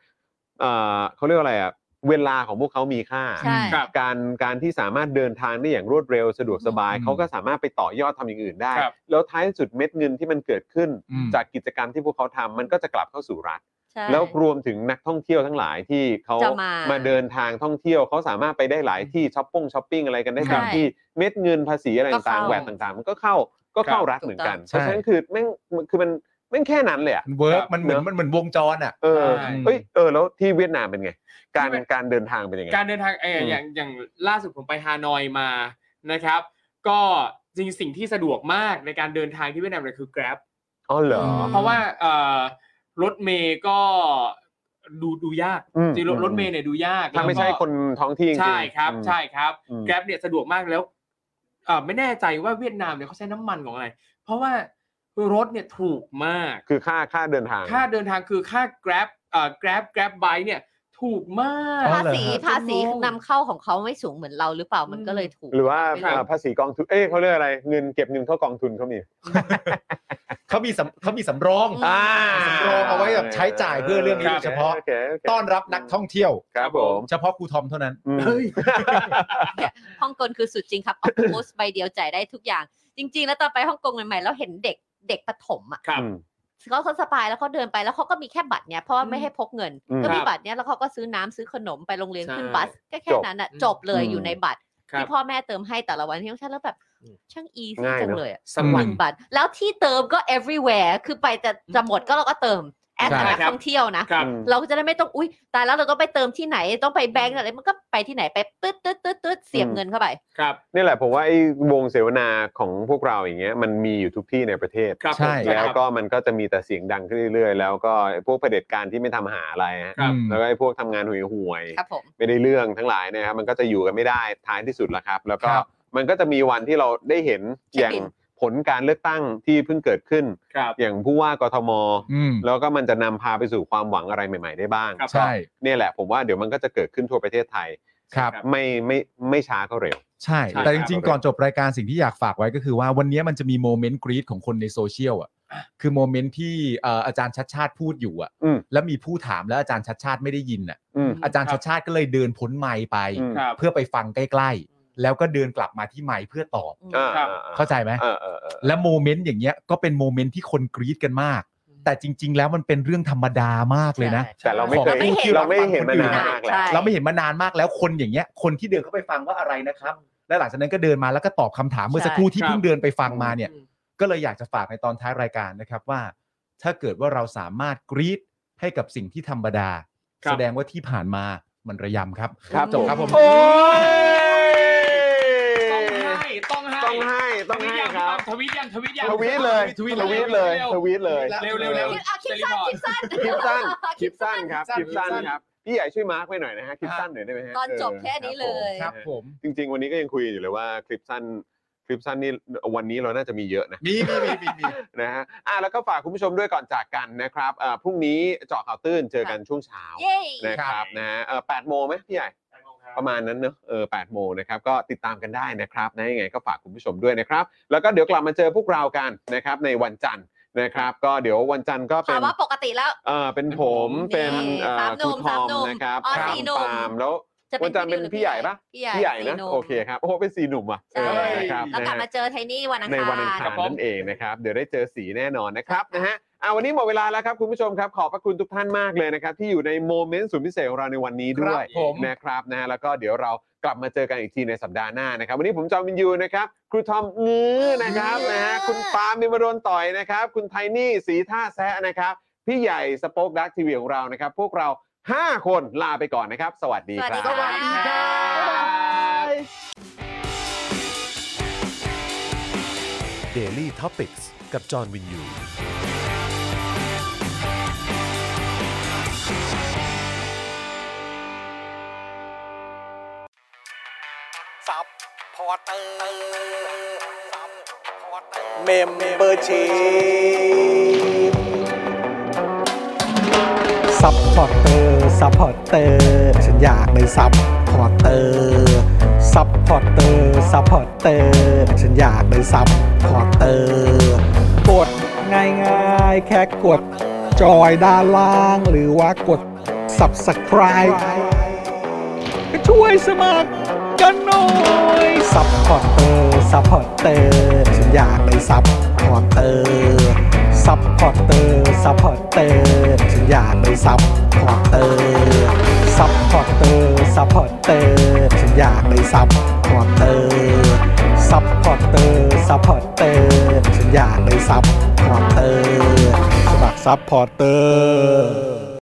S5: เอ่อเขาเรียกว่าอะไรอ่ะเวลาของพวกเขามีค่า
S3: ใช่
S6: ครับ
S5: การการที่สามารถเดินทางได้อย่างรวดเร็วสะดวกสบาย
S4: อืม
S5: เขาก็สามารถไปต่อยอดทำอย่างอื่นได้
S6: ครับ
S5: แล้วท้ายสุดเม็ดเงินที่มันเกิดขึ้น
S4: อืม
S5: จากกิจกรรมที่พวกเขาทำมันก็จะกลับเข้าสู่รัฐ
S3: ใช่
S5: แล้วรวมถึงนักท่องเที่ยวทั้งหลายที่เขา
S3: จะมาม
S5: เดินทางท่องเที่ยวเขาสามารถไปได้หลายที่ช้อปปิ้งช้อปปิ้งอะไรกันได้
S3: ใช่
S5: ตามที่เม็ดเงินภาษีอะไร
S3: ก็
S5: ต่างๆ
S3: เข้า
S5: แหวนต่างๆ มันก็เข้าก็เข้ารัฐ
S3: ถูก
S5: เหมือนกัน
S3: ต้อง
S5: เพราะฉะนั้นคือแม่งมันคือมันแม่งแค่นั้นเลยอะ
S4: มันเวิร์กมันเหมือน
S5: เนอะ
S4: มันเหมือนวงจรอ่ะ
S5: เออ
S6: ใช่
S5: เอ้ยเออแล้วที่เวียดนามเป็นไง การ
S6: ที่เวียด
S5: การเดินทางเป็นยังไง
S6: การเดินทางเอออ
S5: ม
S6: อย่างอย่างล่าสุดผมไปฮานอยมานะครับ ก็จริงสิ่งที่สะดวกมากในการเดินทางที่เวียดนามเลยคือ Grab
S5: ๋อเหรอ
S3: ม
S6: เพราะว่าเอ่อรถเมย์ก็ดูดูยาก
S5: อืม
S6: จริงๆรถ
S5: อืม
S6: รถเมย์เนี่ยดูยาก
S5: ถ้าไม่ใช่
S6: แล้วก็
S5: คนท้องที่จริงๆ
S6: ใช่ครับ
S5: อืม
S6: ใช่ครับ
S5: อืม
S6: Grab เนี่ยสะดวกมากแล้วเอ่อไม่แน่ใจว่าเวียดนามเนี่ยเขาใช้น้ำมันของอะไร เพราะว่ารถเนี่ยถูกมาก
S5: คือค่าค่าเดินทาง
S6: ค่าเดินทางคือค่า Grab เอ่อ Grab Grab Bike เนี่ยถูกมาก
S4: อ๋
S3: ภา
S4: อเหรอ
S3: ษี
S4: ฮะ
S3: ภาษี
S6: จะมอง
S3: นำเข้าของเขาไม่สูงเหมือนเราหรือเปล่ามันก็เลยถูก
S5: หรือว่า
S3: ไม่รู้
S5: เอ่อภาษีกองทุนเอ้ยเขาเรียกอะไรเงินเก็บเงินเข้ากองทุนเขามี
S4: เขามีสำเขามีสำรอง
S3: อ่า
S4: สำรองเอาไว้แบบใช้จ่ายเพื่อเรื่องนี้โดยเฉพาะ
S5: โอคโเค
S4: ต้อนรับนักท่องเที่ยว
S5: ครับผม
S4: เฉพาะครูทอมเท่านั้น
S5: อืม
S3: ฮ่องกงคือสุดจริงครับ เอาโพสต์ใบเดียวจ่ายได้ทุกอย่าง จริง ๆ แล้วตอนไปฮ่องกงใหม่ๆแล้วเห็นเด็กเด็กประถมอ่ะ
S6: ครับ
S3: เขาเขาสบายแล้วเขาเดินไปแล้วเขาก็มีแค่บัตรเนี่ยเพราะว่าไม่ให้พกเงิน
S5: อืม
S3: ก็มี
S6: ครับ
S3: บัตรเนี่ยแล้วเขาก็ซื้อน้ำซื้อขนมไปโรงเรียน
S6: ใช่
S3: ขึ้นบัสก็แค่
S5: จบ
S3: นั้นอ่ะ
S6: อืม
S3: จบเลย
S5: อืม
S3: อยู่ในบัตร
S6: ครับ
S3: ที่พ่อแม่เติมให้แต่ละวันที่ต้องใช้แล้วแบบช่างอีซี่
S5: ง่ายเนอะ
S3: จังเลยอะ
S6: ส
S3: ห
S6: มัคร
S3: นึ่งบัตรแล้วที่เติมก็ everywhere คือไปแต่จะหมดก็เราก็เติมแอด
S4: ใช่
S3: นัก
S6: ครับ
S3: ท่องเที่ยวนะ
S6: ครับ
S5: อืม
S3: เราก็จะได้ไม่ต้องอุ้ยตายแล้วเราก็ไปเติมที่ไหนต้องไปแบงก์อะไรมันก็ไปที่ไหนไปตึ๊ดตึ๊ดตึ๊ดตึ๊ดเสียบ
S5: อืม
S3: เงินเข้าไป
S6: ครับ
S5: นี่แหละผมว่าไอ้วงเสวนาของพวกเราอย่างเงี้ยมันมีอยู่ทุกที่ในประเทศ
S6: ครับ
S4: ใช่
S6: ผม
S5: แล้ว
S6: ครับ
S5: ก็มันก็จะมีแต่เสียงดังขึ้นเรื่อยๆ แล้วก็ไอ้พวกเผด็จการที่ไม่ทำหาอะไรฮะ
S6: ครับ
S4: อืม
S5: แล้วก็ไอ้พวกทำงานห่วย
S3: ครับผม
S5: ๆไม่ได้เรื่องทั้งหลายเนะครับมันก็จะอยู่กันไม่ได้ท้ายที่สุดละครับ แล้วก็
S4: ครับ
S5: มันก็จะมีวันที่เราได้เห็นอย่าง
S3: เช็คบิล
S5: ผลการเลือกตั้งที่เพิ่งเกิดขึ้น
S6: ครับ
S5: อย่างผู้ว่ากทม
S4: อืม
S5: แล้วก็มันจะนำพาไปสู่ความหวังอะไรใหม่ๆได้บ้าง
S6: ครับ
S4: ใช่
S5: เนี่ยแหละผมว่าเดี๋ยวมันก็จะเกิดขึ้นทั่วประเทศไทย
S4: ครับ
S5: ไม่ไม่ไม่ช้าก็เร็ว
S4: ใช่
S6: ใช่
S4: แต่จ
S6: ครั
S4: ริง
S6: บ
S4: ๆ ก่อนจบรายการสิ่งที่อยากฝากไว้ก็คือว่าวันนี้มันจะมีโมเมนต์กรีดของคนในโซเชียลอ่ะ คือโมเมนต์ที่เอ่ออาจารย์ชัดชาติพูดอยู่อ่ะ
S5: อืม
S4: แล้วมีผู้ถามแล้วอาจารย์ชัดชาติไม่ได้ยินอ่ะ
S5: อืม
S4: อาจารย์ชัดชาติก็เลยเดินพ้นไมค์ไป
S5: อืม
S6: ครับ
S4: เพื่อไปฟังใกล้ๆ แล้วก็เดินกลับมาที่ไมค์เพื่อตอบ
S3: อืม
S5: อ่า
S6: ครับ
S4: เข้าใจไหม
S5: เออเออเออ
S4: และโมเมนต์อย่างเงี้ยก็เป็นโมเมนต์ที่คนกรี๊ดกันมาก
S6: อืม
S4: แต่จริง ๆ แล้วมันเป็นเรื่องธรรมดามากเลยนะ
S3: ใช่
S5: แต่เราไม่
S3: ของ
S5: เคย
S3: ไม่เห็น
S5: เราไม่เห็นมานานมากแล้
S3: ใช่
S5: ว
S4: เราไม่เห็นมานานมากแล้วคนอย่างเงี้ยคนที่เดินเข้าไปฟังว่าอะไรนะครับ และหลังจากนั้นก็เดินมาแล้วก็ตอบคำถามเมื่อสักครู่ที่
S6: ครับ
S4: เพิ่งเดินไปฟังมาเนี่ย ก็เลยอยากจะฝากในตอนท้ายรายการนะครับว่า ถ้าเกิดว่าเราสามารถกรี๊ดให้กับสิ่งที่ธรรมดา
S6: ครับ
S4: แสดงว่าที่ผ่านมามันระยำครับ
S5: ครับ
S4: จบครับผม
S5: โอ้ย
S6: ต้องให้ต้องให้
S5: ต้องให้ต้องให้
S6: ยัง
S5: ครับ
S6: ทวิตยังทวิตยัง
S5: ทวีตเลย
S4: ทวีต
S5: ท
S4: เลย
S5: วีตเลยทวีตเลย
S6: เร็วเร็วเร็ว
S3: คลิปอ่ะคลิป
S6: เร็
S3: สั้น
S6: ว
S3: คลิปสั้น
S5: คลิปสั้น คลิปสั้นครับคลิปสั้
S4: ค
S5: น
S4: ลิปสั้น
S5: ครับพี่ใหญ่ช่วยมาร์คไว้หน่อยนะฮะคลิปสั้นหน่อยได้ไหมฮะ
S3: ตอนจบ
S5: เ
S3: แค่นี้เลย
S4: ครับผม
S5: จริง ๆ วันนี้ก็ยังคุยอยู่เลยว่าคลิปสั้นคลิปสั้นนี่วันนี้เราน่าจะมีเยอะนะ
S4: มีมีมีมีมี
S5: นะฮะอ่ะแล้วก็ฝากคุณผู้ชมด้วยก่อนจากกันนะครับเอ่อพรุ่งนี้เจาะข่าวตื้นเจอกันช่วงเช้า
S3: เย้
S5: นะ
S4: ค
S5: ค
S4: รั
S5: รับบ นะฮะเอ่อแปดโมงไหมพี่ใหญ่ ประมาณนั้นเนอะเออแปดโมงนะครับ ก็ติดตามกันได้นะครับนะยังไงก็ฝากคุณผู้ชมด้วยนะครับ แล้วก็เดี๋ยวกลับมาเจอพวกเรากันนะครับในวันจันทร์นะครับ ก็เดี๋ยววันจันทร์ก็เป็
S3: ถาม
S5: น
S3: ว่าปกติแล้ว
S5: เออเป็นผม
S3: นี่
S5: เป็นเอ่อ
S3: สามหนุ่
S5: ค
S3: ม
S5: รูทอ
S3: สาม
S5: ม
S3: หนุ่ม
S5: นะครับ
S3: อ๋อ
S5: ปาล์
S3: สี่หนุ่ม
S5: ปาล์มแล้ว
S3: จะ
S5: วันจันทร์เป็นพี่ใหญ่ปะ
S3: พี่ใหญ่
S5: พี่ใหญ่นะ
S3: สี่ม
S5: โอเคครับโอ้โหเป็นสีหนุ่มอ่ะ
S3: ใช่
S5: เออนะครับ
S3: แล้ว
S5: นะ
S3: กลับ
S5: ฮะ
S3: มาเจอไทนี่วันอัง
S5: ใน
S3: คาร
S5: วันอังคารนั่นเองนะครับ เดี๋ยวได้เจอสีแน่นอนนะครับนะฮะอ่าวันนี้หมดเวลาแล้วครับ คุณผู้ชมครับ ขอบพระคุณทุกท่านมากเลยนะครับ ที่อยู่ในโมเมนต์สุดพิเศษของเราในวันนี้ด้ว
S7: ค
S5: ย
S7: รับผม
S5: นะครับนะฮะแล้วก็เดี๋ยวเรากลับมาเจอกันอีกทีในสัปดาห์หน้านะครับ วันนี้ผมจอมวินยูนะครับ ครูทอมงื้อนะครับนะฮะคุณปาล์มนิมโดนต่อยนะครับ คุณไทนี่สีท่าแซะนะครับ พี่ใหญ่สป็อคดักทีวีของเรานะครับ พวกเราห้าคนลาไปก่อนนะครับ สวัสดีครับ
S3: สวัสดีครับ
S2: Daily Topics กับจอห์นวินยู
S9: ซับพอร์เตอร์ซับพอร์เตอร์
S1: เมมเบอร์ชีซัพพอร์เตอร์ซัพพอร์เตอร์ฉันอยากเป็นซัพพอร์เตอร์ซัพพอร์เตอร์ซัพพอร์เตอร์ฉันอยากเป็นซัพพอร์เตอร์กดง่ายๆ แค่กดจอยด้านล่าง หรือว่ากด subscribe ก็ช่วยสมัคร กันหน่อยซัพพอร์เตอร์ซัพพอร์เตอร์ฉันอยากเป็นซัพพอร์เตอร์ซัพพอร์เตอร์ซัพพอร์เตอร์ฉันอยากเป็นซัพพอร์เตอร์ซัพพอร์เตอร์ซัพพอร์เตอร์ฉันอยากเป็นซัพพอร์เตอร์ซัพพอร์เตอร์ซัพพอร์เตอร์ฉันอยากเป็นซัพพอร์เตอร์สมัครซัพพอร์เตอร์